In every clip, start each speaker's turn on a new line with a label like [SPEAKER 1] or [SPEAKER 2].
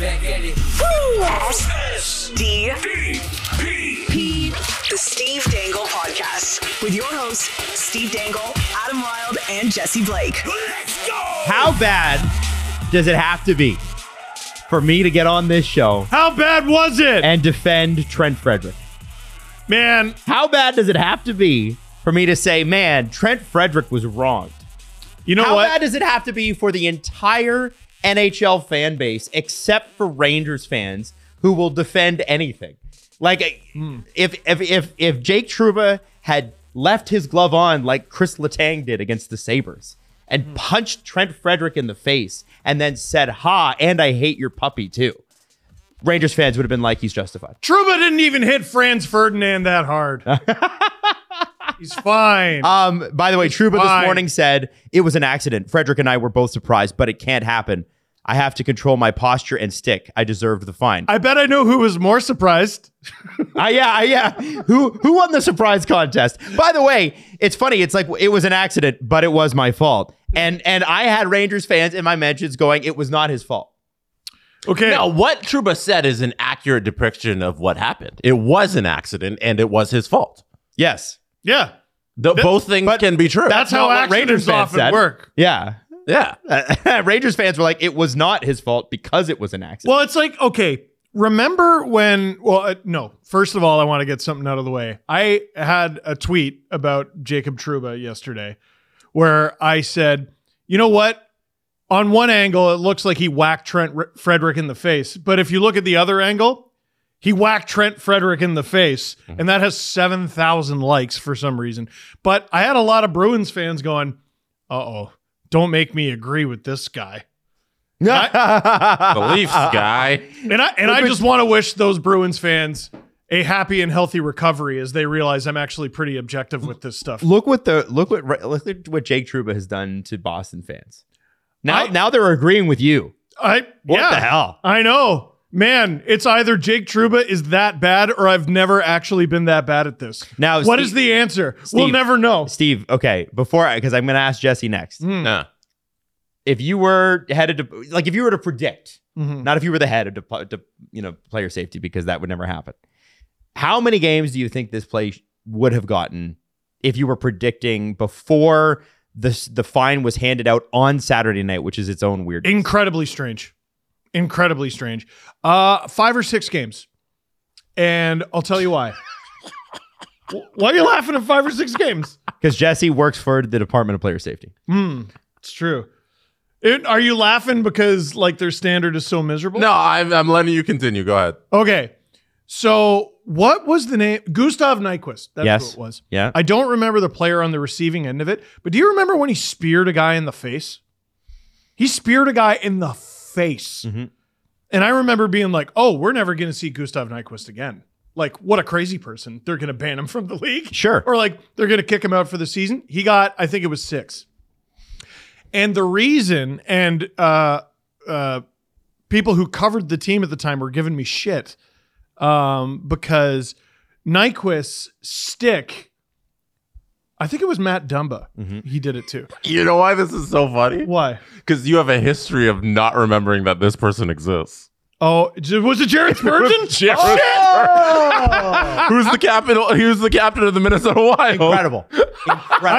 [SPEAKER 1] ready.
[SPEAKER 2] S D P. The Steve Dangle Podcast with your hosts, Steve Dangle, Adam Wilde, and Jesse Blake.
[SPEAKER 3] How bad does it have to be for me to get on this show
[SPEAKER 4] How bad was it?
[SPEAKER 3] and defend Trent Frederick?
[SPEAKER 4] Man,
[SPEAKER 3] How bad does it have to be for me to say, man, Trent Frederick was wronged?
[SPEAKER 4] you know
[SPEAKER 3] How
[SPEAKER 4] what?
[SPEAKER 3] bad does it have to be for the entire NHL fan base, except for Rangers fans who will defend anything? Like if if if if Jake Truba had left his glove on like Chris Letang did against the Sabres and
[SPEAKER 4] Hmm.
[SPEAKER 3] punched Trent Frederick in the face and then said, Ha, and I hate your puppy too. Rangers fans would have been like, he's justified.
[SPEAKER 4] Truba didn't even hit Franz Ferdinand that hard. He's fine.
[SPEAKER 3] Um, by the way, Truba this
[SPEAKER 4] fine.
[SPEAKER 3] morning said it was an accident. Frederick and I were both surprised, but it can't happen. I have to control my posture and stick. I deserved the fine.
[SPEAKER 4] I bet I know who was more surprised.
[SPEAKER 3] Ah, yeah, ah, yeah. Who who won the surprise contest? By the way, it's funny. It's like it was an accident, but it was my fault. And and I had Rangers fans in my mentions going, it was not his fault.
[SPEAKER 4] Okay.
[SPEAKER 5] No, what Truba said is an accurate depiction of what happened. It was an accident and it was his fault.
[SPEAKER 3] Yes,
[SPEAKER 4] Yeah.
[SPEAKER 5] The, both things
[SPEAKER 3] but
[SPEAKER 5] can be true.
[SPEAKER 4] That's how
[SPEAKER 3] not what
[SPEAKER 4] accidents
[SPEAKER 3] Rangers fans
[SPEAKER 4] often
[SPEAKER 3] said.
[SPEAKER 4] work.
[SPEAKER 3] yeah.
[SPEAKER 5] yeah.
[SPEAKER 3] Rangers fans were like, it was not his fault because it was an accident.
[SPEAKER 4] Well, it's like, okay, remember when, well, uh, no, first of all, I want to get something out of the way. I had a tweet about Jacob Truba yesterday where I said, you know what? On one angle, it looks like he whacked Trent R- Frederick in the face. But if you look at the other angle, he whacked Trent Frederick in the face, and that has 7,000 likes for some reason. But I had a lot of Bruins fans going, uh oh, don't make me agree with this guy.
[SPEAKER 5] Beliefs, guy.
[SPEAKER 4] And I and I just want to wish those Bruins fans a happy and healthy recovery as they realize I'm actually pretty objective with this stuff.
[SPEAKER 3] look what the look what look at what Jake Truba has done to Boston fans. Now
[SPEAKER 4] I-
[SPEAKER 3] now they're agreeing with you.
[SPEAKER 4] I
[SPEAKER 3] What
[SPEAKER 4] yeah,
[SPEAKER 3] the hell?
[SPEAKER 4] I know. Man, it's either Jake Truba is that bad or I've never actually been that bad at this.
[SPEAKER 3] Now,
[SPEAKER 4] what
[SPEAKER 3] Oh, Steve-
[SPEAKER 4] is the answer? we'll
[SPEAKER 3] Steve.
[SPEAKER 4] never know. Hmm.
[SPEAKER 3] Steve, okay, before I because I'm gonna ask Jesse next.
[SPEAKER 4] Mm-hmm.
[SPEAKER 5] Nah.
[SPEAKER 3] If you were headed to like if you were to predict,
[SPEAKER 4] Mhm.
[SPEAKER 3] not if you were the head of de- de- you know player safety because that would never happen. How many games do you think this play sh- would have gotten if you were predicting before this the fine was handed out on Saturday night, which is its own weird
[SPEAKER 4] Incredibly strange. Incredibly strange. Uh 5 or 6 games. And I'll tell you why. W- why are you laughing at 5 or 6 games?
[SPEAKER 3] because Jesse works for the Department of Player Safety.
[SPEAKER 4] Hmm, it's true. It, are you laughing because like their standard is so miserable?
[SPEAKER 5] No, I'm, I'm letting you continue. Go ahead.
[SPEAKER 4] Okay. So what was the name? Gustav Nyquist. That's
[SPEAKER 3] Yes.
[SPEAKER 4] who it was.
[SPEAKER 3] Yeah.
[SPEAKER 4] I don't remember the player on the receiving end of it, but do you remember when he speared a guy in the face? He speared a guy in the face.
[SPEAKER 3] Mhm.
[SPEAKER 4] And I remember being like, oh, we're never going to see Gustav Nyquist again. Like, what a crazy person. They're going to ban him from the league
[SPEAKER 3] Sure.
[SPEAKER 4] or like they're going to kick him out for the season. He got, I think it was six. And the reason, and uh, uh, people who covered the team at the time were giving me shit um, because Nyquist's stick, I think it was Matt Dumba. He did it too.
[SPEAKER 5] You know why this is so funny?
[SPEAKER 4] Why?
[SPEAKER 5] Because you have a history of not remembering that this person exists.
[SPEAKER 4] Oh, j- was it Jared Spurgeon?
[SPEAKER 5] Jared
[SPEAKER 4] Oh, Ah!
[SPEAKER 5] Who's the capital? He was the captain of the Minnesota Wild.
[SPEAKER 3] Incredible.
[SPEAKER 4] I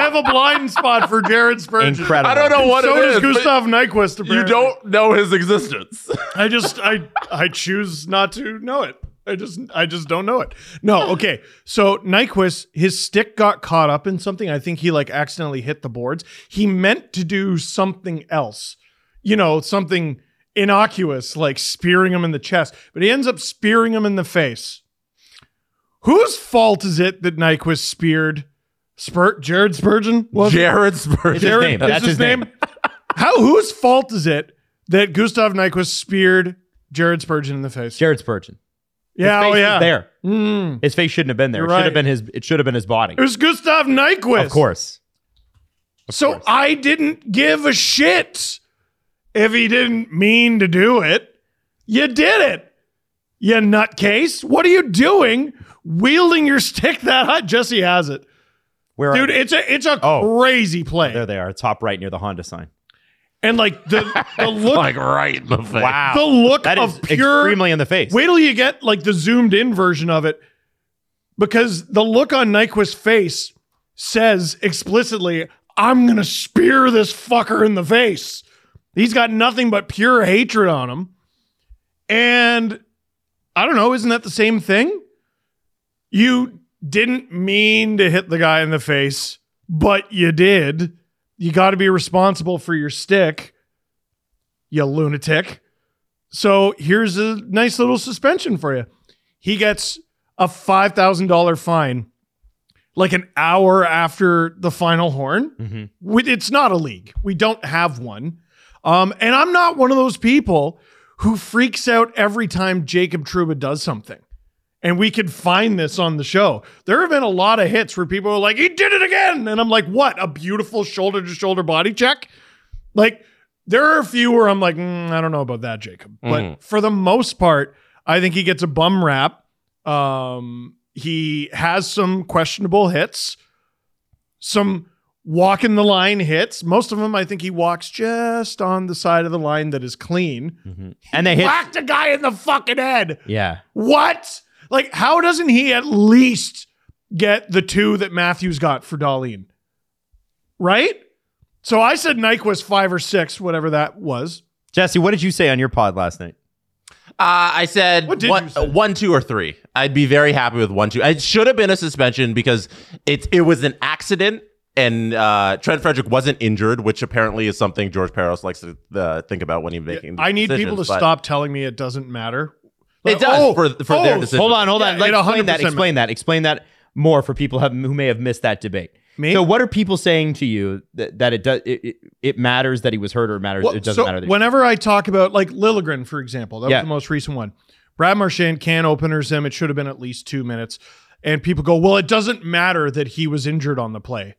[SPEAKER 4] have a blind spot for Jared Spurgeon.
[SPEAKER 3] Incredible.
[SPEAKER 5] I don't know what
[SPEAKER 4] so
[SPEAKER 5] it
[SPEAKER 4] does
[SPEAKER 5] is. but
[SPEAKER 4] Gustav Nyquist.
[SPEAKER 5] you
[SPEAKER 4] apparently.
[SPEAKER 5] don't know his existence.
[SPEAKER 4] I just I I choose not to know it. I just I just don't know it. No, okay. So Nyquist, his stick got caught up in something. I think he like accidentally hit the boards. He meant to do something else, you know, something innocuous like spearing him in the chest, but he ends up spearing him in the face. Whose fault is it that Nyquist speared Spurt Jared Spurgeon? Was it?
[SPEAKER 5] Jared Spurgeon.
[SPEAKER 3] Jared- name.
[SPEAKER 4] That's
[SPEAKER 3] That's
[SPEAKER 4] his,
[SPEAKER 3] his
[SPEAKER 4] name. How whose fault is it that Gustav Nyquist speared Jared Spurgeon in the face?
[SPEAKER 3] Jared Spurgeon.
[SPEAKER 4] yeah,
[SPEAKER 3] His
[SPEAKER 4] oh
[SPEAKER 3] face
[SPEAKER 4] yeah.
[SPEAKER 3] is there.
[SPEAKER 4] Mm.
[SPEAKER 3] His face shouldn't have been there.
[SPEAKER 4] You're
[SPEAKER 3] It should
[SPEAKER 4] right.
[SPEAKER 3] have been his. It should have been his body.
[SPEAKER 4] It was Gustav Nyquist.
[SPEAKER 3] Of course.
[SPEAKER 4] So I didn't give a shit if he didn't mean to do it. You did it. You nutcase. What are you doing? Wielding your stick that high? Jesse has it.
[SPEAKER 3] Where
[SPEAKER 4] Dude,
[SPEAKER 3] are they?
[SPEAKER 4] it's a it's a
[SPEAKER 3] Oh.
[SPEAKER 4] crazy play.
[SPEAKER 3] there they are, top right near the Honda sign.
[SPEAKER 4] And like the, the look,
[SPEAKER 5] like right in the face.
[SPEAKER 1] Wow.
[SPEAKER 4] the look
[SPEAKER 1] That is
[SPEAKER 4] of pure
[SPEAKER 1] extremely in the face.
[SPEAKER 4] Wait till you get like the zoomed in version of it, because the look on Nyquist's face says explicitly, "I'm gonna spear this fucker in the face." He's got nothing but pure hatred on him, and I don't know. Isn't that the same thing? You didn't mean to hit the guy in the face, but you did. You got to be responsible for your stick, you lunatic. So here's a nice little suspension for you. He gets a $5,000 fine like an hour after the final horn.
[SPEAKER 1] Mhm.
[SPEAKER 4] We- It's not a league. We don't have one. Um, and I'm not one of those people who freaks out every time Jacob Truba does something. And we could find this on the show. There have been a lot of hits where people are like, he did it again. And I'm like, what? A beautiful shoulder to shoulder body check? Like, there are a few where I'm like, "Mm, I don't know about that, Jacob. But
[SPEAKER 5] Mhm.
[SPEAKER 4] for the most part, I think he gets a bum rap. Um, he has some questionable hits, some walking the line hits. Most of them, I think he walks just on the side of the line that is clean.
[SPEAKER 1] and they hit.
[SPEAKER 4] Whacked a guy in the fucking head.
[SPEAKER 1] Yeah.
[SPEAKER 4] What? Like, how doesn't he at least get the two that Matthews got for Darlene? Right? So I said Nyquist five or six, whatever that was.
[SPEAKER 1] Jesse, what did you say on your pod last night?
[SPEAKER 5] Uh, I said
[SPEAKER 4] What did
[SPEAKER 5] one, uh,
[SPEAKER 4] you say?
[SPEAKER 5] one, two, or three. I'd be very happy with one, two. It should have been a suspension because it it was an accident, and uh, Trent Frederick wasn't injured, which apparently is something George Peros likes to uh, think about when he's making.
[SPEAKER 4] I need
[SPEAKER 5] decisions,
[SPEAKER 4] people to
[SPEAKER 5] but
[SPEAKER 4] stop telling me it doesn't matter. oh,
[SPEAKER 5] It does for- for their decision.
[SPEAKER 1] Hold on, hold on.
[SPEAKER 4] Yeah,
[SPEAKER 1] Like,
[SPEAKER 4] it
[SPEAKER 1] explain that.
[SPEAKER 4] 100%
[SPEAKER 1] Explain that. Explain that more for people have, who may have missed that debate.
[SPEAKER 4] Me?
[SPEAKER 1] So, what are people saying to you that, that it does it, it, it matters that he was hurt or it matters
[SPEAKER 4] Well,
[SPEAKER 1] it doesn't
[SPEAKER 4] so
[SPEAKER 1] matter? That he-
[SPEAKER 4] whenever I talk about like Lilligren, for example, that
[SPEAKER 1] Yeah.
[SPEAKER 4] was the most recent one. Brad Marchand can openers him. It should have been at least two minutes. And people go, well, it doesn't matter that he was injured on the play.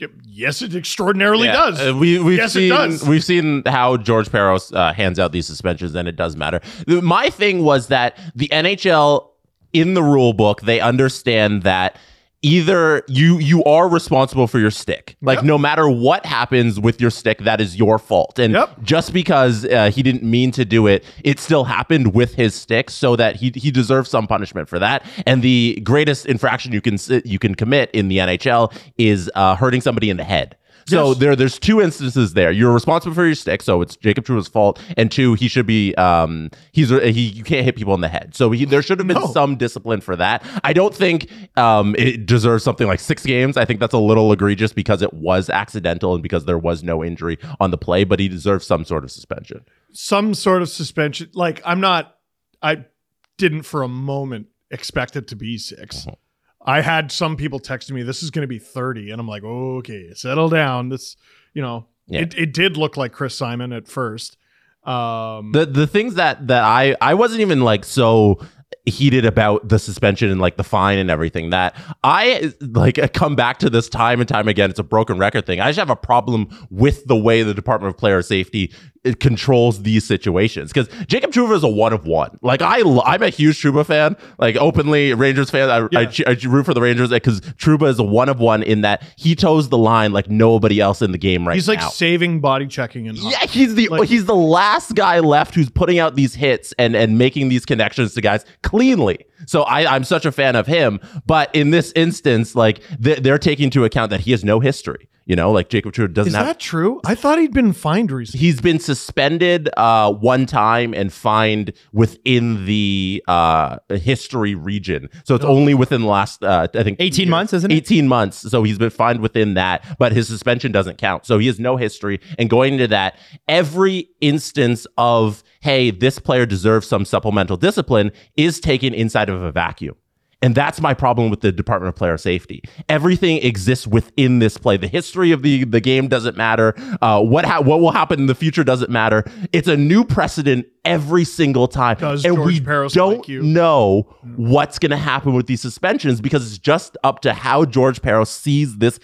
[SPEAKER 4] Y- Yes, it extraordinarily
[SPEAKER 5] Yeah,
[SPEAKER 4] does.
[SPEAKER 5] uh, we, we've
[SPEAKER 4] Yes, it
[SPEAKER 5] seen,
[SPEAKER 4] does.
[SPEAKER 5] We've seen how George Peros uh, hands out these suspensions, and it does matter. Th- My thing was that the NHL in the rule book, they understand that either you you are responsible for your stick. Like
[SPEAKER 4] Yep.
[SPEAKER 5] no matter what happens with your stick, that is your fault. And
[SPEAKER 4] Yep.
[SPEAKER 5] just because uh, he didn't mean to do it, it still happened with his stick, so that he he deserves some punishment for that. And the greatest infraction you can s- you can commit in the NHL is uh, hurting somebody in the head. So
[SPEAKER 4] Yes.
[SPEAKER 5] there there's two instances there. You're responsible for your stick, so it's Jacob Truba's fault. And two, he should be um he's he you can't hit people in the head. So he, there should have been
[SPEAKER 4] No.
[SPEAKER 5] some discipline for that. I don't think um it deserves something like six games. I think that's a little egregious because it was accidental and because there was no injury on the play, but he deserves some sort of suspension.
[SPEAKER 4] some sort of suspension. Like I'm not, I didn't for a moment expect it to be 6
[SPEAKER 1] Uh-huh.
[SPEAKER 4] I had some people texting me, "This is going to be 30," and I'm like, "Okay, settle down." This, you know,
[SPEAKER 5] Yeah.
[SPEAKER 4] it, it did look like Chris Simon at first. Um,
[SPEAKER 5] the the things that that I I wasn't even like so heated about the suspension and like the fine and everything that I like I come back to this time and time again. It's a broken record thing. I just have a problem with the way the Department of Player Safety it controls these situations because Jacob Truba is a one of one. Like I lo- I'm a huge Truba fan, like openly Rangers fan. I, I,
[SPEAKER 4] Yeah.
[SPEAKER 5] che- I root for the Rangers because Truba is a one of one in that he toes the line like nobody else in the game right
[SPEAKER 4] he's like
[SPEAKER 5] now.
[SPEAKER 4] saving body checking and
[SPEAKER 5] Yeah, he's the
[SPEAKER 4] Like-
[SPEAKER 5] he's the last guy left who's putting out these hits and and making these connections to guys cleanly. So I I'm such a fan of him, but in this instance, like th- they're taking into account that he has no history. You know, like Jacob Trudeau doesn't
[SPEAKER 4] Is
[SPEAKER 5] have.
[SPEAKER 4] that true? I thought he'd been fined recently.
[SPEAKER 5] He's been suspended uh, one time and fined within the uh, history region. So it's only within the last, uh, I think,
[SPEAKER 1] 18 months, isn't it?
[SPEAKER 5] 18 months. So he's been fined within that, but his suspension doesn't count. So he has no history. And going into that, every instance of, hey, this player deserves some supplemental discipline is taken inside of a vacuum. And that's my problem with the Department of Player Safety. Everything exists within this play. The history of the, the game doesn't matter. Uh, what ha- what will happen in the future doesn't matter. It's a new precedent every single time.
[SPEAKER 4] Does
[SPEAKER 5] and
[SPEAKER 4] George
[SPEAKER 5] we
[SPEAKER 4] Peros
[SPEAKER 5] don't
[SPEAKER 4] like you?
[SPEAKER 5] know what's going to happen with these suspensions because it's just up to how George Peros sees this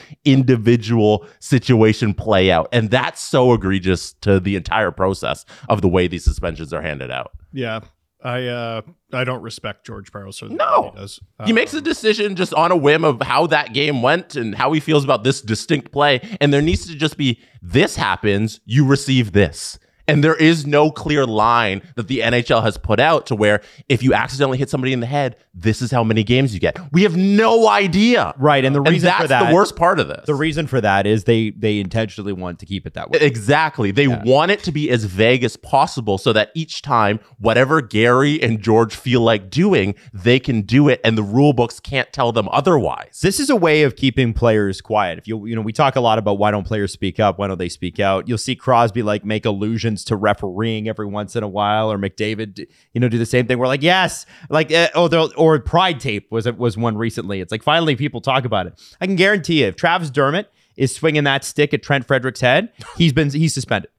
[SPEAKER 5] individual situation play out. And that's so egregious to the entire process of the way these suspensions are handed out.
[SPEAKER 4] Yeah. I uh, I don't respect George Barrow.
[SPEAKER 5] No.
[SPEAKER 4] he does.
[SPEAKER 5] He makes a decision just on a whim of how that game went and how he feels about this distinct play. And there needs to just be this happens, you receive this. And there is no clear line that the NHL has put out to where if you accidentally hit somebody in the head, this is how many games you get. We have no idea.
[SPEAKER 3] Right, and the
[SPEAKER 5] And
[SPEAKER 3] reason
[SPEAKER 5] that's
[SPEAKER 3] for that
[SPEAKER 5] the worst part of this.
[SPEAKER 3] The reason for that is they they intentionally want to keep it that way.
[SPEAKER 5] Exactly. They want it to be as vague as possible so that each time, whatever Gary and George feel like doing, they can do it and the rule books can't tell them otherwise.
[SPEAKER 3] This is a way of keeping players quiet. If you you know, we talk a lot about why don't players speak up, why don't they speak out? You'll see Crosby like make allusions to refereeing every once in a while, or McDavid, you know, do the same thing. We're like, yes, like eh, oh, they'll- or Pride Tape was it was one recently. It's like finally people talk about it. I can guarantee you, if Travis Dermott is swinging that stick at Trent Frederick's head, he's been he's suspended.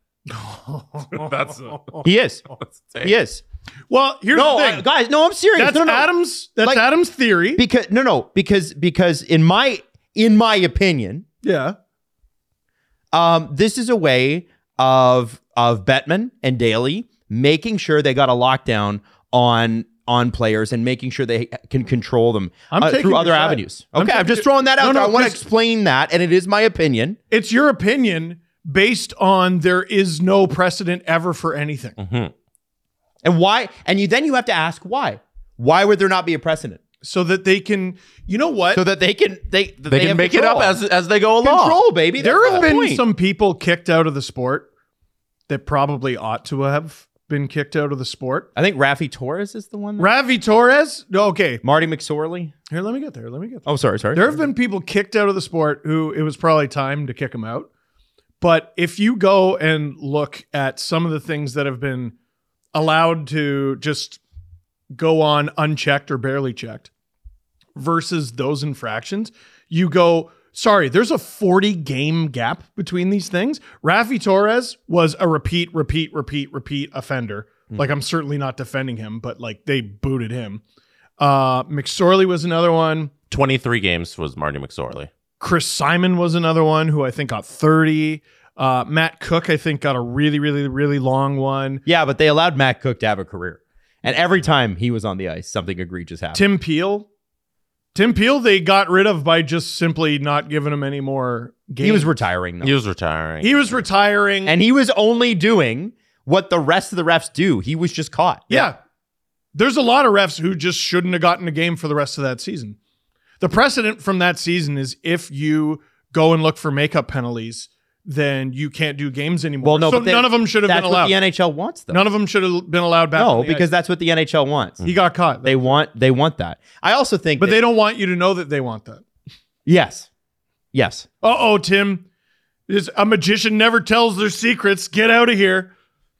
[SPEAKER 5] That's
[SPEAKER 3] He is. He is.
[SPEAKER 4] Oh. well, Oh, here's
[SPEAKER 3] No,
[SPEAKER 4] the
[SPEAKER 3] I-
[SPEAKER 4] thing.
[SPEAKER 3] guys, no, I'm serious.
[SPEAKER 4] that's
[SPEAKER 3] no, no.
[SPEAKER 4] Adam's. That's
[SPEAKER 3] Like-
[SPEAKER 4] Adam's theory.
[SPEAKER 1] because no no because because in my in my opinion
[SPEAKER 4] yeah.
[SPEAKER 1] um this is a way of of Bettman and Daly making sure they got a lockdown on on players and making sure they can control them
[SPEAKER 4] I'm
[SPEAKER 1] uh,
[SPEAKER 4] taking
[SPEAKER 1] through
[SPEAKER 4] your
[SPEAKER 1] other
[SPEAKER 4] side.
[SPEAKER 1] avenues.
[SPEAKER 4] I'm
[SPEAKER 1] Okay, I'm,
[SPEAKER 4] taking
[SPEAKER 1] just
[SPEAKER 4] your-
[SPEAKER 1] throwing that out
[SPEAKER 4] No,
[SPEAKER 1] there.
[SPEAKER 4] no,
[SPEAKER 1] I want to
[SPEAKER 4] 'cause-
[SPEAKER 1] explain that, and it is my opinion.
[SPEAKER 4] It's your opinion based on there is no precedent ever for anything.
[SPEAKER 1] And why? And you then you have to ask why. Why would there not be a precedent
[SPEAKER 4] So that they can, you know what?
[SPEAKER 1] so that they can they that
[SPEAKER 5] They, can
[SPEAKER 1] have
[SPEAKER 5] make it
[SPEAKER 1] control.
[SPEAKER 5] up as, as they go along.
[SPEAKER 1] control, baby? That's
[SPEAKER 4] there
[SPEAKER 1] the whole
[SPEAKER 4] have been
[SPEAKER 1] point.
[SPEAKER 4] some people kicked out of the sport that probably ought to have been kicked out of the sport.
[SPEAKER 1] I think Rafi Torres is the one. That,
[SPEAKER 4] Ravi Torres? Okay.
[SPEAKER 1] Marty McSorley.
[SPEAKER 4] Here, let me get there. Let me get there.
[SPEAKER 1] Oh, sorry, sorry.
[SPEAKER 4] There have been people kicked out of the sport who it was probably time to kick them out. But if you go and look at some of the things that have been allowed to just go on unchecked or barely checked versus those infractions, you go, sorry, there's a 40 game gap between these things. Rafi Torres was a repeat, repeat, repeat, repeat offender. Like, I'm certainly not defending him, but like they booted him. Uh, McSorley was another one.
[SPEAKER 5] 23 games was Marty McSorley.
[SPEAKER 4] Chris Simon was another one who I think got 30. Uh, Matt Cook, I think, got a really, really, really long one.
[SPEAKER 1] Yeah, but they allowed Matt Cook to have a career. And every
[SPEAKER 4] Hmm.
[SPEAKER 1] time he was on the ice, something egregious happened.
[SPEAKER 4] Tim Peel. Tim Peel, they got rid of by just simply not giving him any more games.
[SPEAKER 1] he was retiring though.
[SPEAKER 5] He was retiring.
[SPEAKER 4] He was retiring.
[SPEAKER 1] and he was only doing what the rest of the refs do. He was just caught.
[SPEAKER 4] yeah. There's a lot of refs who just shouldn't have gotten a game for the rest of that season. The precedent from that season is if you go and look for makeup penalties, then you can't do games anymore.
[SPEAKER 1] Well, no,
[SPEAKER 4] so
[SPEAKER 1] but they-
[SPEAKER 4] none of them should have
[SPEAKER 1] That's
[SPEAKER 4] been
[SPEAKER 1] what
[SPEAKER 4] allowed.
[SPEAKER 1] the NHL wants though.
[SPEAKER 4] none of them should have been allowed back. on
[SPEAKER 1] no,
[SPEAKER 4] the ice.
[SPEAKER 1] because that's what the NHL wants.
[SPEAKER 4] he got caught.
[SPEAKER 1] They want they want that. I also think
[SPEAKER 4] But
[SPEAKER 1] that-
[SPEAKER 4] they don't want you to know that they want that.
[SPEAKER 1] Yes. Yes.
[SPEAKER 4] Uh oh, Tim. This- a magician never tells their secrets. Get out of here.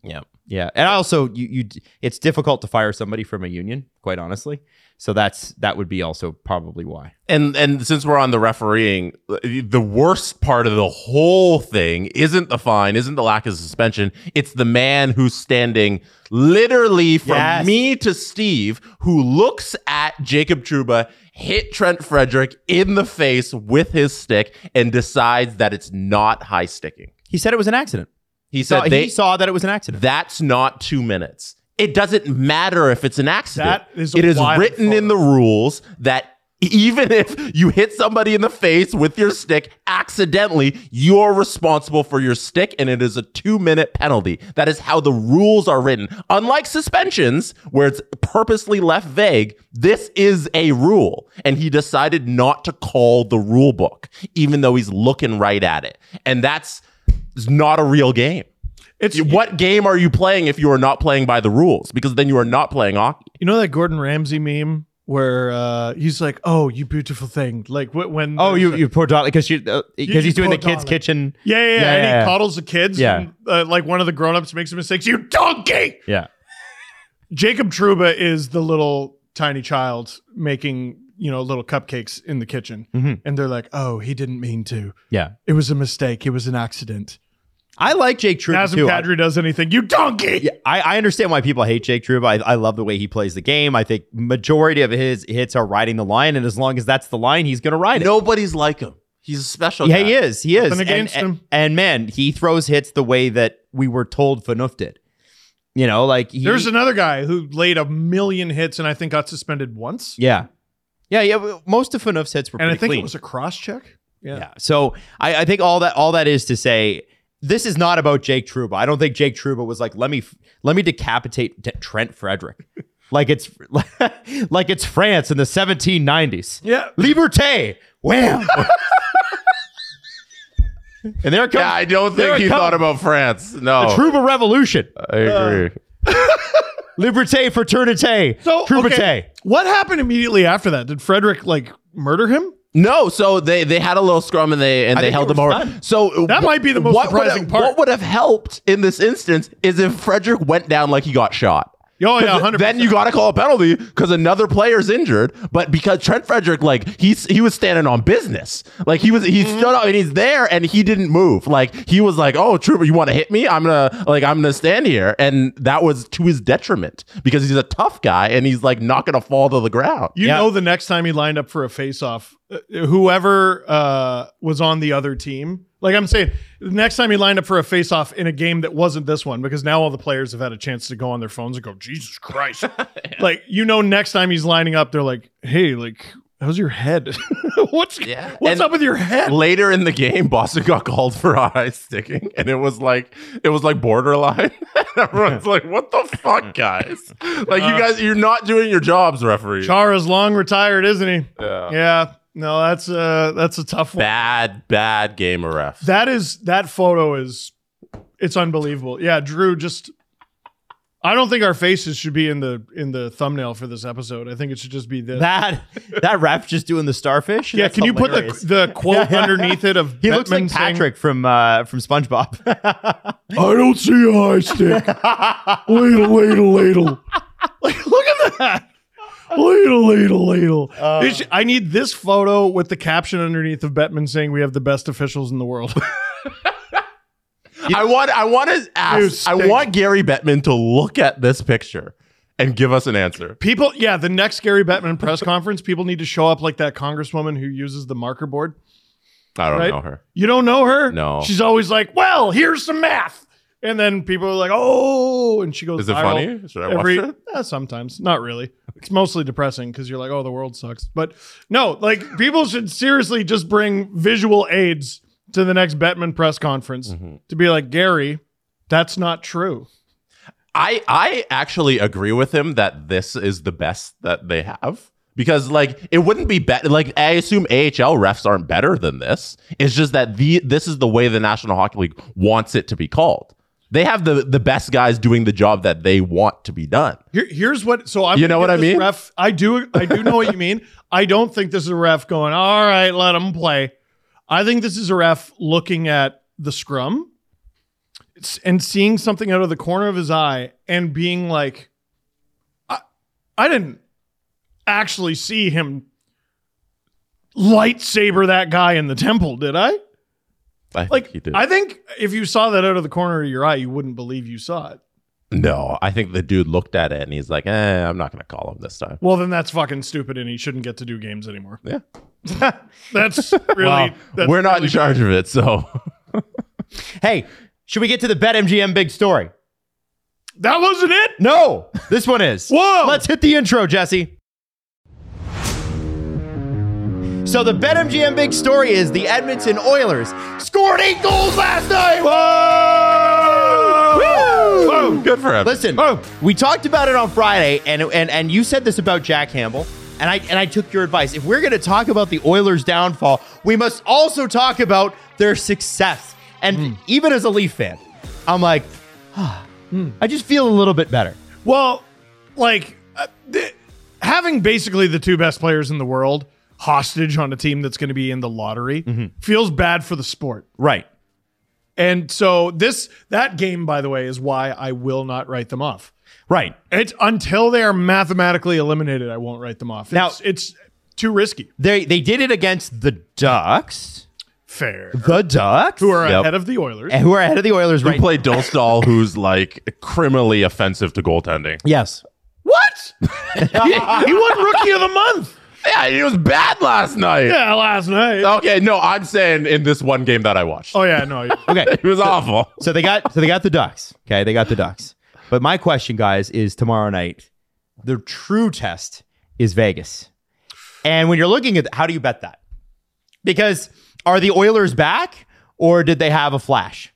[SPEAKER 5] yeah.
[SPEAKER 1] Yeah. And I also you you it's difficult to fire somebody from a union, quite honestly. So that's that would be also probably why.
[SPEAKER 5] And and since we're on the refereeing, the worst part of the whole thing isn't the fine, isn't the lack of suspension. It's the man who's standing literally from
[SPEAKER 1] Yes.
[SPEAKER 5] me to Steve, who looks at Jacob Truba hit Trent Frederick in the face with his stick and decides that it's not high sticking.
[SPEAKER 1] He said it was an accident.
[SPEAKER 5] He
[SPEAKER 1] So
[SPEAKER 5] said they
[SPEAKER 1] he saw that it was an accident.
[SPEAKER 5] that's not two minutes. It doesn't matter if it's an accident.
[SPEAKER 4] That is a
[SPEAKER 5] it is
[SPEAKER 4] wild
[SPEAKER 5] written in the
[SPEAKER 4] photo.
[SPEAKER 5] rules that even if you hit somebody in the face with your stick accidentally, you're responsible for your stick, and it is a two minute penalty. That is how the rules are written. Unlike suspensions, where it's purposely left vague, this is a rule. And he decided not to call the rule book, even though he's looking right at it. And that's it's not a real game.
[SPEAKER 4] It's
[SPEAKER 5] You- what game are you playing if you are not playing by the rules? Because then you are not playing hockey.
[SPEAKER 4] You know that Gordon Ramsay meme where uh, he's like, "Oh, you beautiful thing." Like wh- when
[SPEAKER 1] Oh, you you poor Dolly because you because
[SPEAKER 4] you
[SPEAKER 1] he's doing the
[SPEAKER 4] poor
[SPEAKER 1] kids'
[SPEAKER 4] Dolly.
[SPEAKER 1] kitchen.
[SPEAKER 4] yeah, yeah, yeah,
[SPEAKER 1] Yeah,
[SPEAKER 4] and he
[SPEAKER 1] yeah, yeah.
[SPEAKER 4] coddles the kids.
[SPEAKER 1] Yeah.
[SPEAKER 4] and, uh, like one of the grown-ups makes a mistake. You donkey.
[SPEAKER 1] Yeah.
[SPEAKER 4] Jacob Truba is the little tiny child making you know little cupcakes in the kitchen,
[SPEAKER 1] Mhm.
[SPEAKER 4] and they're like, "Oh, he didn't mean to.
[SPEAKER 1] Yeah.
[SPEAKER 4] It was a mistake. It was an accident."
[SPEAKER 1] I like Jake Truba
[SPEAKER 4] Nazem
[SPEAKER 1] too. I,
[SPEAKER 4] Kadri does anything. You donkey.
[SPEAKER 1] yeah, I, I understand why people hate Jake Truba. I, I love the way he plays the game. I think majority of his hits are riding the line, and as long as that's the line, he's going to ride it.
[SPEAKER 5] Nobody's like him. He's a special
[SPEAKER 1] yeah,
[SPEAKER 5] guy.
[SPEAKER 1] he is. He is.
[SPEAKER 4] Nothing against
[SPEAKER 1] and,
[SPEAKER 4] him.
[SPEAKER 1] And, and man, he throws hits the way that we were told Fanuf did.
[SPEAKER 3] You know, like he,
[SPEAKER 4] There's another guy who laid a million hits and I think got suspended once.
[SPEAKER 3] yeah, yeah, yeah. well, Most of Fanuf's hits were
[SPEAKER 4] and I
[SPEAKER 3] pretty
[SPEAKER 4] think
[SPEAKER 3] clean.
[SPEAKER 4] it was a cross check.
[SPEAKER 3] yeah. So I, I think all that all that is to say, this is not about Jake Truba. I don't think Jake Truba was like let me f- let me decapitate T- Trent Frederick, like it's like it's France in the 1790s.
[SPEAKER 4] Yeah.
[SPEAKER 3] Liberté, wham. and there comes
[SPEAKER 5] Yeah, I don't
[SPEAKER 3] There
[SPEAKER 5] think
[SPEAKER 3] it
[SPEAKER 5] he
[SPEAKER 3] comes.
[SPEAKER 5] thought about France. No,
[SPEAKER 3] the Truba Revolution.
[SPEAKER 5] I agree.
[SPEAKER 3] Liberté, fraternité,
[SPEAKER 4] So
[SPEAKER 3] Truba
[SPEAKER 4] okay, what happened immediately after that? Did Frederick like murder him?
[SPEAKER 5] No, so they they had a little scrum and they and
[SPEAKER 3] I
[SPEAKER 5] they
[SPEAKER 3] think
[SPEAKER 5] held
[SPEAKER 3] it
[SPEAKER 5] him
[SPEAKER 3] was
[SPEAKER 5] over.
[SPEAKER 3] done.
[SPEAKER 5] So
[SPEAKER 4] That might be the most
[SPEAKER 5] what would
[SPEAKER 4] surprising
[SPEAKER 5] have-
[SPEAKER 4] part.
[SPEAKER 5] What would have helped in this instance is if Frederick went down like he got shot.
[SPEAKER 4] Oh yeah,
[SPEAKER 5] 'Cause
[SPEAKER 4] hundred.
[SPEAKER 5] Then you got to call a penalty because another player's injured. But because Trent Frederick, like he's he was standing on business, like he was
[SPEAKER 4] Mm-hmm.
[SPEAKER 5] he stood up and he's there and he didn't move. Like he was like, oh, Trooper, you want to hit me? I'm gonna like I'm gonna stand here, and that was to his detriment because he's a tough guy and he's like not gonna fall to the ground.
[SPEAKER 4] You
[SPEAKER 3] Yeah.
[SPEAKER 4] know, the next time he lined up for a face-off, uh, whoever uh, was on the other team, like I'm saying, the next time he lined up for a face-off in a game that wasn't this one, because now all the players have had a chance to go on their phones and go, Jesus Christ! Like you know, next time he's lining up, they're like, Hey, like, how's your head? what's
[SPEAKER 5] Yeah.
[SPEAKER 4] what's
[SPEAKER 5] And-
[SPEAKER 4] up with your head?
[SPEAKER 5] Later in the game, Boston got called for eye sticking, and it was like it was like borderline. Everyone's like, "What the fuck, guys? Like,
[SPEAKER 4] Uh,
[SPEAKER 5] you guys, you're not doing your jobs, referee."
[SPEAKER 4] Chara's long retired, isn't he?
[SPEAKER 5] Yeah.
[SPEAKER 4] Yeah. No, that's uh that's a tough one.
[SPEAKER 5] Bad, bad game of refs.
[SPEAKER 4] That is that photo is it's unbelievable. Yeah, Drew just I don't think our faces should be in the in the thumbnail for this episode. I think it should just be this.
[SPEAKER 3] That that ref just doing the starfish.
[SPEAKER 4] yeah,
[SPEAKER 3] That's
[SPEAKER 4] can you put
[SPEAKER 3] hilarious.
[SPEAKER 4] the the quote underneath it of
[SPEAKER 3] He looks
[SPEAKER 4] Bettman
[SPEAKER 3] like
[SPEAKER 4] saying-
[SPEAKER 3] Patrick from uh, from SpongeBob.
[SPEAKER 5] I don't see a high stick. ladle, ladle, ladle.
[SPEAKER 4] Like, look at that. Ladle, ladle, ladle.
[SPEAKER 3] Uh.
[SPEAKER 4] It sh- I need this photo with the caption underneath of Bettman saying we have the best officials in the world.
[SPEAKER 5] I want, I want to
[SPEAKER 4] You
[SPEAKER 5] ask. I
[SPEAKER 4] stink.
[SPEAKER 5] want Gary Bettman to look at this picture and give us an answer.
[SPEAKER 4] people, yeah, the next Gary Bettman press conference, people need to show up like that congresswoman who uses the marker board.
[SPEAKER 5] I don't
[SPEAKER 4] Right?
[SPEAKER 5] know her.
[SPEAKER 4] You don't know her?
[SPEAKER 5] No.
[SPEAKER 4] She's always like, well, here's some math. And then people are like, oh, and she goes,
[SPEAKER 5] Is it
[SPEAKER 4] viral
[SPEAKER 5] funny? Should I watch
[SPEAKER 4] Every,
[SPEAKER 5] it?
[SPEAKER 4] Eh, sometimes, not really. It's mostly depressing because you're like, oh, the world sucks. But no, like people should seriously just bring visual aids to the next Bettman press conference
[SPEAKER 5] Mm-hmm.
[SPEAKER 4] to be like, Gary, that's not true.
[SPEAKER 5] I I actually agree with him that this is the best that they have because like it wouldn't be better. Like I assume AHL refs aren't better than this. It's just that the this is the way the National Hockey League wants it to be called. They have the the best guys doing the job that they want to be done.
[SPEAKER 4] Here, here's what. So I'm.
[SPEAKER 5] You know
[SPEAKER 4] gonna
[SPEAKER 5] what
[SPEAKER 4] give
[SPEAKER 5] I
[SPEAKER 4] this
[SPEAKER 5] mean?
[SPEAKER 4] Ref, I do. I do know what you mean. I don't think this is a ref going. All right, let him play. I think this is a ref looking at the scrum s- and seeing something out of the corner of his eye and being like, I, I didn't actually see him lightsaber that guy in the temple, did I?
[SPEAKER 5] I
[SPEAKER 4] Like,
[SPEAKER 5] think he did.
[SPEAKER 4] I think if you saw that out of the corner of your eye, you wouldn't believe you saw it.
[SPEAKER 5] no, I think the dude looked at it and he's like, eh, I'm not gonna call him this time.
[SPEAKER 4] Well, then that's fucking stupid, and he shouldn't get to do games anymore.
[SPEAKER 5] Yeah.
[SPEAKER 4] that's really.
[SPEAKER 5] Well,
[SPEAKER 4] that's
[SPEAKER 5] we're not
[SPEAKER 4] really-
[SPEAKER 5] in charge of it, so
[SPEAKER 3] hey, should we get to the BetMGM big story?
[SPEAKER 4] That wasn't it.
[SPEAKER 3] No, this one is.
[SPEAKER 4] Whoa!
[SPEAKER 3] Let's hit the intro, Jesse. So the BetMGM big story is the Edmonton Oilers scored eight goals last night. Whoa! Woo!
[SPEAKER 5] Boom, good for him.
[SPEAKER 3] Listen, we talked about it on Friday, and and and you said this about Jack Campbell, and I and I took your advice. If we're going to talk about the Oilers' downfall, we must also talk about their success. And
[SPEAKER 4] Hmm.
[SPEAKER 3] even as a Leaf fan, I'm like, ah, I just feel a little bit better.
[SPEAKER 4] Well, like uh, th- having basically the two best players in the world hostage on a team that's going to be in the lottery
[SPEAKER 3] Mm-hmm.
[SPEAKER 4] feels bad for the sport.
[SPEAKER 3] Right.
[SPEAKER 4] And so this that game, by the way, is why I will not write them off.
[SPEAKER 3] Right.
[SPEAKER 4] It's until they are mathematically eliminated, I won't write them off.
[SPEAKER 3] Now-
[SPEAKER 4] it's, it's too risky.
[SPEAKER 3] They they did it against the Ducks.
[SPEAKER 4] Fair.
[SPEAKER 3] The Ducks,
[SPEAKER 4] Who are
[SPEAKER 5] Yep.
[SPEAKER 4] ahead of the Oilers?
[SPEAKER 3] and who are ahead of the Oilers
[SPEAKER 5] we
[SPEAKER 3] right
[SPEAKER 5] play Dostal, who's like criminally offensive to goaltending.
[SPEAKER 3] Yes.
[SPEAKER 4] What? he won Rookie of the Month.
[SPEAKER 5] Yeah, he was bad last night.
[SPEAKER 4] Yeah, last night.
[SPEAKER 3] Oh.
[SPEAKER 5] Okay, no, I'm saying in this one game that I watched.
[SPEAKER 4] Oh yeah, no.
[SPEAKER 3] Okay.
[SPEAKER 5] It was awful.
[SPEAKER 3] So they got so they got the Ducks. Okay, they got the Ducks. But my question, guys, is tomorrow night, the true test is Vegas. And when you're looking at how do you bet that? Because are the Oilers back or did they have a flash?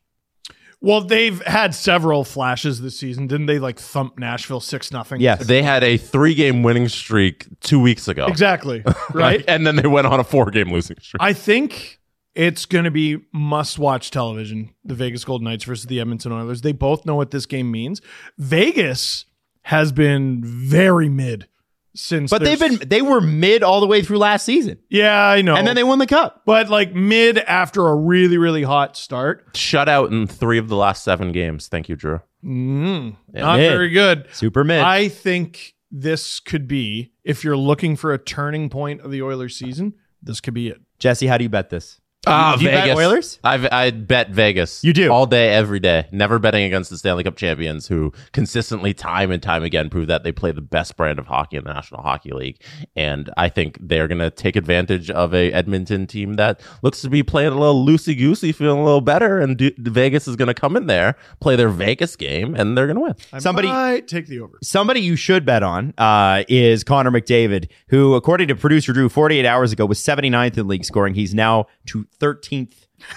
[SPEAKER 4] Well, they've had several flashes this season, didn't they? Like thump Nashville six nothing.
[SPEAKER 3] Yes.
[SPEAKER 5] They had a three game winning streak two weeks ago.
[SPEAKER 4] exactly. Right.
[SPEAKER 5] And then they went on a four game losing streak.
[SPEAKER 4] I think it's going to be must watch television. The Vegas Golden Knights versus the Edmonton Oilers. They both know what this game means. Vegas has been very mid since,
[SPEAKER 3] But they've
[SPEAKER 4] there's-
[SPEAKER 3] been they were mid all the way through last season.
[SPEAKER 4] Yeah, I know.
[SPEAKER 3] And then they won the cup.
[SPEAKER 4] but like mid after a really really hot start.
[SPEAKER 5] Shut out in three of the last seven games. Thank you, Drew.
[SPEAKER 4] mm, Not
[SPEAKER 3] mid.
[SPEAKER 4] very good.
[SPEAKER 3] Super mid.
[SPEAKER 4] I think this could be if you're looking for a turning point of the Oilers season. This could be it.
[SPEAKER 3] Jesse, how do you bet this?
[SPEAKER 5] Ah,
[SPEAKER 3] Do you bet Oilers?
[SPEAKER 5] I've, I bet Vegas.
[SPEAKER 3] You do?
[SPEAKER 5] all day, every day. Never betting against the Stanley Cup champions, who consistently, time and time again, prove that they play the best brand of hockey in the National Hockey League. And I think they're going to take advantage of a Edmonton team that looks to be playing a little loosey goosey, feeling a little better. And do, Vegas is going to come in there, play their Vegas game, and they're going to win.
[SPEAKER 4] I
[SPEAKER 3] Somebody-
[SPEAKER 4] might take the over.
[SPEAKER 3] somebody you should bet on uh, is Connor McDavid, who, according to producer Drew, 48 hours ago was 79th in league scoring. He's now to 13th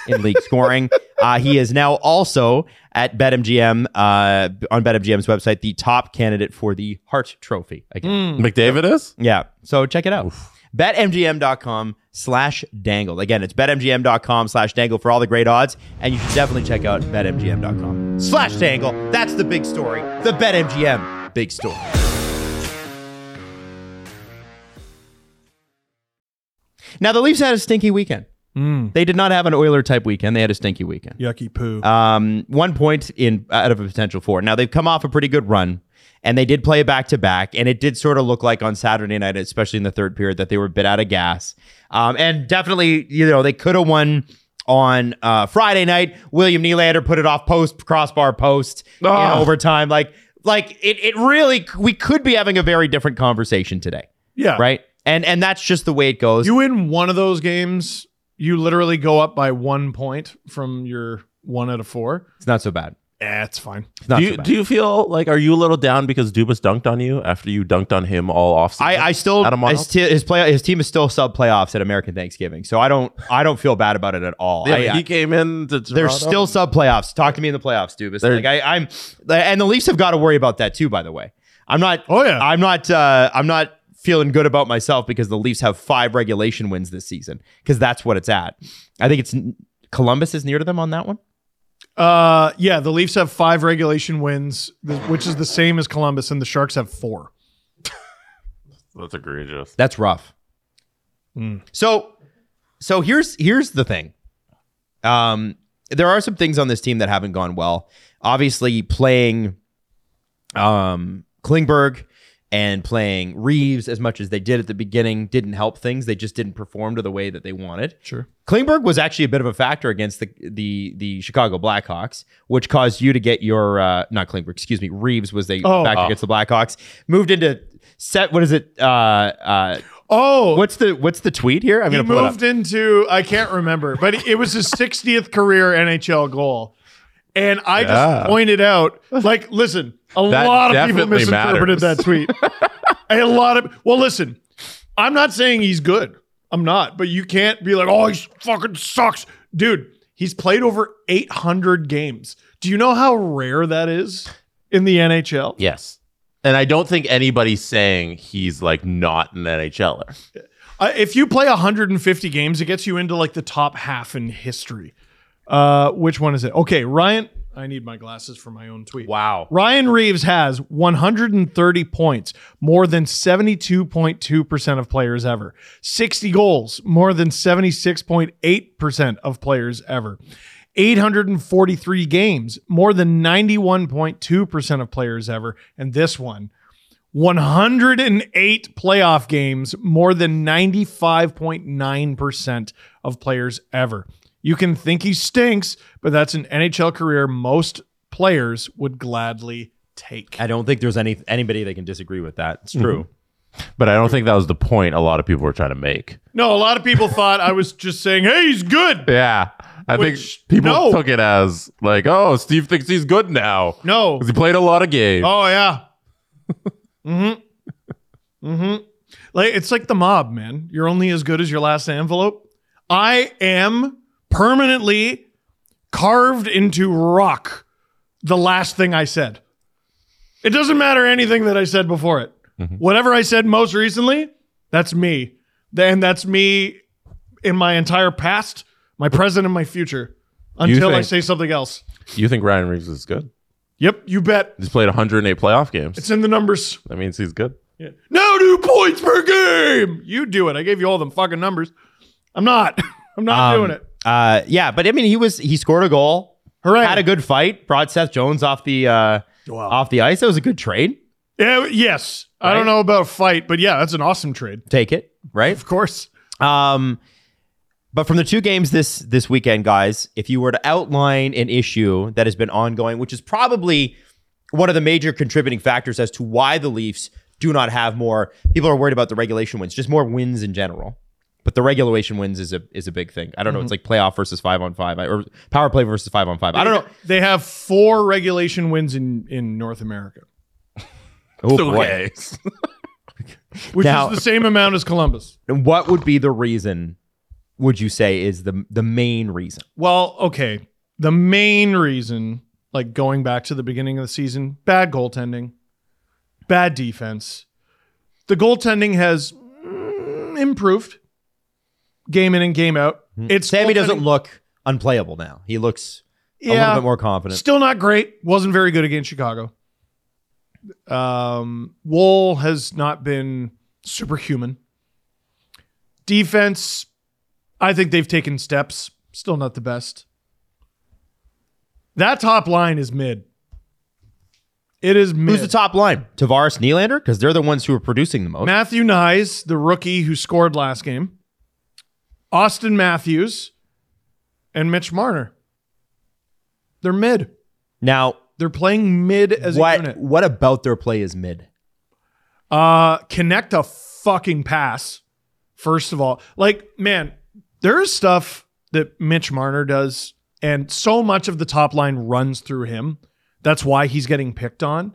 [SPEAKER 3] in league scoring. Uh, he is now also at BetMGM uh, on BetMGM's website the top candidate for the Hart Trophy again.
[SPEAKER 5] McDavid is.
[SPEAKER 3] Yeah. So check it out. BetMGM.com slash dangle. Again, it's betmgm.com slash dangle for all the great odds. And you should definitely check out betmgm.com slash dangle. That's the big story. The BetMGM big story. Now, the Leafs had a stinky weekend. They did not have an Oiler type weekend. They had a stinky weekend.
[SPEAKER 4] Yucky poo.
[SPEAKER 3] Um, one point in out of a potential four. Now they've come off a pretty good run, and they did play a back to back, and it did sort of look like on Saturday night, especially in the third period, that they were a bit out of gas. Um, and definitely, you know, they could have won on uh, Friday night. William Nylander put it off post crossbar post in overtime. Like, like it, it really we could be having a very different conversation today,
[SPEAKER 4] yeah.
[SPEAKER 3] right? And and that's just the way it goes.
[SPEAKER 4] You win one of those games, you literally go up by one point from your one out of four.
[SPEAKER 3] it's not so bad.
[SPEAKER 4] Eh, it's fine.
[SPEAKER 3] It's not
[SPEAKER 5] do
[SPEAKER 3] so
[SPEAKER 5] you,
[SPEAKER 3] bad.
[SPEAKER 5] do you feel like are you a little down because Dubas dunked on you after you dunked on him all offseason?
[SPEAKER 3] I, I still
[SPEAKER 5] Adam
[SPEAKER 3] his,
[SPEAKER 5] Miles?
[SPEAKER 3] t- his play his team is still sub playoffs at American Thanksgiving, so I don't I don't feel bad about it at all.
[SPEAKER 5] Yeah,
[SPEAKER 3] I-
[SPEAKER 5] he
[SPEAKER 3] I-
[SPEAKER 5] came in. To
[SPEAKER 3] they're
[SPEAKER 5] Toronto.
[SPEAKER 3] still sub playoffs. Talk to me in the playoffs, Dubas.
[SPEAKER 5] They're-
[SPEAKER 3] Like I, I'm, and the Leafs have got to worry about that too. By the way, I'm not.
[SPEAKER 4] Oh, yeah.
[SPEAKER 3] I'm not. Uh, I'm not feeling good about myself because the Leafs have five regulation wins this season because that's what it's at. I think it's Columbus is near to them on that one.
[SPEAKER 4] Uh, yeah, the Leafs have five regulation wins, th- which is the same as Columbus, and the Sharks have four.
[SPEAKER 5] That's egregious.
[SPEAKER 3] That's rough. So, so here's here's the thing. Um, there are some things on this team that haven't gone well. Obviously, playing um, Klingberg and playing Reeves as much as they did at the beginning didn't help things. They just didn't perform to the way that they wanted.
[SPEAKER 4] Sure.
[SPEAKER 3] Klingberg was actually a bit of a factor against the the the Chicago Blackhawks, which caused you to get your uh, not Klingberg, excuse me, Reeves was the
[SPEAKER 4] Oh.
[SPEAKER 3] factor against the Blackhawks. Moved into set. What is it? Uh, uh,
[SPEAKER 4] Oh,
[SPEAKER 3] what's the what's the tweet here? I'm
[SPEAKER 4] he
[SPEAKER 3] gonna pull it
[SPEAKER 4] moved
[SPEAKER 3] up.
[SPEAKER 4] into, I can't remember, but it was his 60th career NHL goal. And I
[SPEAKER 5] Yeah.
[SPEAKER 4] just pointed out, like, listen, a
[SPEAKER 5] That
[SPEAKER 4] lot of people
[SPEAKER 5] definitely
[SPEAKER 4] misinterpreted
[SPEAKER 5] matters.
[SPEAKER 4] that tweet. a lot of, well, listen, I'm not saying he's good. I'm not, but you can't be like, oh, he fucking sucks. Dude, he's played over 800 games. Do you know how rare that is in the NHL?
[SPEAKER 5] Yes. And I don't think anybody's saying he's like not an NHLer.
[SPEAKER 4] Uh, if you play 150 games, it gets you into like the top half in history. Uh, which one is it? Okay, Ryan. I need my glasses for my own tweet.
[SPEAKER 5] Wow.
[SPEAKER 4] Ryan Reeves has 130 points, more than 72.2% of players ever. 60 goals, more than 76.8% of players ever. 843 games, more than 91.2% of players ever. And this one, 108 playoff games, more than 95.9% of players ever. You can think he stinks, but that's an NHL career most players would gladly take.
[SPEAKER 3] I don't think there's any anybody that can disagree with that. It's true.
[SPEAKER 5] But I don't think that was the point a lot of people were trying to make.
[SPEAKER 4] No, a lot of people thought I was just saying, hey, he's good.
[SPEAKER 5] Yeah. I
[SPEAKER 4] Which-
[SPEAKER 5] think people
[SPEAKER 4] no.
[SPEAKER 5] took it as like, oh, Steve thinks he's good now
[SPEAKER 4] No.
[SPEAKER 5] because he played a lot of games.
[SPEAKER 4] Oh yeah. mm-hmm. Mm-hmm. Like it's like the mob, man. You're only as good as your last envelope. I am permanently carved into rock the last thing I said. It doesn't matter anything that I said before it. Whatever I said most recently, that's me. And that's me in my entire past, my present, and my future until I
[SPEAKER 5] think-
[SPEAKER 4] say something else.
[SPEAKER 5] You think Ryan Reeves is good?
[SPEAKER 4] Yep, you bet.
[SPEAKER 5] He's played 108 playoff games.
[SPEAKER 4] It's in the numbers.
[SPEAKER 5] that means he's good.
[SPEAKER 4] No two points per game. You do it. I gave you all them fucking numbers. I'm not. I'm not
[SPEAKER 3] Um,
[SPEAKER 4] doing it.
[SPEAKER 3] Uh, yeah, but I mean, he was he scored a goal,
[SPEAKER 4] Hooray.
[SPEAKER 3] had a good fight, brought Seth Jones off the uh, off the ice. That was a good trade.
[SPEAKER 4] yeah, yes. I don't
[SPEAKER 3] Right?
[SPEAKER 4] know about fight, but yeah, that's an awesome trade.
[SPEAKER 3] Take it, right?
[SPEAKER 4] Of course.
[SPEAKER 3] Um, but from the two games this this weekend, guys, if you were to outline an issue that has been ongoing, which is probably one of the major contributing factors as to why the Leafs do not have more people are worried about the regulation wins, just more wins in general. But the regulation wins is a is a big thing. I don't know. It's
[SPEAKER 4] Mm-hmm.
[SPEAKER 3] like playoff versus five on five, I- or power play versus five on five. I don't know.
[SPEAKER 4] They have four regulation wins in in North America,
[SPEAKER 3] Oh, boy.
[SPEAKER 5] Okay.
[SPEAKER 4] which
[SPEAKER 3] Now-
[SPEAKER 4] is the same amount as Columbus.
[SPEAKER 3] And what would be the reason? Would you say is the the main reason?
[SPEAKER 4] Well, okay. The main reason, like going back to the beginning of the season, bad goaltending, bad defense. The goaltending has mm, improved game in and game out. It's
[SPEAKER 3] Hmm. Sammy doesn't
[SPEAKER 4] goaltending-
[SPEAKER 3] look unplayable now. He looks a
[SPEAKER 4] Yeah.
[SPEAKER 3] little bit more confident.
[SPEAKER 4] Still not great. Wasn't very good against Chicago. Um, Wool has not been superhuman. Defense, I think they've taken steps. Still not the best. That top line is mid. It is mid.
[SPEAKER 3] Who's the top line? Tavares Nylander? Because they're the ones who are producing the most.
[SPEAKER 4] Matthew Nyes, the rookie who scored last game. Austin Matthews and Mitch Marner. They're mid.
[SPEAKER 3] now,
[SPEAKER 4] They're playing mid as a
[SPEAKER 3] what
[SPEAKER 4] unit.
[SPEAKER 3] what about their play is mid?
[SPEAKER 4] Uh, connect a fucking pass. First of all, like man, there is stuff that Mitch Marner does, and so much of the top line runs through him. That's why he's getting picked on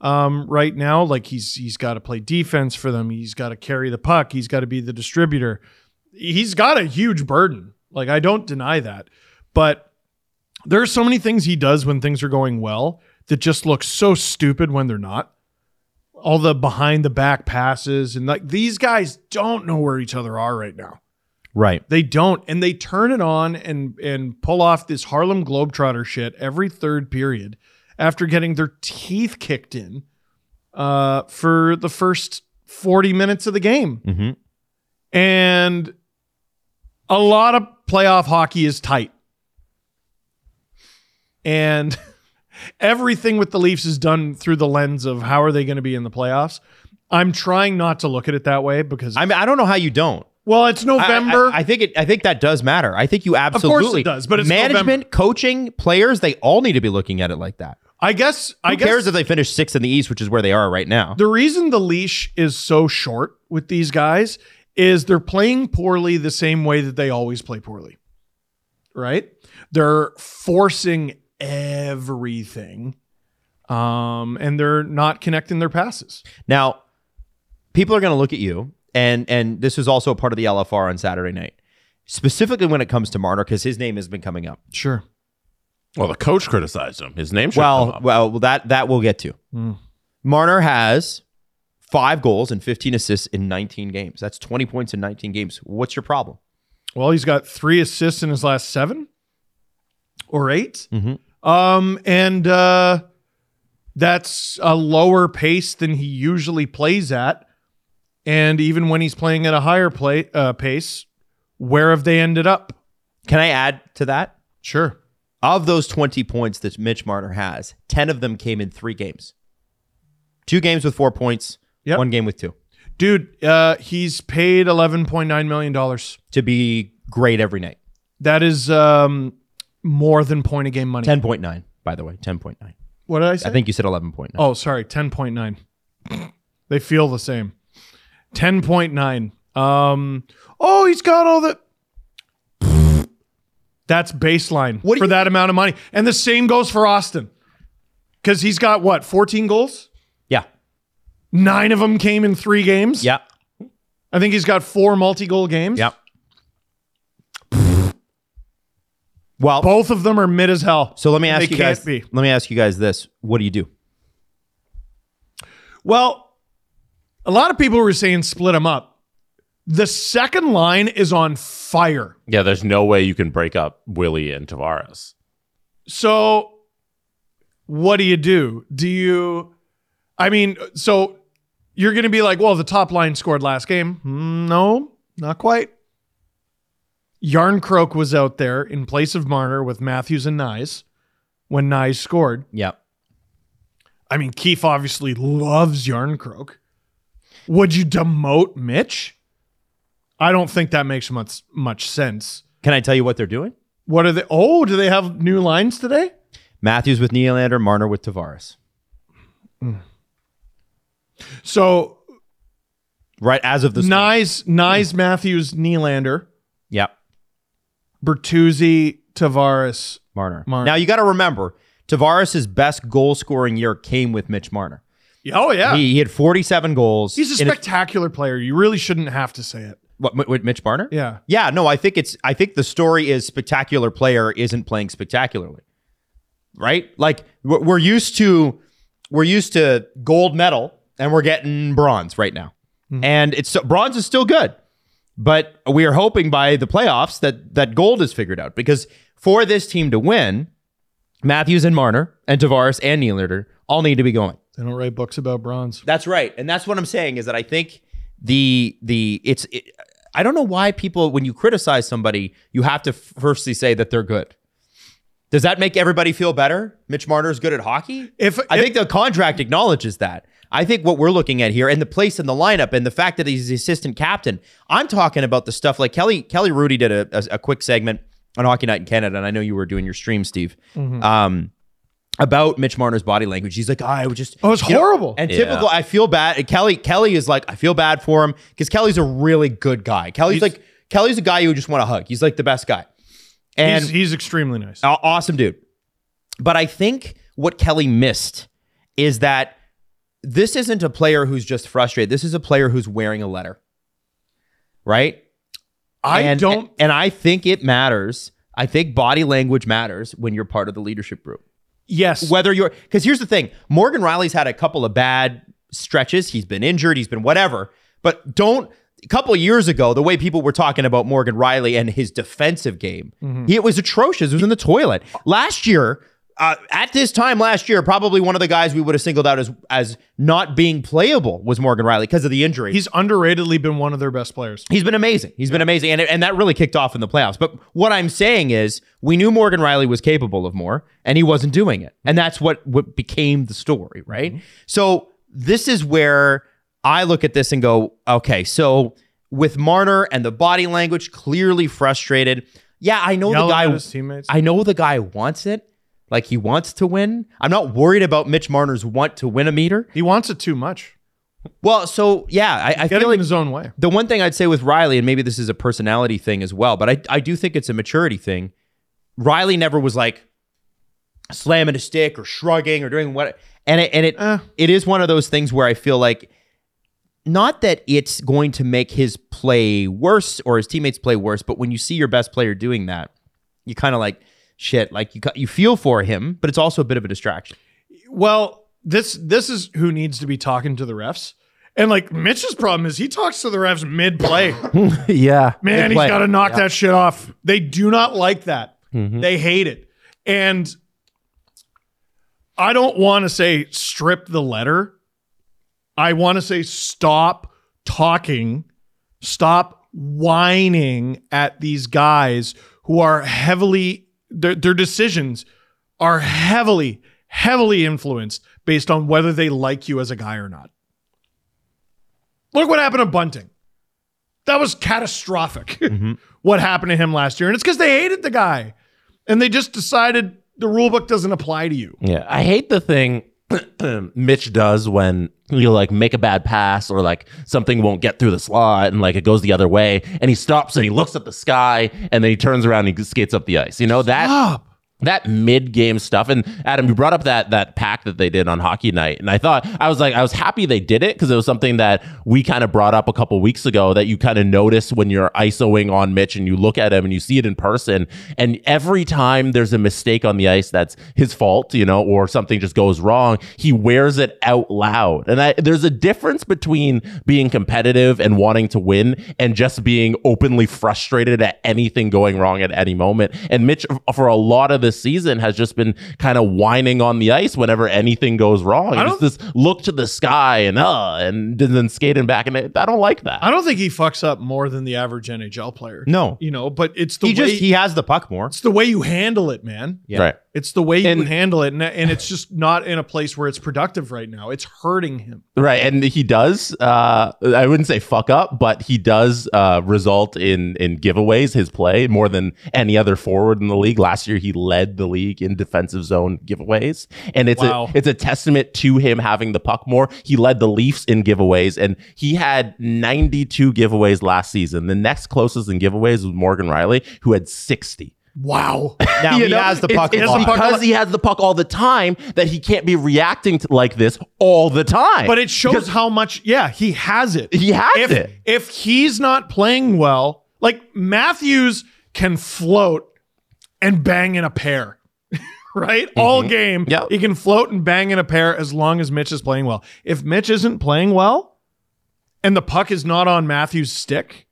[SPEAKER 4] um, right now. Like he's he's got to play defense for them. He's got to carry the puck. He's got to be the distributor. He's got a huge burden. Like I don't deny that, but there are so many things he does when things are going well that just look so stupid when they're not all the behind the back passes and like these guys don't know where each other are right now.
[SPEAKER 3] Right.
[SPEAKER 4] They don't and they turn it on and and pull off this Harlem Globetrotter shit every third period after getting their teeth kicked in uh for the first 40 minutes of the game.
[SPEAKER 3] Mhm.
[SPEAKER 4] And a lot of playoff hockey is tight. And everything with the Leafs is done through the lens of how are they going to be in the playoffs. I'm trying not to look at it that way because
[SPEAKER 3] I mean, I don't know how you don't.
[SPEAKER 4] well, it's
[SPEAKER 3] I-
[SPEAKER 4] November.
[SPEAKER 3] I, I think it. I think that does matter. I think you
[SPEAKER 4] course it
[SPEAKER 3] absolutely
[SPEAKER 4] does, but it's
[SPEAKER 3] management,
[SPEAKER 4] November.
[SPEAKER 3] coaching, players, they all need to be looking at it like that.
[SPEAKER 4] I guess I
[SPEAKER 3] Who
[SPEAKER 4] guess
[SPEAKER 3] cares if they finish sixth in the East, which is where they are right now?
[SPEAKER 4] the reason the leash is so short with these guys is they're playing poorly the same way that they always play poorly. Right? They're forcing everything. Um, and they're not connecting their passes.
[SPEAKER 3] Now, people are going to look at you, and and this was also a part of the LFR on Saturday night, specifically when it comes to Marner, because his name has been coming up.
[SPEAKER 4] Sure.
[SPEAKER 5] Well, the coach criticized him. His name should come
[SPEAKER 3] well,
[SPEAKER 5] up.
[SPEAKER 3] well, that that we'll get to. Marner has five goals and 15 assists in 19 games. That's 20 points in 19 games. What's your problem?
[SPEAKER 4] Well, he's got three assists in his last seven or 8 Um, and uh, that's a lower pace than he usually plays at. And even when he's playing at a higher play uh, pace, where have they ended up?
[SPEAKER 3] Can I add to that?
[SPEAKER 4] Sure.
[SPEAKER 3] Of those 20 points that Mitch Marner has, 10 of them came in three games. Two games with four points,
[SPEAKER 4] Yep.
[SPEAKER 3] one game with two.
[SPEAKER 4] Dude, uh, he's paid $11.9 million.
[SPEAKER 3] To be great every night.
[SPEAKER 4] That is um, more than point a game money.
[SPEAKER 3] 10.9, by the way. 10.9.
[SPEAKER 4] What did I say?
[SPEAKER 3] I think you said 11.9.
[SPEAKER 4] Oh, sorry, 10.9. they feel the same. 10.9. Um, oh, he's got all the That's baseline
[SPEAKER 3] What do
[SPEAKER 4] for
[SPEAKER 3] you-
[SPEAKER 4] that amount of money. And the same goes for Austin. Because he's got what, 14 goals?
[SPEAKER 3] Yeah.
[SPEAKER 4] Nine of them came in three games.
[SPEAKER 3] Yeah.
[SPEAKER 4] I think he's got four multi goal games.
[SPEAKER 3] Yep. Well,
[SPEAKER 4] Both of them are mid as hell.
[SPEAKER 3] so let me ask
[SPEAKER 4] they
[SPEAKER 3] you
[SPEAKER 4] can't
[SPEAKER 3] guys.
[SPEAKER 4] be.
[SPEAKER 3] Let me ask you guys this: What do you do?
[SPEAKER 4] Well, a lot of people were saying split them up. The second line is on fire.
[SPEAKER 5] Yeah, there's no way you can break up Willie and Tavares.
[SPEAKER 4] So, what do you do? Do you, I mean, so you're going to be like, well, the top line scored last game. Mm, No, not quite. Yarncroak was out there in place of Marner with Matthews and Nyes when Nyes scored.
[SPEAKER 3] Yeah.
[SPEAKER 4] I mean, Keefe obviously loves Yarncroak. Would you demote Mitch? I don't think that makes much much sense.
[SPEAKER 3] Can I tell you what they're doing?
[SPEAKER 4] What are they? Oh, do they have new lines today?
[SPEAKER 3] Matthews with Nylander, Marner with Tavares.
[SPEAKER 4] So
[SPEAKER 3] Right as of this.
[SPEAKER 4] Nyes, Nyes, Matthews, Nylander,
[SPEAKER 3] Yeah.
[SPEAKER 4] Bertuzzi, Tavares.
[SPEAKER 3] Marner.
[SPEAKER 4] Marner.
[SPEAKER 3] Now you got to remember, Tavares' best goal scoring year came with Mitch Marner.
[SPEAKER 4] Oh yeah,
[SPEAKER 3] He, he had 47 goals.
[SPEAKER 4] he's a
[SPEAKER 3] in
[SPEAKER 4] spectacular player. You really shouldn't have to say it.
[SPEAKER 3] What, M- with Mitch Marner?
[SPEAKER 4] Yeah.
[SPEAKER 3] Yeah, no, I think it's I think the story is spectacular player isn't playing spectacularly. Right? Like we're we're used to we're used to gold medal and we're getting bronze right now. And it's so- bronze is still good. But we are hoping by the playoffs that that gold is figured out because for this team to win, Matthews and Marner and Tavares and Nylander all need to be going.
[SPEAKER 4] They don't write books about bronze.
[SPEAKER 3] That's right, and that's what I'm saying is that I think the the it's it, I don't know why people when you criticize somebody you have to firstly say that they're good. Does that make everybody feel better? Mitch Marner's good at hockey.
[SPEAKER 4] If-
[SPEAKER 3] I
[SPEAKER 4] if-
[SPEAKER 3] think the contract acknowledges that. I think what we're looking at here and the place in the lineup and the fact that he's the assistant captain. I'm talking about the stuff like Kelly Kelly Rudy did a, a, a quick segment on Hockey Night in Canada, and I know you were doing your stream, Steve. Um, about Mitch Marner's body language. He's like, I would just
[SPEAKER 4] Oh, it's
[SPEAKER 3] you know,
[SPEAKER 4] horrible.
[SPEAKER 3] and typical, I feel bad. and Kelly Kelly is like, I feel bad for him because Kelly's a really good guy. Kelly's like Kelly's a guy you just want to hug. He's like the best guy. And
[SPEAKER 4] he's, he's extremely nice.
[SPEAKER 3] Aw- awesome dude. But I think what Kelly missed is that this isn't a player who's just frustrated. This is a player who's wearing a letter. Right?
[SPEAKER 4] I
[SPEAKER 3] and,
[SPEAKER 4] don't.
[SPEAKER 3] and I think it matters. I think body language matters when you're part of the leadership group
[SPEAKER 4] yes.
[SPEAKER 3] whether you're because here's the thing morgan riley's had a couple of bad stretches he's been injured he's been whatever but don't a couple of years ago the way people were talking about morgan riley and his defensive game he, it was atrocious it was in the toilet last year uh, at this time last year probably one of the guys we would have singled out as as not being playable was morgan riley because of the injury
[SPEAKER 4] He's underratedly been one of their best players.
[SPEAKER 3] He's been amazing. He's been amazing. And, and that really kicked off in the playoffs. But what I'm saying is, we knew Morgan Riley was capable of more, and he wasn't doing it. And that's what, what became the story, right? So this is where I look at this and go, okay, so with Marner and the body language, clearly frustrated. Yeah, I know
[SPEAKER 4] Yelling
[SPEAKER 3] the guy
[SPEAKER 4] at his teammates.
[SPEAKER 3] I know the guy wants it. Like he wants to win. I'm not worried about Mitch Marner's want to win a meter.
[SPEAKER 4] he wants it too much.
[SPEAKER 3] Well, so yeah, I, I
[SPEAKER 4] Get
[SPEAKER 3] feel
[SPEAKER 4] in
[SPEAKER 3] like
[SPEAKER 4] his own way.
[SPEAKER 3] the one thing I'd say with Riley, and maybe this is a personality thing as well, but I, I do think it's a maturity thing. Riley never was like slamming a stick or shrugging or doing what and it and it
[SPEAKER 4] Eh.
[SPEAKER 3] it is one of those things where I feel like not that it's going to make his play worse or his teammates play worse, but when you see your best player doing that, you kind of like shit, like you ca- you feel for him, but it's also a bit of a distraction.
[SPEAKER 4] Well, this this is who needs to be talking to the refs. And like Mitch's problem is he talks to the refs mid play.
[SPEAKER 5] Yeah.
[SPEAKER 4] Man, he's
[SPEAKER 3] play.
[SPEAKER 4] got to knock that shit off. They do not like that. They hate it. And I don't want to say strip the letter. I want to say stop talking, stop whining at these guys who are heavily, their, their decisions are heavily, heavily influenced based on whether they like you as a guy or not. Look what happened to Bunting. That was catastrophic.
[SPEAKER 3] Mm-hmm.
[SPEAKER 4] what happened to him last year, and it's because they hated the guy, and they just decided the rule book doesn't apply to you.
[SPEAKER 5] Yeah. I hate the thing Mitch does when you like make a bad pass or like something won't get through the slot and like it goes the other way and he stops and he looks at the sky and then he turns around and he skates up the ice. You know that that mid game stuff. And Adam, you brought up that that pack that they did on hockey night, and I thought I was like I was happy they did it because it was something that we kind of brought up a couple weeks ago that you kind of notice when you're isoing on Mitch and you look at him and you see it in person, and every time there's a mistake on the ice that's his fault, you know, or something just goes wrong, he wears it out loud. And I, there's a difference between being competitive and wanting to win and just being openly frustrated at anything going wrong at any moment. And Mitch, for a lot of this season, has just been kind of whining on the ice whenever anything goes wrong.
[SPEAKER 4] I
[SPEAKER 5] It's
[SPEAKER 4] don't-
[SPEAKER 5] this look to the sky and uh, and then skating back. And I I don't like that.
[SPEAKER 4] I don't think he fucks up more than the average NHL player.
[SPEAKER 3] No.
[SPEAKER 4] you know, but it's the
[SPEAKER 3] He
[SPEAKER 4] way
[SPEAKER 3] just he has the puck more.
[SPEAKER 4] it's the way you handle it, man.
[SPEAKER 3] Yeah.
[SPEAKER 5] Right.
[SPEAKER 4] It's the way you
[SPEAKER 5] And-
[SPEAKER 4] handle it, and, and it's just not in a place where it's productive right now. It's hurting him.
[SPEAKER 5] Right, and he does. Uh, I wouldn't say fuck up, but he does uh, result in in giveaways. His play more than any other forward in the league. Last year, he led the league in defensive zone giveaways, and it's
[SPEAKER 4] Wow.
[SPEAKER 5] a it's a testament to him having the puck more. He led the Leafs in giveaways, and he had ninety two giveaways last season. The next closest in giveaways was Morgan Riley, who had sixty.
[SPEAKER 4] Wow.
[SPEAKER 3] Now
[SPEAKER 5] You
[SPEAKER 3] he
[SPEAKER 5] know,
[SPEAKER 3] has the
[SPEAKER 5] it's-
[SPEAKER 3] puck.
[SPEAKER 5] it's
[SPEAKER 3] a lot.
[SPEAKER 5] because he has the puck all the time that he can't be reacting to like this all the time.
[SPEAKER 4] But it shows how much, yeah, he has it.
[SPEAKER 5] He has
[SPEAKER 4] if,
[SPEAKER 5] it.
[SPEAKER 4] If he's not playing well, like Matthews can float and bang in a pair, right? All game.
[SPEAKER 5] Mm-hmm. Yep.
[SPEAKER 4] He can float and bang in a pair as long as Mitch is playing well. If Mitch isn't playing well and the puck is not on Matthews' stick,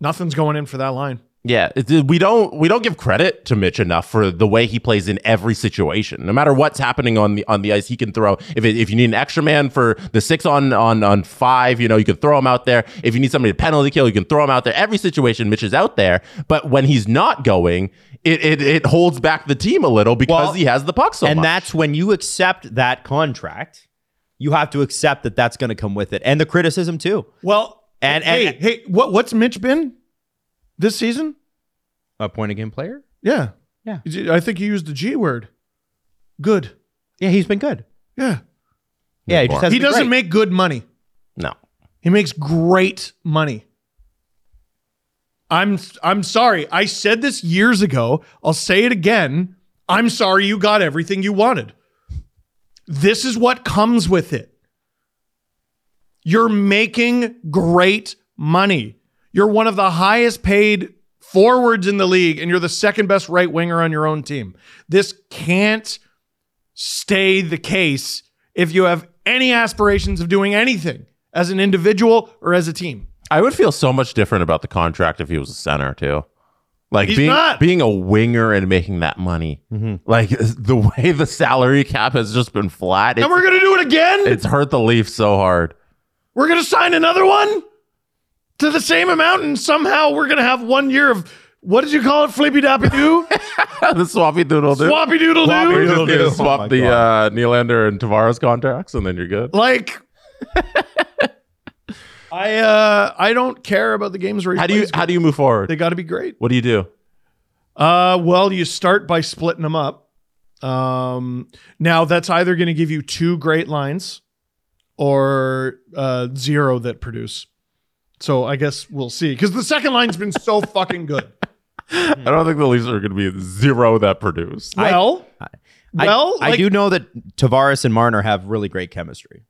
[SPEAKER 4] nothing's going in for that line.
[SPEAKER 5] Yeah, it- it- we don't we don't give credit to Mitch enough for the way he plays in every situation. No matter what's happening on the on the ice, he can throw. If it, if you need an extra man for the six on on on five, you know you can throw him out there. If you need somebody to penalty kill, you can throw him out there. Every situation, Mitch is out there. But when he's not going, it it, it holds back the team a little because
[SPEAKER 3] Well,
[SPEAKER 5] he has the puck so
[SPEAKER 3] and
[SPEAKER 5] much.
[SPEAKER 3] that's when you accept that contract, you have to accept that that's going to come with it, and the criticism too.
[SPEAKER 4] Well,
[SPEAKER 3] And-
[SPEAKER 4] hey,
[SPEAKER 3] and-
[SPEAKER 4] hey, what what's Mitch been this season?
[SPEAKER 3] A point a game player.
[SPEAKER 4] Yeah.
[SPEAKER 3] Yeah.
[SPEAKER 4] I think you used the G word. Good.
[SPEAKER 3] Yeah, he's been good.
[SPEAKER 4] Yeah.
[SPEAKER 3] Yeah, he just
[SPEAKER 5] Before.
[SPEAKER 3] hasn't
[SPEAKER 4] he
[SPEAKER 3] been
[SPEAKER 4] doesn't
[SPEAKER 3] great.
[SPEAKER 4] make good money.
[SPEAKER 5] no.
[SPEAKER 4] He makes great money. I'm I'm sorry. I said this years ago. I'll say it again. I'm sorry you got everything you wanted. This is what comes with it. You're making great money. You're one of the highest paid forwards in the league and you're the second best right winger on your own team. This can't stay the case if you have any aspirations of doing anything as an individual or as a team.
[SPEAKER 5] I would feel so much different about the contract if he was a center too. Like
[SPEAKER 4] He's
[SPEAKER 5] being
[SPEAKER 4] not. Mm-hmm.
[SPEAKER 5] being a winger and making that money, like the way the salary cap has just been flat,
[SPEAKER 4] And we're
[SPEAKER 5] it's,
[SPEAKER 4] going to do it again?
[SPEAKER 5] it's hurt the Leafs so hard.
[SPEAKER 4] we're going to sign another one to the same amount and somehow we're going to have one year of what did you call it? Flippy dappy doo?
[SPEAKER 5] the swappy doodle doo.
[SPEAKER 4] Swappy doodle doo?
[SPEAKER 5] We're just gonna
[SPEAKER 3] Oh
[SPEAKER 5] swap
[SPEAKER 3] my
[SPEAKER 5] the uh,
[SPEAKER 3] God.
[SPEAKER 5] Nylander and Tavares contracts, and then you're good.
[SPEAKER 4] Like I uh I don't care about the games where he
[SPEAKER 5] How do you
[SPEAKER 4] plays good.
[SPEAKER 5] how do you move
[SPEAKER 4] they
[SPEAKER 5] forward?
[SPEAKER 4] got to be great.
[SPEAKER 5] What do you do?
[SPEAKER 4] Uh, well, you start by splitting them up. Um, now that's either going to give you two great lines or uh, zero that produce. So I guess we'll see because the second line's been so fucking good.
[SPEAKER 5] I don't think the Leafs are going to be zero that produce.
[SPEAKER 4] Hmm. Well,
[SPEAKER 3] I-
[SPEAKER 4] well,
[SPEAKER 3] I,
[SPEAKER 4] like-
[SPEAKER 3] do know that Tavares and Marner have really great chemistry.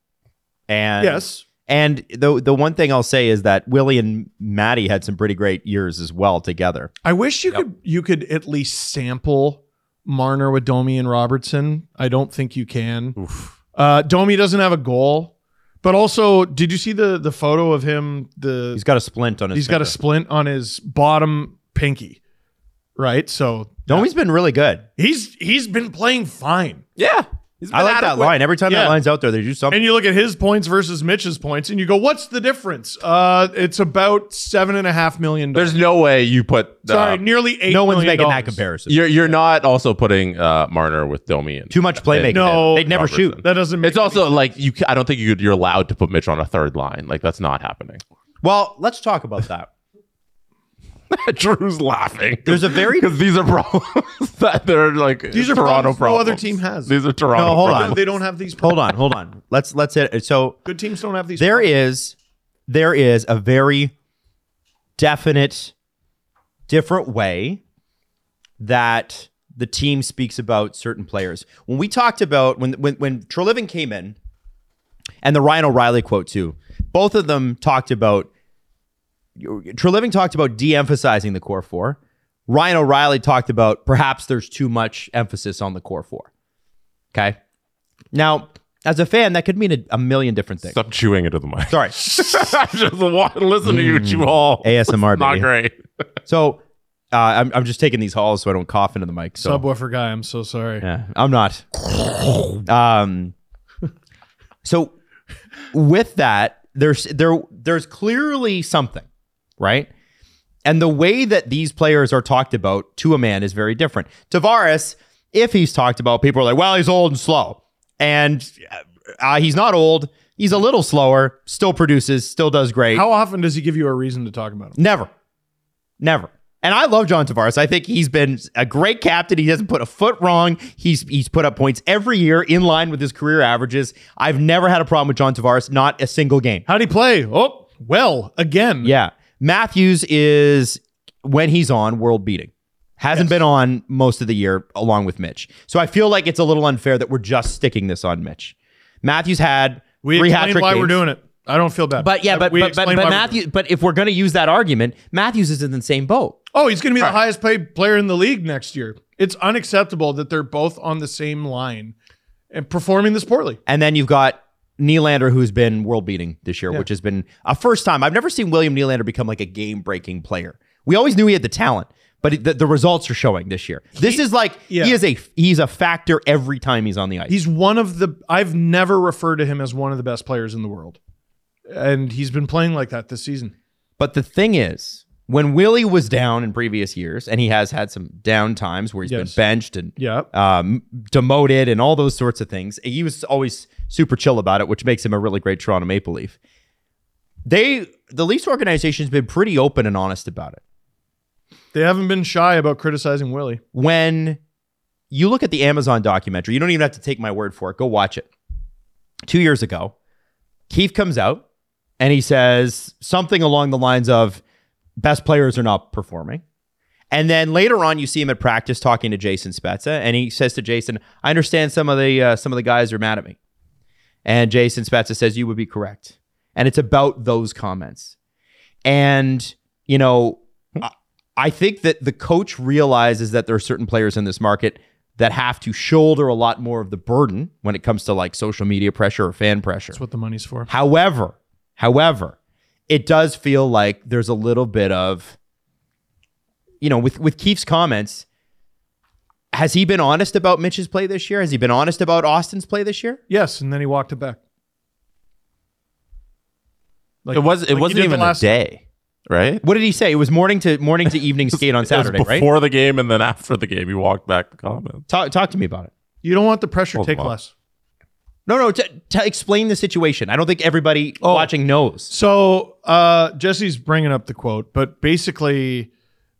[SPEAKER 3] And
[SPEAKER 4] yes,
[SPEAKER 3] and the the one thing I'll say is that Willie and Maddie had some pretty great years as well together.
[SPEAKER 4] I wish you could you could at least sample Marner with Domi and Robertson. I don't think you can. Uh, Domi doesn't have a goal, but also, did you see the the photo of him? The
[SPEAKER 3] He's got a splint on his.
[SPEAKER 4] he's got a
[SPEAKER 3] finger.
[SPEAKER 4] splint on his bottom pinky right so
[SPEAKER 3] Domi's been really good.
[SPEAKER 4] he's he's been playing fine
[SPEAKER 5] yeah, He's
[SPEAKER 3] I
[SPEAKER 5] been
[SPEAKER 3] like that
[SPEAKER 5] adequate.
[SPEAKER 3] line. Every time
[SPEAKER 4] Yeah.
[SPEAKER 3] that line's out there, they do something.
[SPEAKER 4] and you look at his points versus mitch's points and you go what's the difference uh it's about seven and a half million dollars
[SPEAKER 5] There's no way you put.
[SPEAKER 4] sorry
[SPEAKER 5] uh,
[SPEAKER 4] nearly eight
[SPEAKER 3] no one's
[SPEAKER 4] million
[SPEAKER 3] making that
[SPEAKER 4] dollars.
[SPEAKER 3] comparison.
[SPEAKER 5] You're you're not also putting uh, Marner with Domi in.
[SPEAKER 3] Too much playmaking.
[SPEAKER 4] No.
[SPEAKER 3] they'd never
[SPEAKER 5] Robertson.
[SPEAKER 3] shoot.
[SPEAKER 4] that doesn't make
[SPEAKER 5] It's also like you. ca- I don't think you could- you're allowed to put Mitch on a third line. Like that's not happening.
[SPEAKER 3] Well, let's talk about that.
[SPEAKER 5] Drew's laughing.
[SPEAKER 3] There's a very
[SPEAKER 5] because these are problems that they're like
[SPEAKER 4] These are
[SPEAKER 5] Toronto
[SPEAKER 4] problems no other
[SPEAKER 5] problems.
[SPEAKER 4] team has.
[SPEAKER 5] These are Toronto.
[SPEAKER 3] hold
[SPEAKER 5] problems.
[SPEAKER 3] on.
[SPEAKER 4] They don't have these.
[SPEAKER 3] hold on, hold on. Let's let's hit it. So
[SPEAKER 4] Good teams don't have these.
[SPEAKER 3] there is there is a very definite different way that the team speaks about certain players. When we talked about when when when Treliving came in and the Ryan O'Reilly quote too, both of them talked about Treliving talked about de-emphasizing the core four. Ryan O'Reilly talked about perhaps there's too much emphasis on the core four. Okay. Now, as a fan, that could mean a, a million different things.
[SPEAKER 5] Stop chewing into the mic.
[SPEAKER 3] Sorry.
[SPEAKER 5] I just want to listen to you chew all.
[SPEAKER 3] ASMR,
[SPEAKER 5] Not
[SPEAKER 3] baby.
[SPEAKER 5] great.
[SPEAKER 3] So uh, I'm, I'm just taking these halls so I don't cough into the mic. So
[SPEAKER 4] Subwoofer guy, I'm so sorry.
[SPEAKER 3] yeah, I'm not. Um, so with that, there's there there's clearly something, right? And the way that these players are talked about to a man is very different. Tavares, if he's talked about, people are like, well, he's old and slow, and uh, he's not old. He's a little slower, still produces, still does great.
[SPEAKER 4] How often does he give you a reason to talk about him?
[SPEAKER 3] Never. Never. And I love John Tavares. I think he's been a great captain. He doesn't put a foot wrong. He's he's put up points every year in line with his career averages. I've never had a problem with John Tavares, not a single game.
[SPEAKER 4] How'd he play? Oh, well, again.
[SPEAKER 3] Yeah. Matthews is when he's on world beating. Hasn't been on most of the year along with Mitch. So I feel like it's a little unfair that we're just sticking this on Mitch. Matthews had
[SPEAKER 4] We
[SPEAKER 3] three
[SPEAKER 4] explained
[SPEAKER 3] hat-trick
[SPEAKER 4] why we're
[SPEAKER 3] games.
[SPEAKER 4] doing it. I don't feel bad.
[SPEAKER 3] But yeah, but
[SPEAKER 4] we
[SPEAKER 3] but, but, but
[SPEAKER 4] explained why we're doing
[SPEAKER 3] Matthews but if we're going to use that argument, Matthews is in the same boat.
[SPEAKER 4] it. Oh, he's going to be the highest paid player in the league next year. It's unacceptable that they're both on the same line and performing this poorly.
[SPEAKER 3] And then you've got Nylander, who's been world beating this year, which has been a first time. I've never seen William Nylander become like a game breaking player. We always knew he had the talent, but it- the, the results are showing this year. This is like
[SPEAKER 4] yeah.
[SPEAKER 3] he is a he's a factor every time he's on the ice.
[SPEAKER 4] He's one of the. I've never referred to him as one of the best players in the world, and he's been playing like that this season.
[SPEAKER 3] but the thing is, when Willie was down in previous years, and he has had some down times where he's
[SPEAKER 4] Yes.
[SPEAKER 3] been benched and
[SPEAKER 4] Yeah.
[SPEAKER 3] um, demoted and all those sorts of things. He was always super chill about it, which makes him a really great Toronto Maple Leaf. They, the Leafs organization's been pretty open and honest about it.
[SPEAKER 4] They haven't been shy about criticizing Willie.
[SPEAKER 3] When you look at the Amazon documentary, you don't even have to take my word for it. Go watch it. Two years ago, Keith comes out and he says something along the lines of best players are not performing. And then later on, you see him at practice talking to Jason Spezza, and he says to Jason, "I understand some of the uh, some of the guys are mad at me." And Jason Spezza says, "You would be correct," and it's about those comments. And you know, I- I think that the coach realizes that there are certain players in this market that have to shoulder a lot more of the burden when it comes to like social media pressure or fan pressure.
[SPEAKER 4] That's what the money's for.
[SPEAKER 3] However, however, it does feel like there's a little bit of, you know, with with Keith's comments. Has he been honest about Mitch's play this year? Has he been honest about Austin's play this year?
[SPEAKER 4] Yes, and then he walked it back. Like-
[SPEAKER 5] it was. It
[SPEAKER 4] like he
[SPEAKER 5] wasn't
[SPEAKER 4] did the
[SPEAKER 5] even
[SPEAKER 4] last-
[SPEAKER 5] a day, right?
[SPEAKER 3] What did he say? It was morning to morning to evening skate on
[SPEAKER 5] It was
[SPEAKER 3] Saturday, right?
[SPEAKER 5] before the game and then after the game, he walked back the comments.
[SPEAKER 3] Talk, talk to me about it.
[SPEAKER 4] You don't want the pressure.
[SPEAKER 5] Hold
[SPEAKER 4] Take
[SPEAKER 5] on.
[SPEAKER 4] less.
[SPEAKER 3] No, no, t- t- explain the situation. I don't think everybody
[SPEAKER 5] Oh.
[SPEAKER 3] watching knows.
[SPEAKER 4] So uh, Jesse's bringing up the quote, but basically,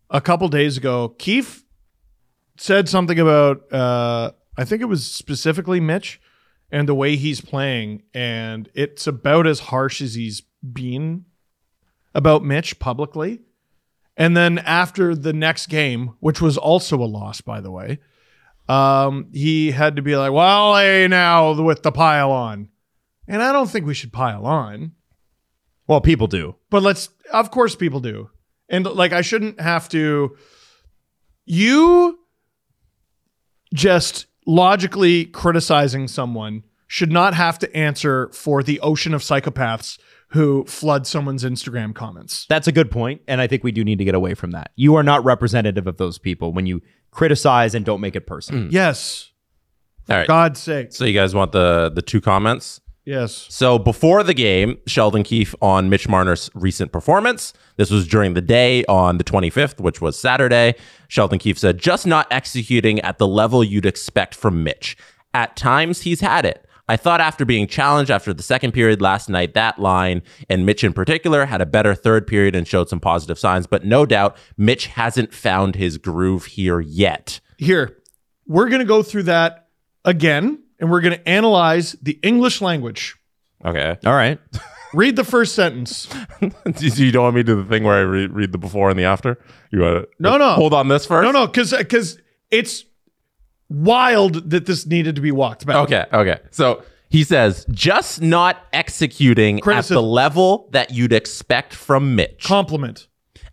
[SPEAKER 4] a couple days ago, Keefe said something about uh, I think it was specifically Mitch and the way he's playing, and it's about as harsh as he's been about Mitch publicly. And then after the next game, which was also a loss, by the way, um, he had to be like, "Well, hey, now with the pile on," and I don't think we should pile on
[SPEAKER 3] Well, people do.
[SPEAKER 4] but let's of course people do and like i shouldn't have to you just logically criticizing someone should not have to answer for the ocean of psychopaths who flood someone's instagram comments
[SPEAKER 3] That's a good point, and I think we do need to get away from that. You are not representative of those people when you criticize and don't make it personal.
[SPEAKER 4] yes
[SPEAKER 5] All right.
[SPEAKER 4] god's sake
[SPEAKER 5] So you guys want the the two comments?
[SPEAKER 4] yes
[SPEAKER 5] So before the game, Sheldon Keefe on Mitch Marner's recent performance. This was during the day on the 25th, which was Saturday. Sheldon Keefe said, just not executing at the level you'd expect from Mitch. At times, he's had it. I thought after being challenged after the second period last night, that line and Mitch in particular had a better third period and showed some positive signs. But no doubt, Mitch hasn't found his groove here yet.
[SPEAKER 4] Here, we're going to go through that again and we're going to analyze the English language.
[SPEAKER 5] Okay.
[SPEAKER 3] All right.
[SPEAKER 4] Read the first sentence.
[SPEAKER 5] Do you don't want me to do the thing where I re- read the before and the after? You want to
[SPEAKER 4] No, no.
[SPEAKER 5] hold on this first?
[SPEAKER 4] No, no, because because it's wild that this needed to be walked back.
[SPEAKER 5] Okay, okay. So he says, just not executing
[SPEAKER 4] Criticism.
[SPEAKER 5] at the level that you'd expect from Mitch.
[SPEAKER 4] Compliment.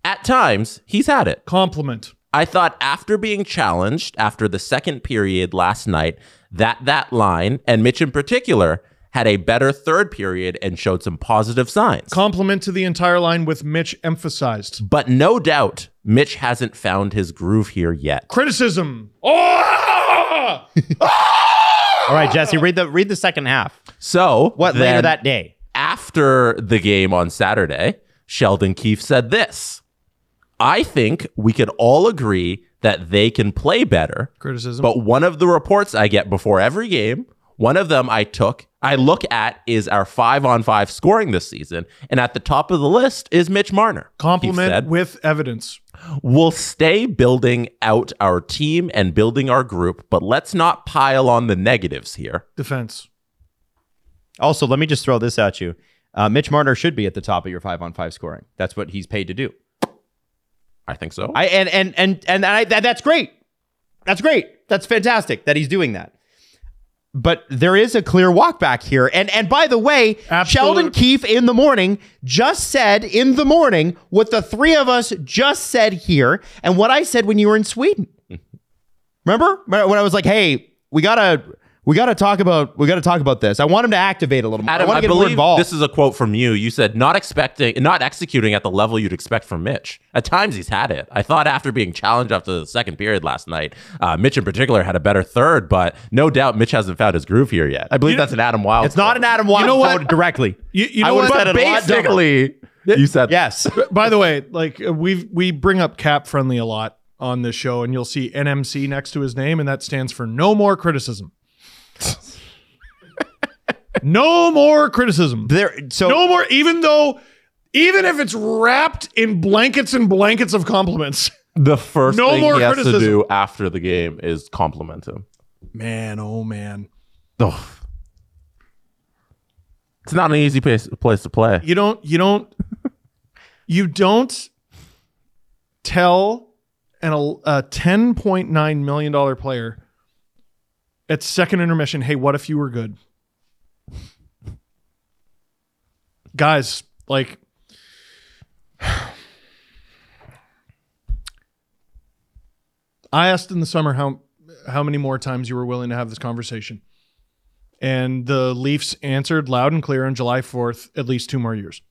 [SPEAKER 5] at times, he's had it.
[SPEAKER 4] Compliment.
[SPEAKER 5] I thought after being challenged after the second period last night, that that line and Mitch in particular had a better third period and showed some positive signs.
[SPEAKER 4] Compliment to the entire line with Mitch emphasized.
[SPEAKER 5] but no doubt, Mitch hasn't found his groove here yet.
[SPEAKER 4] Criticism. Oh!
[SPEAKER 3] All right, Jesse, read the read the second half.
[SPEAKER 5] So
[SPEAKER 3] What later
[SPEAKER 5] then-
[SPEAKER 3] that day?
[SPEAKER 5] after the game on Saturday, Sheldon Keefe said this I think we could all agree that they can play better.
[SPEAKER 4] Criticism.
[SPEAKER 5] But one of the reports I get before every game, one of them I took, I look at is our five on five scoring this season. And at the top of the list is Mitch Marner. Keefe
[SPEAKER 4] Compliment
[SPEAKER 5] said
[SPEAKER 4] with evidence.
[SPEAKER 5] We'll stay building out our team and building our group, but let's not pile on the negatives here.
[SPEAKER 4] Defense.
[SPEAKER 3] Also, let me just throw this at you. Uh, Mitch Marner should be at the top of your five on five scoring. That's what he's paid to do.
[SPEAKER 5] I think so.
[SPEAKER 3] I and and and and I, that, that's great. That's great. That's fantastic that he's doing that. But there is a clear walk back here. And and by the way,
[SPEAKER 4] Absolute-
[SPEAKER 3] Sheldon Keefe in the morning just said in the morning what the three of us just said here and what I said when you were in Sweden. Remember when I was like, "Hey, we gotta we gotta talk about we gotta talk about this. I want him to activate a little more.
[SPEAKER 5] Adam,
[SPEAKER 3] I want
[SPEAKER 5] I,
[SPEAKER 3] to get more
[SPEAKER 5] believe
[SPEAKER 3] involved."
[SPEAKER 5] this is a quote from you. You said not expecting, not executing at the level you'd expect from Mitch. At times he's had it. I thought after being challenged after the second period last night, uh, Mitch in particular had a better third, but no doubt Mitch hasn't found his groove here yet. I believe that's an Adam Wild.
[SPEAKER 3] it's not an Adam Watt
[SPEAKER 4] know what?
[SPEAKER 3] quote directly.
[SPEAKER 4] You, you
[SPEAKER 3] I
[SPEAKER 4] know
[SPEAKER 3] would've
[SPEAKER 4] what?
[SPEAKER 3] said it a lot dumber.
[SPEAKER 5] basically. You said
[SPEAKER 3] Yes.
[SPEAKER 4] By the way, like uh, we we bring up cap friendly a lot on this show, and you'll see NMC next to his name, and that stands for no more criticism. no more criticism.
[SPEAKER 3] There so
[SPEAKER 4] No more. Even though, even if it's wrapped in blankets and blankets of compliments.
[SPEAKER 5] the first
[SPEAKER 4] No
[SPEAKER 5] thing
[SPEAKER 4] more
[SPEAKER 5] he has
[SPEAKER 4] criticism.
[SPEAKER 5] to do after the game is compliment him.
[SPEAKER 4] Man, oh man.
[SPEAKER 5] Ugh. It's not an easy place, place to play.
[SPEAKER 4] you don't you don't you don't tell an el- a 10.9 million dollar player at second intermission hey what if you were good guys like i asked in the summer how how many more times you were willing to have this conversation and the Leafs answered loud and clear on July 4th, at least two more years.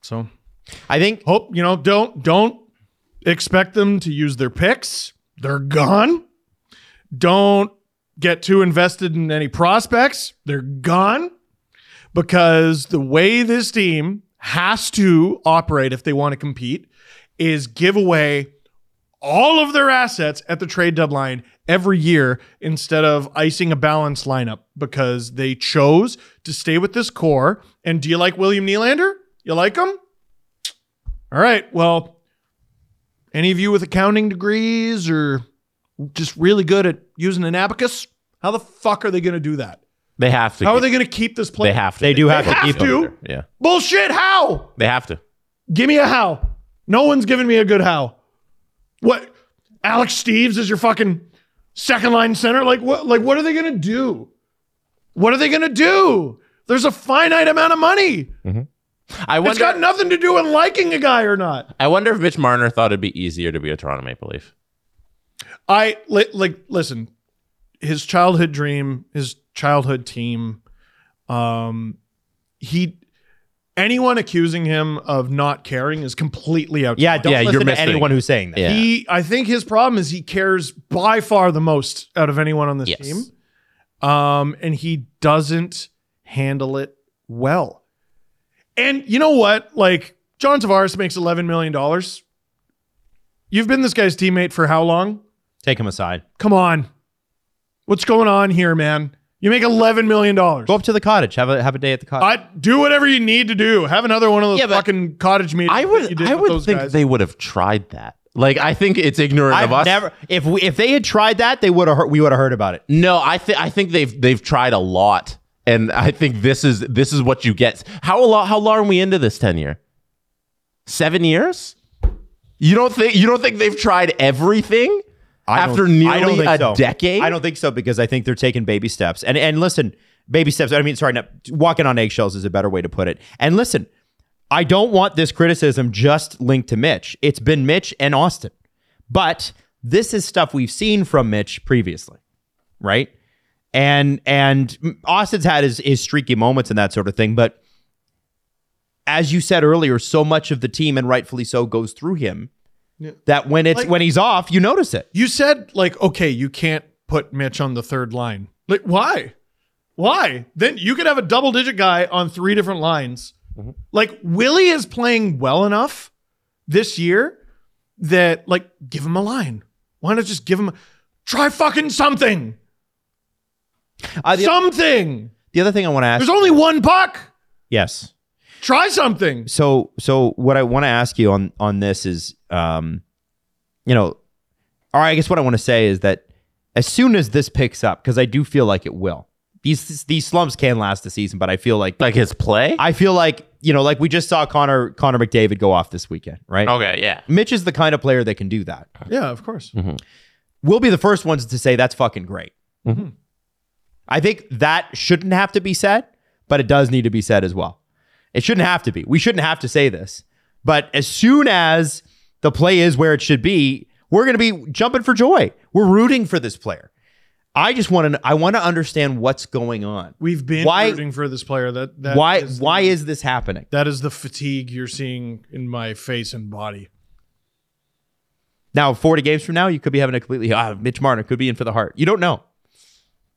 [SPEAKER 4] So
[SPEAKER 3] I think
[SPEAKER 4] hope, Oh, you know, don't don't expect them to use their picks. They're gone. Don't get too invested in any prospects. They're gone. Because the way this team has to operate if they want to compete is give away all of their assets at the trade deadline every year instead of icing a balanced lineup because they chose to stay with this core. And do you like William Nylander? You like him? All right. Well, any of you with accounting degrees or just really good at using an abacus? How the fuck are they going to do that?
[SPEAKER 5] They have to.
[SPEAKER 4] How are
[SPEAKER 5] keep-
[SPEAKER 4] they going to keep this play?
[SPEAKER 5] They have to.
[SPEAKER 3] They do have
[SPEAKER 4] They
[SPEAKER 3] to keep
[SPEAKER 4] have
[SPEAKER 3] him.
[SPEAKER 4] to.
[SPEAKER 5] Yeah,
[SPEAKER 4] Bullshit. How?
[SPEAKER 5] they have to.
[SPEAKER 4] Give me a how. No one's giving me a good how. What? Alex Steves is your fucking second line center? Like what? Like what are they gonna do? What are they gonna do? There's a finite amount of money.
[SPEAKER 5] I wonder.
[SPEAKER 4] It's got nothing to do with liking a guy or not.
[SPEAKER 5] I wonder if Mitch Marner thought it'd be easier to be a Toronto Maple Leaf.
[SPEAKER 4] I li- like listen. His childhood dream, his childhood team. Um, he anyone accusing him of not caring is completely out.
[SPEAKER 3] Yeah, don't
[SPEAKER 5] Yeah,
[SPEAKER 3] listen
[SPEAKER 5] you're
[SPEAKER 3] to
[SPEAKER 5] missing.
[SPEAKER 3] anyone who's saying that.
[SPEAKER 5] Yeah.
[SPEAKER 4] He, I think his problem is he cares by far the most out of anyone on this
[SPEAKER 5] Yes.
[SPEAKER 4] team. Um, and he doesn't handle it well. And you know what? Like John Tavares makes eleven million dollars. You've been this guy's teammate for how long?
[SPEAKER 3] Take him aside.
[SPEAKER 4] Come on. What's going on here, man? You make eleven million dollars.
[SPEAKER 3] Go up to the cottage. Have a have a day at the cottage.
[SPEAKER 4] I do whatever you need to do. Have another one of those
[SPEAKER 5] Yeah, but
[SPEAKER 4] fucking cottage meetings.
[SPEAKER 5] I
[SPEAKER 4] that you
[SPEAKER 5] would
[SPEAKER 4] did
[SPEAKER 5] I
[SPEAKER 4] with
[SPEAKER 5] would
[SPEAKER 4] those
[SPEAKER 5] think
[SPEAKER 4] guys.
[SPEAKER 5] they would have tried that. Like I think it's ignorant
[SPEAKER 3] I've
[SPEAKER 5] of us.
[SPEAKER 3] never if we if they had tried that, they would have heard we would have heard about it.
[SPEAKER 5] No, I think I think they've they've tried a lot, and I think this is this is what you get. How lo- how long are we into this tenure? Seven years. You don't think you don't think they've tried everything
[SPEAKER 3] I don't-
[SPEAKER 5] after
[SPEAKER 3] I don't
[SPEAKER 5] nearly
[SPEAKER 3] think
[SPEAKER 5] a
[SPEAKER 3] so.
[SPEAKER 5] decade?
[SPEAKER 3] I don't think so because I think they're taking baby steps. And and listen, baby steps. I mean, sorry, no, walking on eggshells is a better way to put it. And listen, I don't want this criticism just linked to Mitch. It's been Mitch and Austin, but this is stuff we've seen from Mitch previously, right? And and Austin's had his, his streaky moments and that sort of thing, but as you said earlier, so much of the team and rightfully so goes through him that when it's
[SPEAKER 4] Like-
[SPEAKER 3] when he's off, you notice it.
[SPEAKER 4] You said like, okay, you can't put Mitch on the third line. Like, why? Why? Then you could have a double digit guy on three different lines. Like Willie is playing well enough this year that like give him a line. Why not just give him try fucking something?
[SPEAKER 3] Uh, the-
[SPEAKER 4] Something.
[SPEAKER 3] The other thing I want to ask.
[SPEAKER 4] There's only one puck.
[SPEAKER 3] yes.
[SPEAKER 4] Try something.
[SPEAKER 3] So so what I want to ask you on on this is, um, you know, or I guess what I want to say is that as soon as this picks up, because I do feel like it will. These these slumps can last the season, but I feel like
[SPEAKER 5] like his play.
[SPEAKER 3] I feel like you know, like we just saw Connor Connor McDavid go off this weekend, right?
[SPEAKER 5] okay, yeah.
[SPEAKER 3] Mitch is the kind of player that can do that.
[SPEAKER 4] Yeah, of course.
[SPEAKER 3] Mm-hmm. We'll be the first ones to say that's fucking great.
[SPEAKER 4] Mm-hmm.
[SPEAKER 3] I think that shouldn't have to be said, but it does need to be said as well. It shouldn't have to be. We shouldn't have to say this. But as soon as the play is where it should be, we're going to be jumping for joy. We're rooting for this player. I just want to I want to understand what's going on.
[SPEAKER 4] We've been
[SPEAKER 3] Why-
[SPEAKER 4] rooting for this player. That, that
[SPEAKER 3] why
[SPEAKER 4] is-
[SPEAKER 3] why is this happening?
[SPEAKER 4] that is the fatigue you're seeing in my face and body.
[SPEAKER 3] Now, 40 games from now, you could be having a completely ah, Mitch Marner could be in for the heart. You don't know.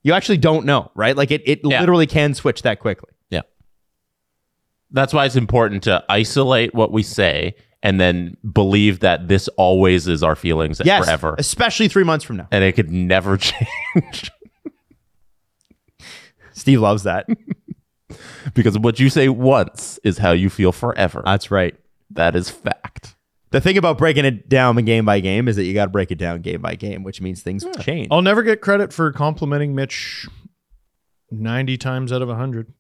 [SPEAKER 3] You actually don't know, right? Like it it
[SPEAKER 5] Yeah.
[SPEAKER 3] literally can switch that quickly.
[SPEAKER 5] Yeah. That's why it's important to isolate what we say and then believe that this always is our feelings
[SPEAKER 3] Yes.
[SPEAKER 5] forever.
[SPEAKER 3] Especially three months from now.
[SPEAKER 5] And it could never change
[SPEAKER 3] Steve loves that.
[SPEAKER 5] because what you say once is how you feel forever.
[SPEAKER 3] That's right.
[SPEAKER 5] that is fact.
[SPEAKER 3] The thing about breaking it down game by game is that you got to break it down game by game, which means things change.
[SPEAKER 4] I'll never get credit for complimenting Mitch 90 times out of 100.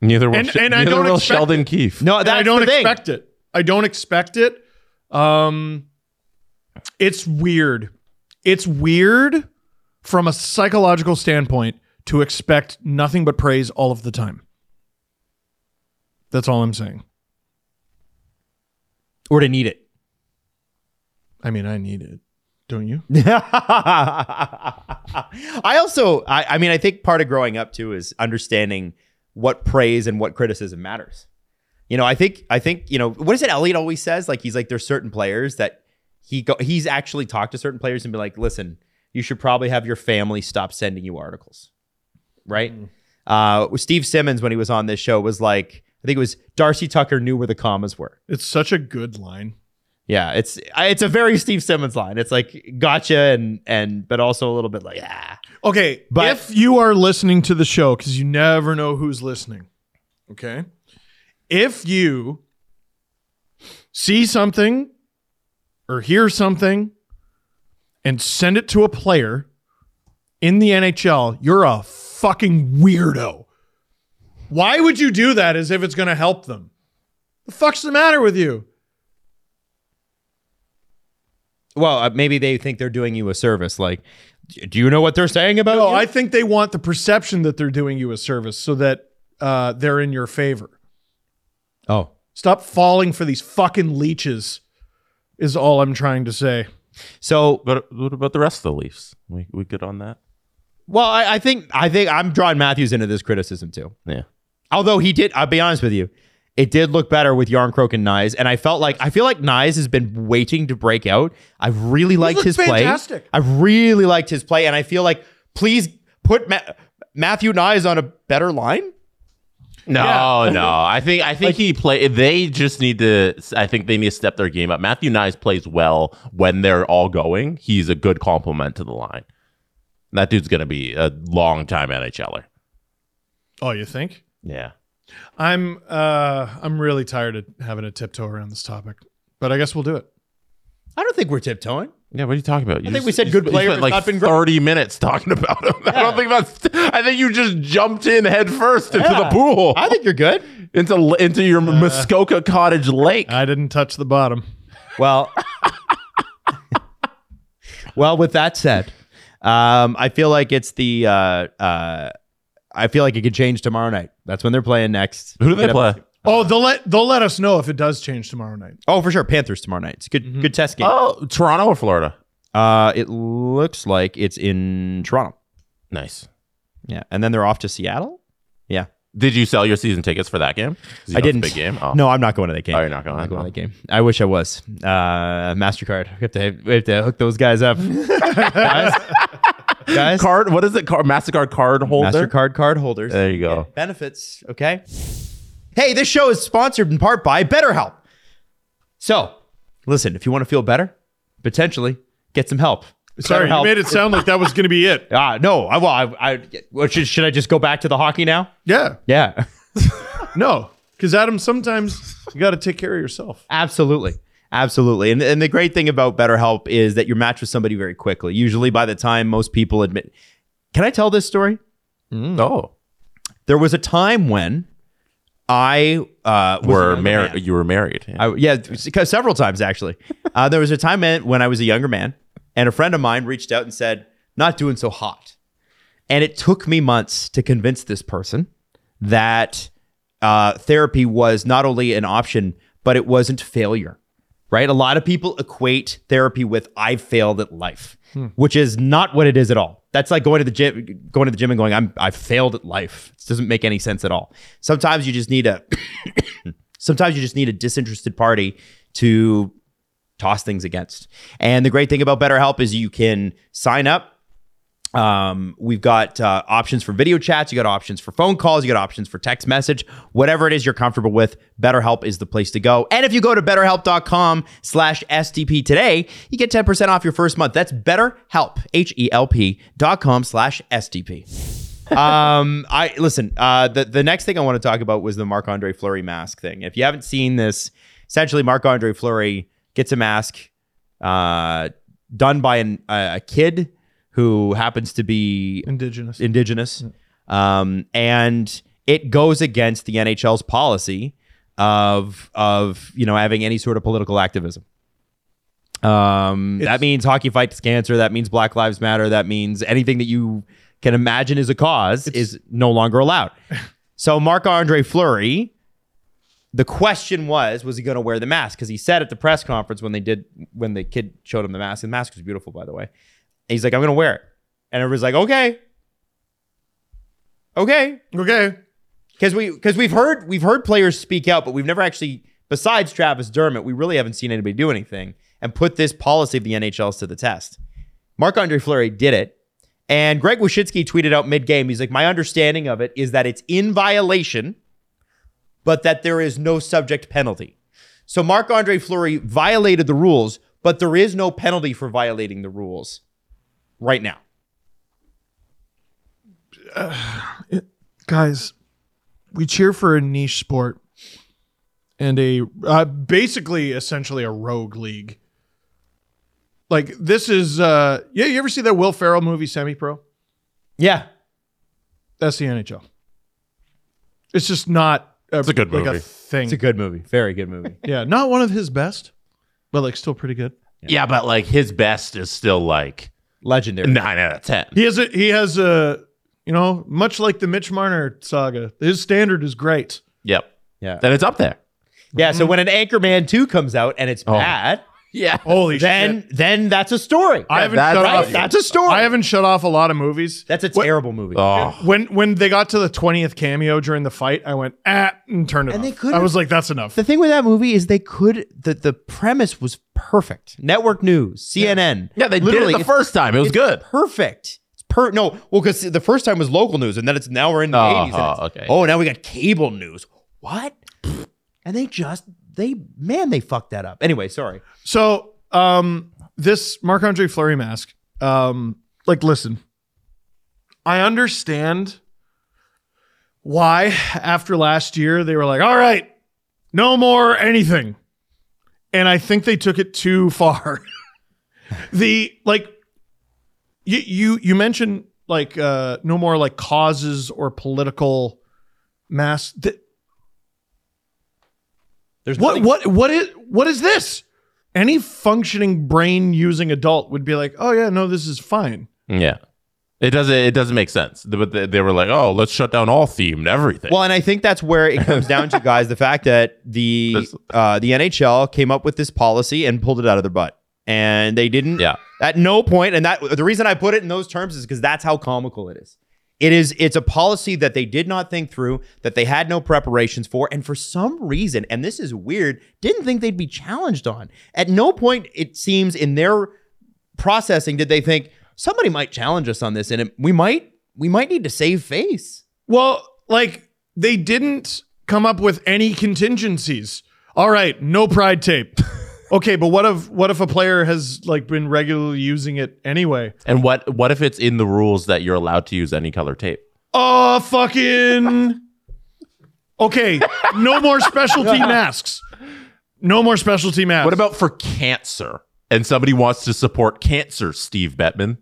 [SPEAKER 5] Neither will,
[SPEAKER 4] And-
[SPEAKER 5] Sh-
[SPEAKER 4] and I
[SPEAKER 5] neither
[SPEAKER 4] don't
[SPEAKER 5] will
[SPEAKER 4] expect
[SPEAKER 5] Sheldon Keefe.
[SPEAKER 3] No,
[SPEAKER 4] And
[SPEAKER 3] Oh, that's
[SPEAKER 4] I don't
[SPEAKER 3] the thing.
[SPEAKER 4] expect it. I don't expect it. Um it's weird. It's weird from a psychological standpoint to expect nothing but praise all of the time. That's all I'm saying.
[SPEAKER 3] or to need it.
[SPEAKER 4] I mean, I need it. Don't you?
[SPEAKER 3] I also, I, I mean, I think part of growing up too is understanding what praise and what criticism matters. You know, I think, I think, you know, what is it Elliot always says? Like, he's like, there's certain players that he go, he's actually talked to certain players and be like, listen, you should probably have your family stop sending you articles. Right. Uh, Steve Simmons, when he was on this show, was like, I think it was Darcy Tucker knew where the commas were.
[SPEAKER 4] It's such a good line.
[SPEAKER 3] Yeah, it's I- it's a very Steve Simmons line. It's like gotcha and and but also a little bit like ah.
[SPEAKER 4] Okay,
[SPEAKER 3] But-
[SPEAKER 4] if you are listening to the show, because you never know who's listening, okay? If you see something or hear something and send it to a player in the NHL, you're a fucking weirdo. Why would you do that as if it's going to help them? The fuck's the matter with you?
[SPEAKER 3] Well, uh, maybe they think they're doing you a service. Like, "D- do you know what they're saying about
[SPEAKER 4] No,
[SPEAKER 3] you?
[SPEAKER 4] I think they want the perception that they're doing you a service so that uh, they're in your favor.
[SPEAKER 3] oh,
[SPEAKER 4] Stop falling for these fucking leeches, is all I'm trying to say.
[SPEAKER 3] so
[SPEAKER 5] But what about the rest of the Leafs? We we good on that?
[SPEAKER 3] well, I, I think I think I'm drawing Matthews into this criticism too.
[SPEAKER 5] Yeah.
[SPEAKER 3] Although he did, I'll be honest with you, it did look better with Yarncroke and Nyes, and I felt like I feel like Nyes has been waiting to break out. I really liked
[SPEAKER 4] looked
[SPEAKER 3] his play.
[SPEAKER 4] fantastic.
[SPEAKER 3] I really liked his play, and I feel like please put Ma- Matthew Nyes on a better line.
[SPEAKER 5] No, no. I think I think he play. They just need to. I think they need to step their game up. Matthew Nyes plays well when they're all going. He's a good complement to the line. And that dude's going to be a long time NHLer.
[SPEAKER 4] Oh, you think?
[SPEAKER 5] Yeah.
[SPEAKER 4] I'm uh I'm really tired of having a tiptoe around this topic, but I guess we'll do it.
[SPEAKER 3] I don't think we're tiptoeing.
[SPEAKER 5] Yeah, what are you talking about? You I
[SPEAKER 3] think we said good player, but
[SPEAKER 5] like
[SPEAKER 3] not been great.
[SPEAKER 5] thirty minutes talking about him. I don't think that's. I think you just jumped in head first into
[SPEAKER 3] Yeah.
[SPEAKER 5] the pool,
[SPEAKER 3] I think you're good.
[SPEAKER 5] into into your Muskoka Cottage Lake.
[SPEAKER 3] Uh,
[SPEAKER 4] I didn't touch the bottom.
[SPEAKER 3] Well, well. With that said, um, I feel like it's the. Uh, uh, I feel like it could change tomorrow night. That's when they're playing next.
[SPEAKER 5] Who do they
[SPEAKER 3] Get up-
[SPEAKER 5] play?
[SPEAKER 4] Oh, they'll let they'll let us know if it does change tomorrow night.
[SPEAKER 3] Oh, for sure, Panthers tomorrow night. It's a good, good test game.
[SPEAKER 5] Oh, Toronto or Florida?
[SPEAKER 3] Uh, it looks like it's in Toronto.
[SPEAKER 5] Nice.
[SPEAKER 3] Yeah, and then they're off to Seattle. Yeah,
[SPEAKER 5] Did you sell your season tickets for that game? 'Cause
[SPEAKER 3] I
[SPEAKER 5] you know it's a
[SPEAKER 3] didn't.
[SPEAKER 5] Big game. Oh.
[SPEAKER 3] No, I'm not going to that game.
[SPEAKER 5] Oh, you're not going.
[SPEAKER 3] I'm
[SPEAKER 5] Oh.
[SPEAKER 3] to that game. I wish I was. Uh, Mastercard. We have to, we have to hook those guys up. guys, guys.
[SPEAKER 5] Card. What is it? Card, Mastercard card holder.
[SPEAKER 3] Mastercard card holders.
[SPEAKER 5] There you go.
[SPEAKER 3] benefits. Okay. Hey, this show is sponsored in part by BetterHelp. So, listen, if you want to feel better, potentially get some help.
[SPEAKER 4] Sorry, you
[SPEAKER 3] BetterHelp-
[SPEAKER 4] made it sound like that was going to be it.
[SPEAKER 3] Ah, no. I well, I, I what, should, should I just go back to the hockey now?
[SPEAKER 4] Yeah.
[SPEAKER 3] Yeah,
[SPEAKER 4] No, because Adam, sometimes you got to take care of yourself.
[SPEAKER 3] absolutely. Absolutely. And, and the great thing about BetterHelp is that you're matched with somebody very quickly. Usually by the time most people admit. Can I tell this story? Mm.
[SPEAKER 5] Oh,
[SPEAKER 3] There was a time when I uh, was
[SPEAKER 5] were
[SPEAKER 3] another man.
[SPEAKER 5] married. You were married. Yeah.
[SPEAKER 3] I, yeah, because several times actually. Uh, there was a time in- when I was a younger man, and a friend of mine reached out and said, "Not doing so hot," and it took me months to convince this person that uh, therapy was not only an option but it wasn't failure. Right? A lot of people equate therapy with "I failed at life," which is not what it is at all. That's like going to the gym, going to the gym and going, "I'm I failed at life." It doesn't make any sense at all. Sometimes you just need a sometimes you just need a disinterested party to toss things against. And the great thing about BetterHelp is you can sign up. Um, we've got uh, options for video chats, you got options for phone calls, you got options for text message, whatever it is you're comfortable with. BetterHelp is the place to go. And if you go to BetterHelp.com/stp today, you get 10% off your first month. That's BetterHelp, H-E-L-P dot com slash STP um, I listen. Uh, the the next thing I want to talk about was the Marc Andre Fleury mask thing. If you haven't seen this, essentially Marc Andre Fleury gets a mask uh, done by an, a a kid who happens to be
[SPEAKER 4] Indigenous.
[SPEAKER 3] indigenous, um, and it goes against the NHL's policy of of you know having any sort of political activism. Um, that means hockey fights cancer. That means Black Lives Matter. That means anything that you can imagine is a cause is no longer allowed. so Marc Andre Fleury, the question was, was he going to wear the mask? Because he said at the press conference when they did when the kid showed him the mask, and the mask was beautiful, by the way. He's like, I'm going to wear it, and everybody's like, okay, okay,
[SPEAKER 4] Okay.
[SPEAKER 3] because we because we've heard we've heard players speak out, but we've never actually besides Travis Dermott, we really haven't seen anybody do anything and put this policy of the NHLs to the test. Marc Andre Fleury did it, and Greg Wyshitsky tweeted out mid game. He's like, my understanding of it is that it's in violation, but that there is no subject penalty. So Marc Andre Fleury violated the rules, but there is no penalty for violating the rules right now.
[SPEAKER 4] guys, we cheer for a niche sport and a uh, basically essentially a rogue league. Like this is uh yeah, you ever see that Will Ferrell movie Semi Pro?
[SPEAKER 3] Yeah,
[SPEAKER 4] That's the NHL. It's just not a,
[SPEAKER 5] a good
[SPEAKER 4] like a
[SPEAKER 5] movie.
[SPEAKER 4] thing.
[SPEAKER 3] it's a good movie, very good movie.
[SPEAKER 4] yeah, not one of his best, but like still pretty good.
[SPEAKER 5] yeah, but like his best is still like
[SPEAKER 3] Legendary.
[SPEAKER 5] nine out of ten.
[SPEAKER 4] He has a he has a you know, much like the Mitch Marner saga, his standard is great.
[SPEAKER 5] Yep.
[SPEAKER 3] Yeah.
[SPEAKER 5] Then it's up there.
[SPEAKER 3] Yeah,
[SPEAKER 5] Mm-hmm.
[SPEAKER 3] so when an Anchorman 2 comes out and it's
[SPEAKER 5] Oh.
[SPEAKER 3] bad,
[SPEAKER 5] Yeah.
[SPEAKER 4] Holy
[SPEAKER 3] then
[SPEAKER 4] shit.
[SPEAKER 3] then that's a story.
[SPEAKER 4] I haven't
[SPEAKER 5] that's
[SPEAKER 4] shut
[SPEAKER 5] right.
[SPEAKER 4] off.
[SPEAKER 3] That's a story.
[SPEAKER 4] I haven't shut off a lot of movies.
[SPEAKER 3] that's a
[SPEAKER 4] What-
[SPEAKER 3] terrible movie.
[SPEAKER 5] Oh.
[SPEAKER 4] When when they got to the twentieth cameo during the fight, I went ah and turned it
[SPEAKER 3] And
[SPEAKER 4] off.
[SPEAKER 3] they couldn't-
[SPEAKER 4] I was like, that's enough.
[SPEAKER 3] the thing with that movie is they could the the premise was perfect. Network news, CNN.
[SPEAKER 5] Yeah, they
[SPEAKER 3] Literally,
[SPEAKER 5] did it the
[SPEAKER 3] it's
[SPEAKER 5] first time. It was good.
[SPEAKER 3] Perfect. It's per no, well cuz the first time was local news and then it's now we're in the 80s.
[SPEAKER 5] Uh-huh,
[SPEAKER 3] and it's,
[SPEAKER 5] okay.
[SPEAKER 3] Oh, now we got cable news. What? and they just they man they fucked that up. Anyway, sorry.
[SPEAKER 4] So um this Marc Andre Fleury mask, um, like listen, I understand why after last year they were like, all right, no more anything. And I think they took it too far. the like you you you mentioned like uh no more like causes or political mass th-
[SPEAKER 3] There's
[SPEAKER 4] what what what is what is this? Any functioning brain using adult would be like, "Oh yeah, no, this is fine."
[SPEAKER 5] Yeah. It doesn't. It doesn't make sense. But they, they were like, "Oh, let's shut down all themed everything."
[SPEAKER 3] Well, and I think that's where it comes down to, guys, the fact that the
[SPEAKER 5] This-
[SPEAKER 3] uh, the NHL came up with this policy and pulled it out of their butt, and they didn't.
[SPEAKER 5] Yeah.
[SPEAKER 3] At no point, and that the reason I put it in those terms is because that's how comical it is. It is. It's a policy that they did not think through, that they had no preparations for, and for some reason, and this is weird, didn't think they'd be challenged on. At no point, it seems in their processing did they think somebody might challenge us on this, and it, we might we might need to save face.
[SPEAKER 4] Well, like they didn't come up with any contingencies. All right, no pride tape. okay, but what if what if a player has like been regularly using it anyway?
[SPEAKER 5] and what? What if it's in the rules that you're allowed to use any color tape?
[SPEAKER 4] Oh, fucking Okay, no more specialty masks. No more specialty masks.
[SPEAKER 5] What about for cancer? And somebody wants to support cancer, Steve Bettman.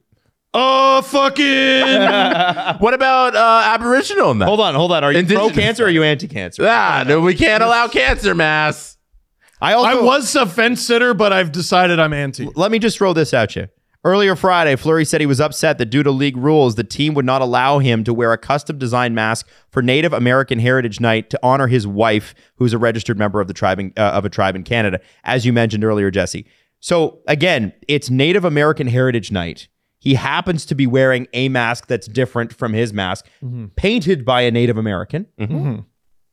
[SPEAKER 4] Oh, fucking
[SPEAKER 5] What about uh, Aboriginal? In that?
[SPEAKER 3] Hold on, hold on. Are you
[SPEAKER 5] Indigenous
[SPEAKER 3] pro cancer or are you anti cancer?
[SPEAKER 5] Ah, no, we can't allow cancer mass.
[SPEAKER 3] I also
[SPEAKER 4] I was a fence sitter, but I've decided I'm anti.
[SPEAKER 3] let me just throw this at you. Earlier Friday, Fleury said he was upset that due to league rules, the team would not allow him to wear a custom designed mask for Native American Heritage Night to honor his wife, who's a registered member of the tribe in, uh, of a tribe in Canada, as you mentioned earlier, Jesse. So again, it's Native American Heritage Night. He happens to be wearing a mask that's different from his mask,
[SPEAKER 4] Mm-hmm.
[SPEAKER 3] painted by a Native American,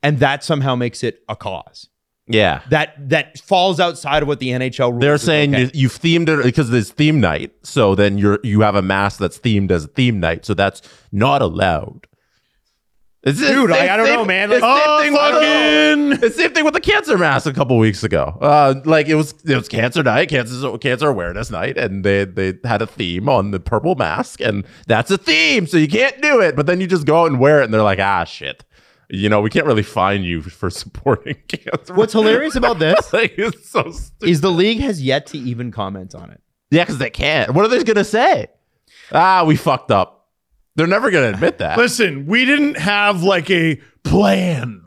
[SPEAKER 3] and that somehow makes it a cause.
[SPEAKER 5] Yeah.
[SPEAKER 3] that that falls outside of what the NHL rules.
[SPEAKER 5] They're
[SPEAKER 3] is
[SPEAKER 5] saying
[SPEAKER 3] okay.
[SPEAKER 5] you, you've themed it because there's theme night. So then you're you have a mask that's themed as a theme night. So that's not allowed. It's the
[SPEAKER 3] Dude, I- I don't know, man.
[SPEAKER 5] it's the
[SPEAKER 4] Oh,
[SPEAKER 5] same thing with-
[SPEAKER 4] fucking-
[SPEAKER 5] it's the same thing with the cancer mask a couple weeks ago. Uh, like it was it was cancer night, cancer cancer awareness night, and they they had a theme on the purple mask, and that's a theme, so you can't do it. But then you just go out and wear it, and they're like, ah, shit. You know, we can't really fine you for supporting cancer.
[SPEAKER 3] What's hilarious about this
[SPEAKER 5] like, it's so stupid.
[SPEAKER 3] is the league has yet to even comment on it.
[SPEAKER 5] Yeah, because they can't. What are they gonna say? Ah, we fucked up. They're never gonna admit that.
[SPEAKER 4] Listen, we didn't have like a plan.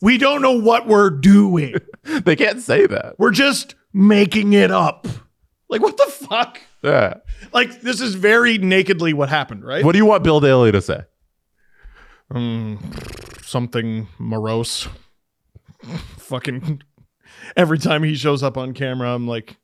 [SPEAKER 4] We don't know what we're doing.
[SPEAKER 5] they can't say that.
[SPEAKER 4] We're just making it up. Like, what the fuck?
[SPEAKER 5] Yeah.
[SPEAKER 4] Like, this is very nakedly what happened, right?
[SPEAKER 5] What do you want Bill Daley to say?
[SPEAKER 4] Something morose. Fucking. Every time he shows up on camera, I'm like,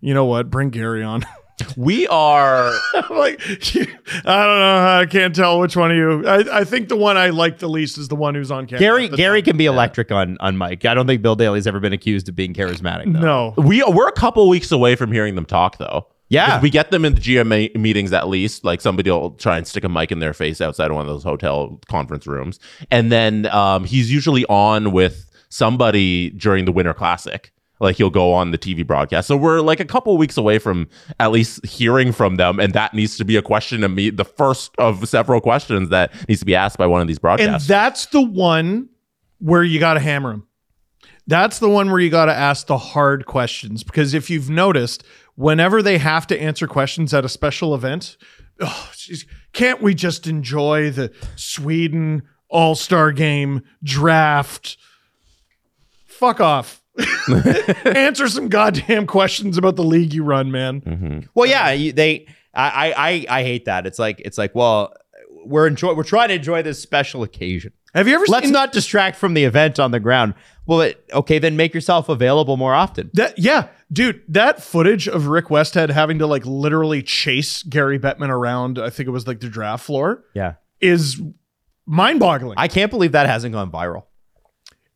[SPEAKER 4] you know what? Bring Gary on.
[SPEAKER 5] We are.
[SPEAKER 4] I'm like, I don't know. I can't tell which one of you. I, I think the one I like the least is the one who's on camera.
[SPEAKER 3] Gary
[SPEAKER 4] at the
[SPEAKER 3] Gary
[SPEAKER 4] time.
[SPEAKER 3] can be electric on on Mike. I don't think Bill Daly's ever been accused of being charismatic. Though.
[SPEAKER 4] No.
[SPEAKER 5] we are, we're a couple weeks away from hearing them talk though. 'Cause
[SPEAKER 3] Yeah.
[SPEAKER 5] We get them in the GMA meetings at least. Like somebody will try and stick a mic in their face outside of one of those hotel conference rooms, and then um, he's usually on with somebody during the Winter Classic. Like he'll go on the TV broadcast. So we're like a couple weeks away from at least hearing from them, and that needs to be a question to me. The first of several questions that needs to be asked by one of these
[SPEAKER 4] And
[SPEAKER 5] broadcasts.
[SPEAKER 4] that's the one where you got to hammer him. That's the one where you got to ask the hard questions because if you've noticed, whenever they have to answer questions at a special event, oh, jeez, can't we just enjoy the Sweden All Star Game draft? Fuck off. answer some goddamn questions about the league you run, man.
[SPEAKER 3] Well, yeah, you- they. I, I I I hate that. It's like it's like well, we're enjoy we're trying to enjoy this special occasion.
[SPEAKER 4] Have you ever
[SPEAKER 3] Let's
[SPEAKER 4] seen
[SPEAKER 3] not distract from the event on the ground. Well, it, okay, then make yourself available more often.
[SPEAKER 4] That yeah, dude, that footage of Rick Westhead having to like literally chase Gary Bettman around, I think it was like the draft floor,
[SPEAKER 3] Yeah,
[SPEAKER 4] is mind-boggling.
[SPEAKER 3] I can't believe that hasn't gone viral.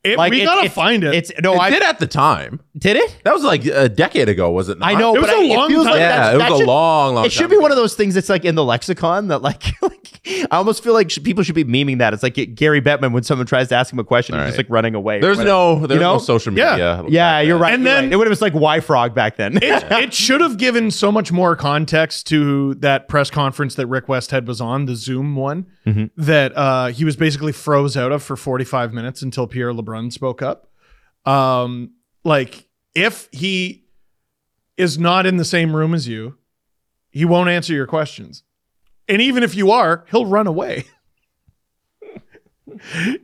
[SPEAKER 4] It-
[SPEAKER 3] Like
[SPEAKER 4] we
[SPEAKER 3] it-
[SPEAKER 4] gotta
[SPEAKER 3] it's-
[SPEAKER 4] find it.
[SPEAKER 3] It's no,
[SPEAKER 5] it
[SPEAKER 3] I
[SPEAKER 5] did at the time.
[SPEAKER 3] did it.
[SPEAKER 5] That was like a decade ago, was it? Not?
[SPEAKER 3] I know,
[SPEAKER 4] It was
[SPEAKER 3] but
[SPEAKER 4] a
[SPEAKER 3] I-
[SPEAKER 4] long
[SPEAKER 3] it feels
[SPEAKER 4] time.
[SPEAKER 3] like
[SPEAKER 5] Yeah,
[SPEAKER 3] that's-
[SPEAKER 5] it
[SPEAKER 3] that
[SPEAKER 5] was a
[SPEAKER 3] should-
[SPEAKER 5] long, long.
[SPEAKER 3] It should
[SPEAKER 5] time
[SPEAKER 3] be
[SPEAKER 5] ago.
[SPEAKER 3] one of those things that's like in the lexicon that like, like I almost feel like sh- people should be memeing that. It's like Gary Bettman when someone tries to ask him a question,
[SPEAKER 5] All
[SPEAKER 3] he's just
[SPEAKER 5] right.
[SPEAKER 3] like running away.
[SPEAKER 5] There's no there's
[SPEAKER 3] know?
[SPEAKER 5] no social
[SPEAKER 4] Yeah.
[SPEAKER 5] media.
[SPEAKER 3] Yeah, you're right.
[SPEAKER 4] And
[SPEAKER 3] And
[SPEAKER 4] then-
[SPEAKER 3] then it would have been like Y Frog back then.
[SPEAKER 4] It, it should have given so much more context to that press conference that Rick Westhead was on, the Zoom one,
[SPEAKER 3] Mm-hmm.
[SPEAKER 4] that uh, he was basically froze out of for 45 minutes until Pierre LeBrun spoke up. Um, like, if he is not in the same room as you, he won't answer your questions. And even if you are, he'll run away.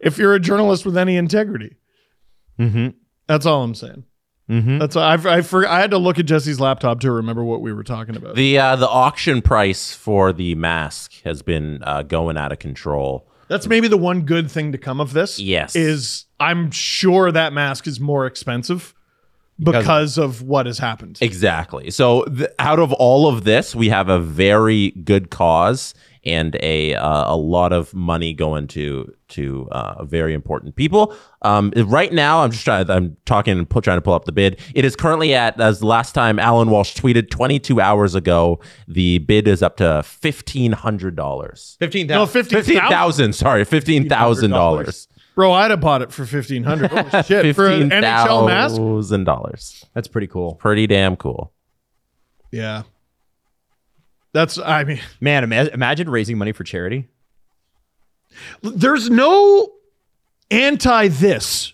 [SPEAKER 4] if you're a journalist with any integrity.
[SPEAKER 5] Mm-hmm.
[SPEAKER 3] Mhm.
[SPEAKER 4] That's all I'm saying.
[SPEAKER 3] Mhm.
[SPEAKER 4] That's I I, for, I had to look at Jesse's laptop to remember what we were talking about.
[SPEAKER 5] The uh, the auction price for the mask has been uh, going out of control.
[SPEAKER 4] That's maybe the one good thing to come of this.
[SPEAKER 5] Yes.
[SPEAKER 4] is I'm sure that mask is more expensive because, of what has happened.
[SPEAKER 5] Exactly. So th- out of all of this, we have a very good cause and a uh, a lot of money going to to uh, very important people. Um, right now, I'm just trying. I'm talking and pu- trying to pull up the bid. It is currently at as last time Alan Walsh tweeted 22 hours ago. The bid is up to fifteen hundred dollars.
[SPEAKER 1] Fifteen
[SPEAKER 4] no,
[SPEAKER 1] thousand.
[SPEAKER 4] fifteen
[SPEAKER 5] Fifteen
[SPEAKER 4] thousand.
[SPEAKER 5] thousand. Sorry, fifteen thousand dollars.
[SPEAKER 4] Bro, I'd have bought it for fifteen hundred. Oh, shit, for an
[SPEAKER 5] Fifteen
[SPEAKER 4] NHL mask.
[SPEAKER 5] thousand dollars.
[SPEAKER 3] That's pretty cool.
[SPEAKER 5] Pretty damn cool.
[SPEAKER 4] Yeah, that's. I mean,
[SPEAKER 3] Man, ima- imagine raising money for charity.
[SPEAKER 4] there's no anti this.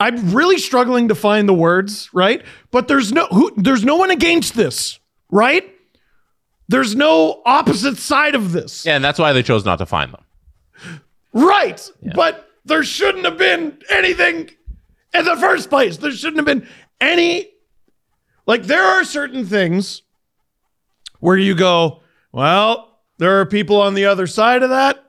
[SPEAKER 4] I'm really struggling to find the words, right? But there's no who, there's no one against this, right? There's no opposite side of this.
[SPEAKER 5] Yeah, and that's why they chose not to find them.
[SPEAKER 4] Right. But there shouldn't have been anything in the first place. There shouldn't have been any. Like, there are certain things where you go, well, there are people on the other side of that,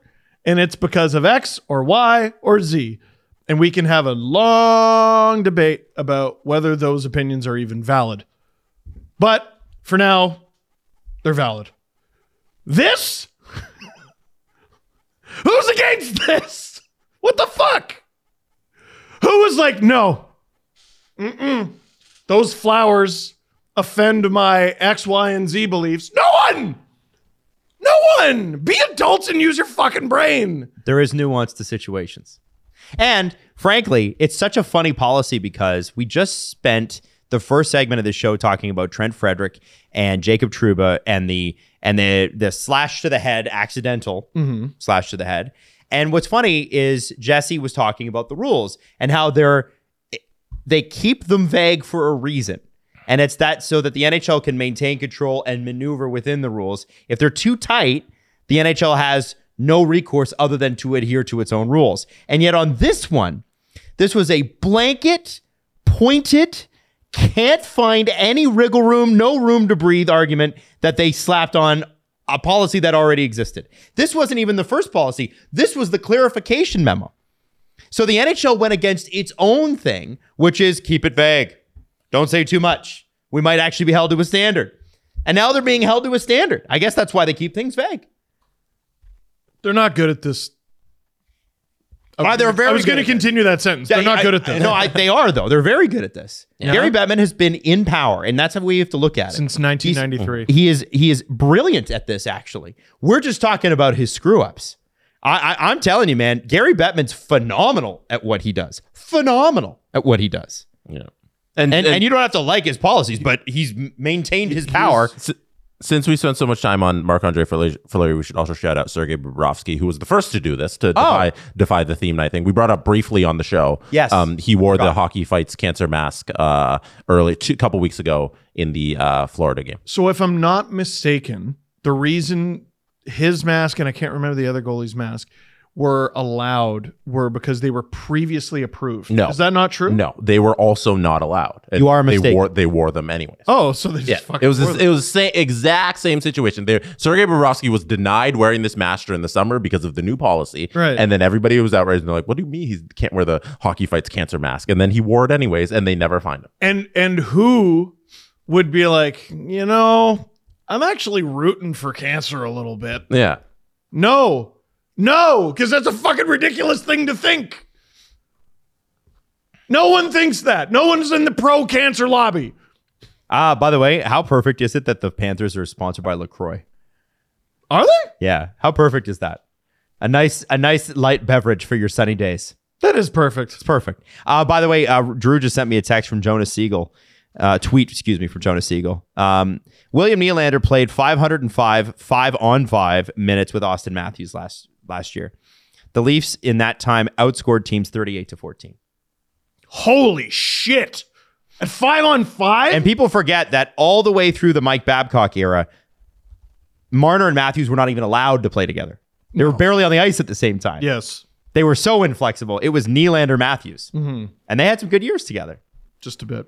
[SPEAKER 4] and it's because of X or Y or Z. And we can have a long debate about whether those opinions are even valid. But for now, they're valid. This? Who's against this? What the fuck? Who was like, no, mm-mm, those flowers offend my X, Y, and Z beliefs? No one! No one! Be adults and use your fucking brain.
[SPEAKER 3] There is nuance to situations. And frankly, it's such a funny policy because we just spent the first segment of the show talking about Trent Frederick and Jacob Truba and the and the the slash to the head accidental slash to the head. And what's funny is Jesse was talking about the rules and how they're they keep them vague for a reason. And it's that so that the NHL can maintain control and maneuver within the rules. If they're too tight, the NHL has no recourse other than to adhere to its own rules. And yet on this one, this was a blanket, pointed, can't find any wriggle room, no room to breathe argument that they slapped on a policy that already existed. This wasn't even the first policy. This was the clarification memo. So the NHL went against its own thing, which is keep it vague. Don't say too much. We might actually be held to a standard. And now they're being held to a standard. I guess that's why they keep things vague.
[SPEAKER 4] They're not good at this. I
[SPEAKER 3] Why,
[SPEAKER 4] was,
[SPEAKER 3] Uh, they're
[SPEAKER 4] gonna-
[SPEAKER 3] very
[SPEAKER 4] Uh, I was
[SPEAKER 3] good
[SPEAKER 4] going to
[SPEAKER 3] at this.
[SPEAKER 4] continue that sentence. They're not
[SPEAKER 3] I-
[SPEAKER 4] good at
[SPEAKER 3] I-
[SPEAKER 4] this.
[SPEAKER 3] No, I, they are though. They're very good at this. Gary Bettman has been in power, and that's how we have to look at it.
[SPEAKER 4] Since
[SPEAKER 3] He's-
[SPEAKER 4] 1993.
[SPEAKER 3] he is he is brilliant at this. Actually, we're just talking about his screw ups. I, I, I'm telling you, man, Gary Bettman's phenomenal at what he does. Phenomenal at what he does.
[SPEAKER 5] Yeah.
[SPEAKER 3] And, and you don't have to like his policies, but he's m- maintained his power.
[SPEAKER 5] S- since we spent so much time on Marc Andre Fleury, we should also shout out Sergei Bobrovsky, who was the first to do this to defy, defy the theme night thing. We brought up briefly on the show.
[SPEAKER 3] Oh. Yes.
[SPEAKER 5] um, he wore the hockey fights cancer mask uh, early two couple weeks ago in the uh, Florida game.
[SPEAKER 4] So if I'm not mistaken, the reason his mask and I can't remember the other goalie's mask were allowed were because they were previously approved.
[SPEAKER 5] No.
[SPEAKER 4] Is that not true?
[SPEAKER 5] No, they were also not allowed. And
[SPEAKER 3] You are
[SPEAKER 5] They
[SPEAKER 3] mistaken.
[SPEAKER 5] wore they wore them anyway.
[SPEAKER 4] Oh, so they just
[SPEAKER 5] Yeah,
[SPEAKER 4] fucking
[SPEAKER 5] it was
[SPEAKER 4] wore
[SPEAKER 5] this,
[SPEAKER 4] them.
[SPEAKER 5] it was same, exact same situation. There, Sergei Bobrovsky was denied wearing this mask during the summer because of the new policy,
[SPEAKER 4] Right.
[SPEAKER 5] And then everybody was outraged and they're like, "What do you mean he can't wear the hockey fights cancer mask?" And then he wore it anyways, and they never find him.
[SPEAKER 4] and and who would be like, you know, I'm actually rooting for cancer a little bit.
[SPEAKER 5] Yeah,
[SPEAKER 4] No. No, because that's a fucking ridiculous thing to think. No one thinks that. No one's in the pro cancer lobby.
[SPEAKER 3] Ah, by the way, how perfect is it that the Panthers are sponsored by LaCroix?
[SPEAKER 4] Are they?
[SPEAKER 3] Yeah. How perfect is that? A nice, a nice light beverage for your sunny days.
[SPEAKER 4] That is perfect.
[SPEAKER 3] It's perfect. Uh, by the way, uh, Drew just sent me a text from Jonas Siegel, uh, tweet, excuse me, from Jonas Siegel. Um, William Nylander played 505 five on five minutes with Austin Matthews last last year. The Leafs in that time outscored teams 38 to 14.
[SPEAKER 4] Holy shit. At five on five?
[SPEAKER 3] And people forget that all the way through the Mike Babcock era, Marner and Matthews were not even allowed to play together. They were barely on the ice at the same time.
[SPEAKER 4] yes.
[SPEAKER 3] They were so inflexible. It was Nylander Matthews. And they had some good years together.
[SPEAKER 4] Just a bit.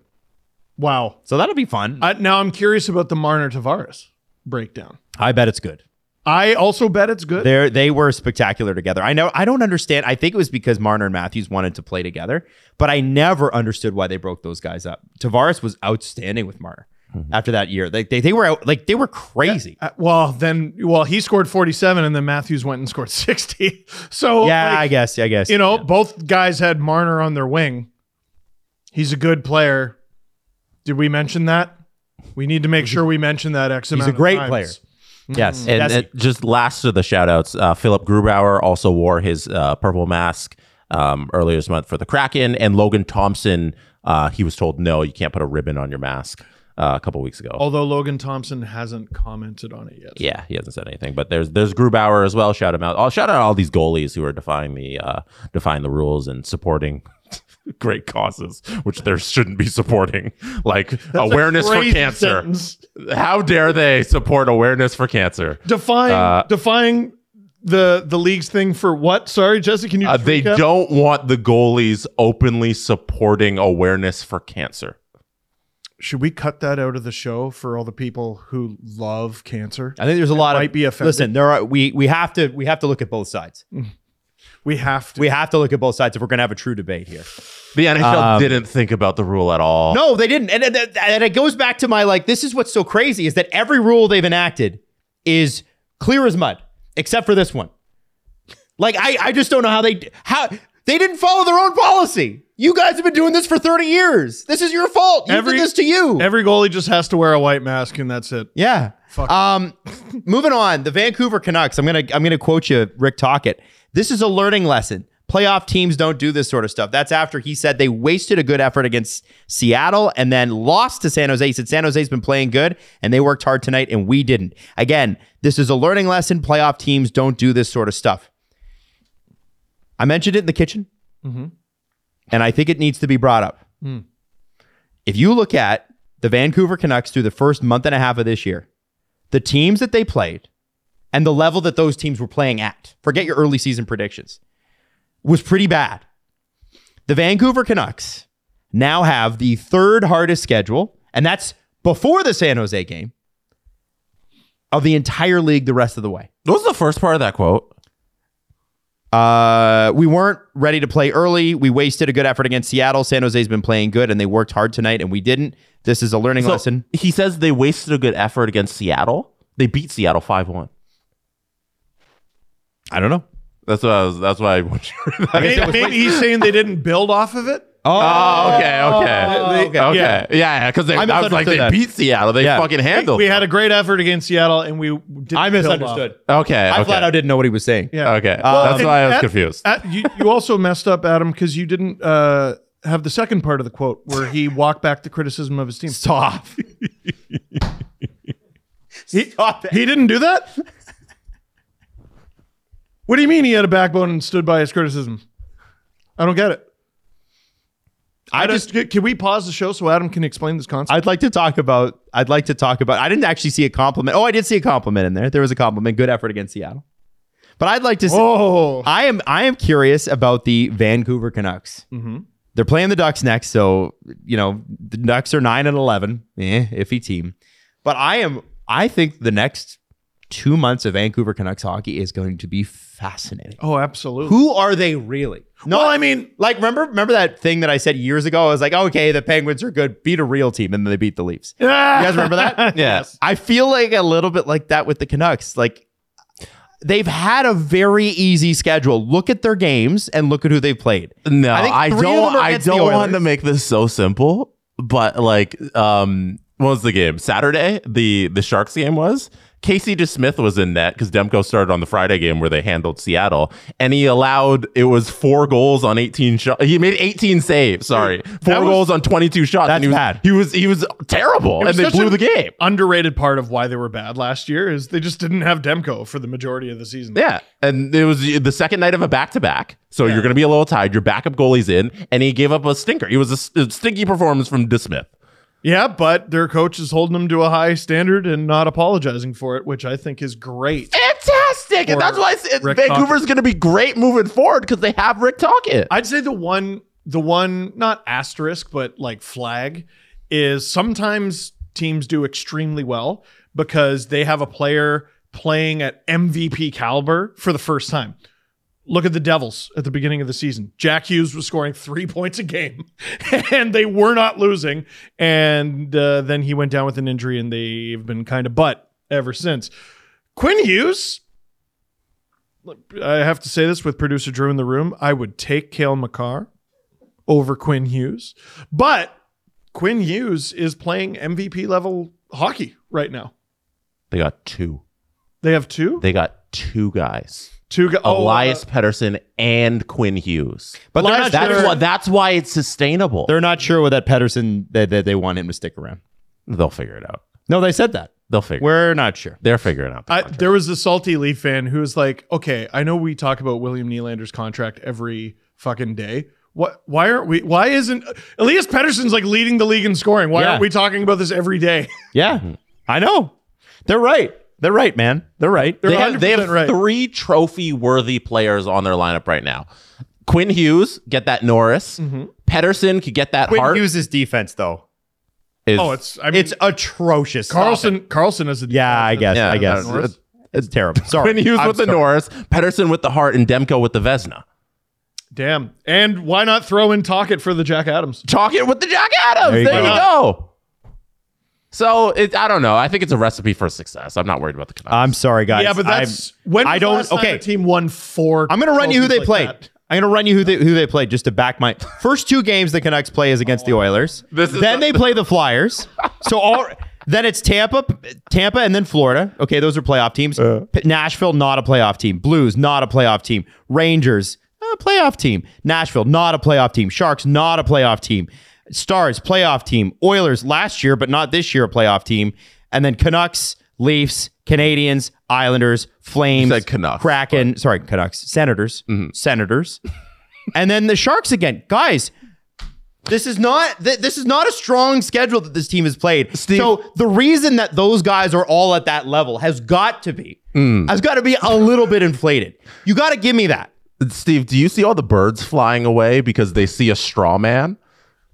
[SPEAKER 4] Wow.
[SPEAKER 3] So that'll be fun. I,
[SPEAKER 4] I, now I'm curious about the Marner Tavares breakdown.
[SPEAKER 3] bet it's good.
[SPEAKER 4] I also bet it's good.
[SPEAKER 3] They they were spectacular together. I know I don't understand. I think it was because Marner and Matthews wanted to play together, but I never understood why they broke those guys up. Tavares was outstanding with Marner after that year. Like they, they were out like they were crazy.
[SPEAKER 4] Uh, well, then, well, he scored 47 and then Matthews went and scored 60. So,
[SPEAKER 3] yeah,
[SPEAKER 4] like,
[SPEAKER 3] I guess. I guess.
[SPEAKER 4] you know, both guys had Marner on their wing. He's a good player. Did we mention that? We need to make sure we mention that X amount.
[SPEAKER 3] he's a
[SPEAKER 4] of
[SPEAKER 3] great
[SPEAKER 4] times.
[SPEAKER 3] player. Yes.
[SPEAKER 4] Mm-hmm.
[SPEAKER 5] And,
[SPEAKER 3] That's-
[SPEAKER 5] and just last of the shout outs, uh, Philip Grubauer also wore his uh, purple mask um, earlier this month for the Kraken. And Logan Thompson, uh, he was told, no, you can't put a ribbon on your mask uh, a couple weeks ago.
[SPEAKER 4] Although Logan Thompson hasn't commented on it yet.
[SPEAKER 5] Yeah, he hasn't said anything, but there's there's Grubauer as well. Shout him out! I'll shout out all these goalies who are defying the uh, defying the rules and supporting great causes, which there shouldn't be supporting, like awareness for
[SPEAKER 4] Crazy
[SPEAKER 5] cancer.
[SPEAKER 4] sentence.
[SPEAKER 5] How dare they support awareness for cancer?
[SPEAKER 4] Defying
[SPEAKER 5] Uh,
[SPEAKER 4] defying the the league's thing for what? Sorry, Jesse, can you
[SPEAKER 5] Uh,
[SPEAKER 4] just
[SPEAKER 5] they
[SPEAKER 4] recap?
[SPEAKER 5] don't want the goalies openly supporting awareness for cancer.
[SPEAKER 4] Should we cut that out of the show for all the people who love cancer?
[SPEAKER 3] I think there's a lot
[SPEAKER 4] might
[SPEAKER 3] of
[SPEAKER 4] be offended.
[SPEAKER 3] listen. There are we we have to we have to look at both sides.
[SPEAKER 4] We have to.
[SPEAKER 3] We have to look at both sides if we're going to have a true debate here.
[SPEAKER 5] The NHL
[SPEAKER 4] Um,
[SPEAKER 5] didn't think about the rule at all.
[SPEAKER 3] No, they didn't. And, and, and it goes back to my like, this is what's so crazy is that every rule they've enacted is clear as mud, except for this one. Like, I, I just don't know how they how they didn't follow their own policy. You guys have been doing this for 30 years. This is your fault. You
[SPEAKER 4] Every-
[SPEAKER 3] did this to you.
[SPEAKER 4] Every goalie just has to wear a white mask and that's it.
[SPEAKER 3] Yeah. Um, moving on, the Vancouver Canucks. I'm gonna I'm gonna quote you, Rick Tockett. This is a learning lesson. Playoff teams don't do this sort of stuff. That's after he said they wasted a good effort against Seattle and then lost to San Jose. He said San Jose's been playing good and they worked hard tonight and we didn't. Again, this is a learning lesson. Playoff teams don't do this sort of stuff. I mentioned it in the kitchen, and I think it needs to be brought up. If you look at the Vancouver Canucks through the first month and a half of this year, the teams that they played and the level that those teams were playing at, forget your early season predictions, was pretty bad. The Vancouver Canucks now have the third hardest schedule, and that's before the San Jose game of the entire league the rest of the way.
[SPEAKER 5] What was the first part of that quote?
[SPEAKER 3] Uh, we weren't ready to play early. We wasted a good effort against Seattle. San Jose's been playing good, and they worked hard tonight, and we didn't. This is a learning
[SPEAKER 5] So,
[SPEAKER 3] lesson.
[SPEAKER 5] He says they wasted a good effort against Seattle. They beat Seattle five one.
[SPEAKER 3] I don't know.
[SPEAKER 5] That's what I was. That's why I want you. To
[SPEAKER 4] May- Maybe, he's saying they didn't build off of it.
[SPEAKER 3] Uh,
[SPEAKER 5] oh, okay, okay,
[SPEAKER 3] okay.
[SPEAKER 5] okay.
[SPEAKER 4] yeah.
[SPEAKER 5] Yeah, yeah. Because
[SPEAKER 3] I
[SPEAKER 5] I, was like,
[SPEAKER 3] misunderstood
[SPEAKER 5] they
[SPEAKER 3] that.
[SPEAKER 5] beat Seattle. They
[SPEAKER 3] Yeah.
[SPEAKER 5] fucking handled.
[SPEAKER 4] We had a great effort against Seattle and we didn't
[SPEAKER 3] I
[SPEAKER 4] build off.
[SPEAKER 3] misunderstood.
[SPEAKER 5] them. okay.
[SPEAKER 3] I
[SPEAKER 5] okay.
[SPEAKER 3] flat out didn't know what he was saying.
[SPEAKER 4] Yeah.
[SPEAKER 5] Okay, that's
[SPEAKER 4] and
[SPEAKER 5] why I was
[SPEAKER 4] Um, at-
[SPEAKER 5] confused.
[SPEAKER 4] at- you, you also messed up, Adam, because you didn't uh, have the second part of the quote where he walked back the criticism of his team.
[SPEAKER 3] Stop. Stop it.
[SPEAKER 4] He didn't do that? What do you mean he had a backbone and stood by his criticism? I don't get it.
[SPEAKER 3] I
[SPEAKER 4] Adam,
[SPEAKER 3] just
[SPEAKER 4] c- can we pause the show so Adam can explain this concept?
[SPEAKER 3] I'd like to talk about I'd like to talk about I didn't actually see a compliment. Oh, I did see a compliment in there. There was a compliment. Good effort against Seattle. But I'd like to see
[SPEAKER 4] oh,
[SPEAKER 3] I am I am curious about the Vancouver Canucks. Mm-hmm. They're playing the Ducks next, so you know the Ducks are nine and eleven, eh, iffy team. But I am I think the next two months of Vancouver Canucks hockey is going to be fascinating.
[SPEAKER 4] oh, absolutely.
[SPEAKER 3] Who are they really? No,
[SPEAKER 4] well, I mean,
[SPEAKER 3] like remember remember that thing that I said years ago? I was like, okay, the Penguins are good, beat a real team, and then they beat the Leafs. You guys remember that?
[SPEAKER 5] Yeah.
[SPEAKER 3] I feel like a little bit like that with the Canucks. Like they've had a very easy schedule. Look at their games and look at who they've played.
[SPEAKER 5] No,
[SPEAKER 3] I think
[SPEAKER 5] I,
[SPEAKER 3] three of them
[SPEAKER 5] don't.
[SPEAKER 3] are
[SPEAKER 5] I
[SPEAKER 3] against the
[SPEAKER 5] don't want to
[SPEAKER 3] Oilers.
[SPEAKER 5] make this so simple, but like, um, was the game? Saturday, the the Sharks game was. Casey DeSmith was in net because Demko started on the Friday game where they handled Seattle, and he allowed it was four goals on eighteen shots. He made eighteen saves. Sorry, four
[SPEAKER 4] was-
[SPEAKER 5] goals on twenty two shots.
[SPEAKER 3] That's
[SPEAKER 5] and he was,
[SPEAKER 3] bad.
[SPEAKER 5] He was he was terrible, and
[SPEAKER 4] was
[SPEAKER 5] they
[SPEAKER 4] such
[SPEAKER 5] blew
[SPEAKER 4] an
[SPEAKER 5] the game.
[SPEAKER 4] Underrated part of why they were bad last year is they just didn't have Demko for the majority of the season.
[SPEAKER 5] Yeah, and it was the second night of a back to back, so you're going to be a little tired. Your backup goalie's in, and he gave up a stinker. It was a, s- a stinky performance from DeSmith.
[SPEAKER 4] Yeah, but their coach is holding them to a high standard and not apologizing for it, which I think is great.
[SPEAKER 5] Fantastic, and
[SPEAKER 4] Or
[SPEAKER 5] that's why I said
[SPEAKER 4] Rick
[SPEAKER 5] Vancouver's going to be great moving forward because they have Rick Tockett.
[SPEAKER 4] I'd say the one, the one not asterisk but like flag, is sometimes teams do extremely well because they have a player playing at MVP caliber for the first time. Look at the Devils at the beginning of the season. Jack Hughes was scoring three points a game, and they were not losing. And uh, then he went down with an injury, and they've been kind of butt ever since. Quinn Hughes, I have to say this with producer Drew in the room. I would take Kale McCarr over Quinn Hughes, but Quinn Hughes is playing MVP level hockey right now.
[SPEAKER 5] They got two.
[SPEAKER 4] They have two,
[SPEAKER 5] They got two guys.
[SPEAKER 4] two oh, uh, guys.
[SPEAKER 5] Elias Pettersson and Quinn Hughes.
[SPEAKER 3] But they're not,
[SPEAKER 5] That's
[SPEAKER 3] sure,
[SPEAKER 5] why that's why it's sustainable.
[SPEAKER 3] they're not sure with that Pedersen that, that they want him to stick around.
[SPEAKER 5] They'll figure it out.
[SPEAKER 3] No, they said that.
[SPEAKER 5] They'll figure. it
[SPEAKER 3] We're not sure.
[SPEAKER 5] They're figuring out. the
[SPEAKER 4] I,
[SPEAKER 5] contract.
[SPEAKER 4] there was a salty Leaf fan who was like, "Okay, I know we talk about William Nylander's contract every fucking day. What? Why aren't we? Why isn't Elias Pettersson's like leading the league in scoring? Why
[SPEAKER 3] Yeah.
[SPEAKER 4] aren't we talking about this every day?
[SPEAKER 3] Yeah, I know. They're right. They're right, man. They're right.
[SPEAKER 5] they have, they have
[SPEAKER 4] 100% right.
[SPEAKER 5] three trophy worthy players on their lineup right now. Quinn Hughes get that Norris. Pedersen could get that
[SPEAKER 3] Quinn
[SPEAKER 5] Hart.
[SPEAKER 3] Hughes' defense, though,
[SPEAKER 5] is-
[SPEAKER 4] oh, it's I mean,
[SPEAKER 3] it's atrocious.
[SPEAKER 4] Carlson. Carlson is a
[SPEAKER 3] Yeah, I guess.
[SPEAKER 5] Yeah,
[SPEAKER 3] I guess
[SPEAKER 5] Norris?
[SPEAKER 3] it's, it's terrible. Sorry,
[SPEAKER 5] Quinn Hughes
[SPEAKER 3] I'm
[SPEAKER 5] with the
[SPEAKER 3] sorry.
[SPEAKER 5] Norris, Pedersen with the Hart, and Demko with the Vesna.
[SPEAKER 4] Damn. And why not throw in Tockett for the Jack Adams?
[SPEAKER 5] Talk it with the Jack Adams. There you, go. So it, I don't know. I think it's a recipe for success. I'm not worried about the Canucks.
[SPEAKER 3] I'm sorry, guys.
[SPEAKER 4] yeah, but that's
[SPEAKER 3] I'm,
[SPEAKER 4] when
[SPEAKER 3] I
[SPEAKER 4] was the last
[SPEAKER 3] don't.
[SPEAKER 4] time
[SPEAKER 3] Okay,
[SPEAKER 4] a team won four.
[SPEAKER 3] I'm gonna run you who they
[SPEAKER 4] trophies like
[SPEAKER 3] played.
[SPEAKER 4] that?
[SPEAKER 3] I'm gonna run you who they who they played just to back my first two games the Canucks play is against the Oilers.
[SPEAKER 5] This is
[SPEAKER 3] then
[SPEAKER 5] the-
[SPEAKER 3] they play the Flyers. So all then it's Tampa, Tampa, and then Florida. Okay, those are playoff teams. P- Nashville, not a playoff team. Blues, not a playoff team. Rangers, uh, playoff team. Nashville, not a playoff team. Sharks, not a playoff team. Stars, playoff team. Oilers last year, but not this year, a playoff team. And then Canucks, Leafs, Canadians, Islanders, Flames,
[SPEAKER 5] You said Canucks.
[SPEAKER 3] Kraken. Kraken, sorry, Canucks, Senators,
[SPEAKER 5] Mm-hmm.
[SPEAKER 3] Senators, and then the Sharks again. Guys, this is not th- this is not a strong schedule that this team has played.
[SPEAKER 5] Steve-
[SPEAKER 3] So the reason that those guys are all at that level has got to be
[SPEAKER 5] Mm.
[SPEAKER 3] has got to be a little bit inflated. You got to give me that.
[SPEAKER 5] Steve, do you see all the birds flying away because they see a straw man?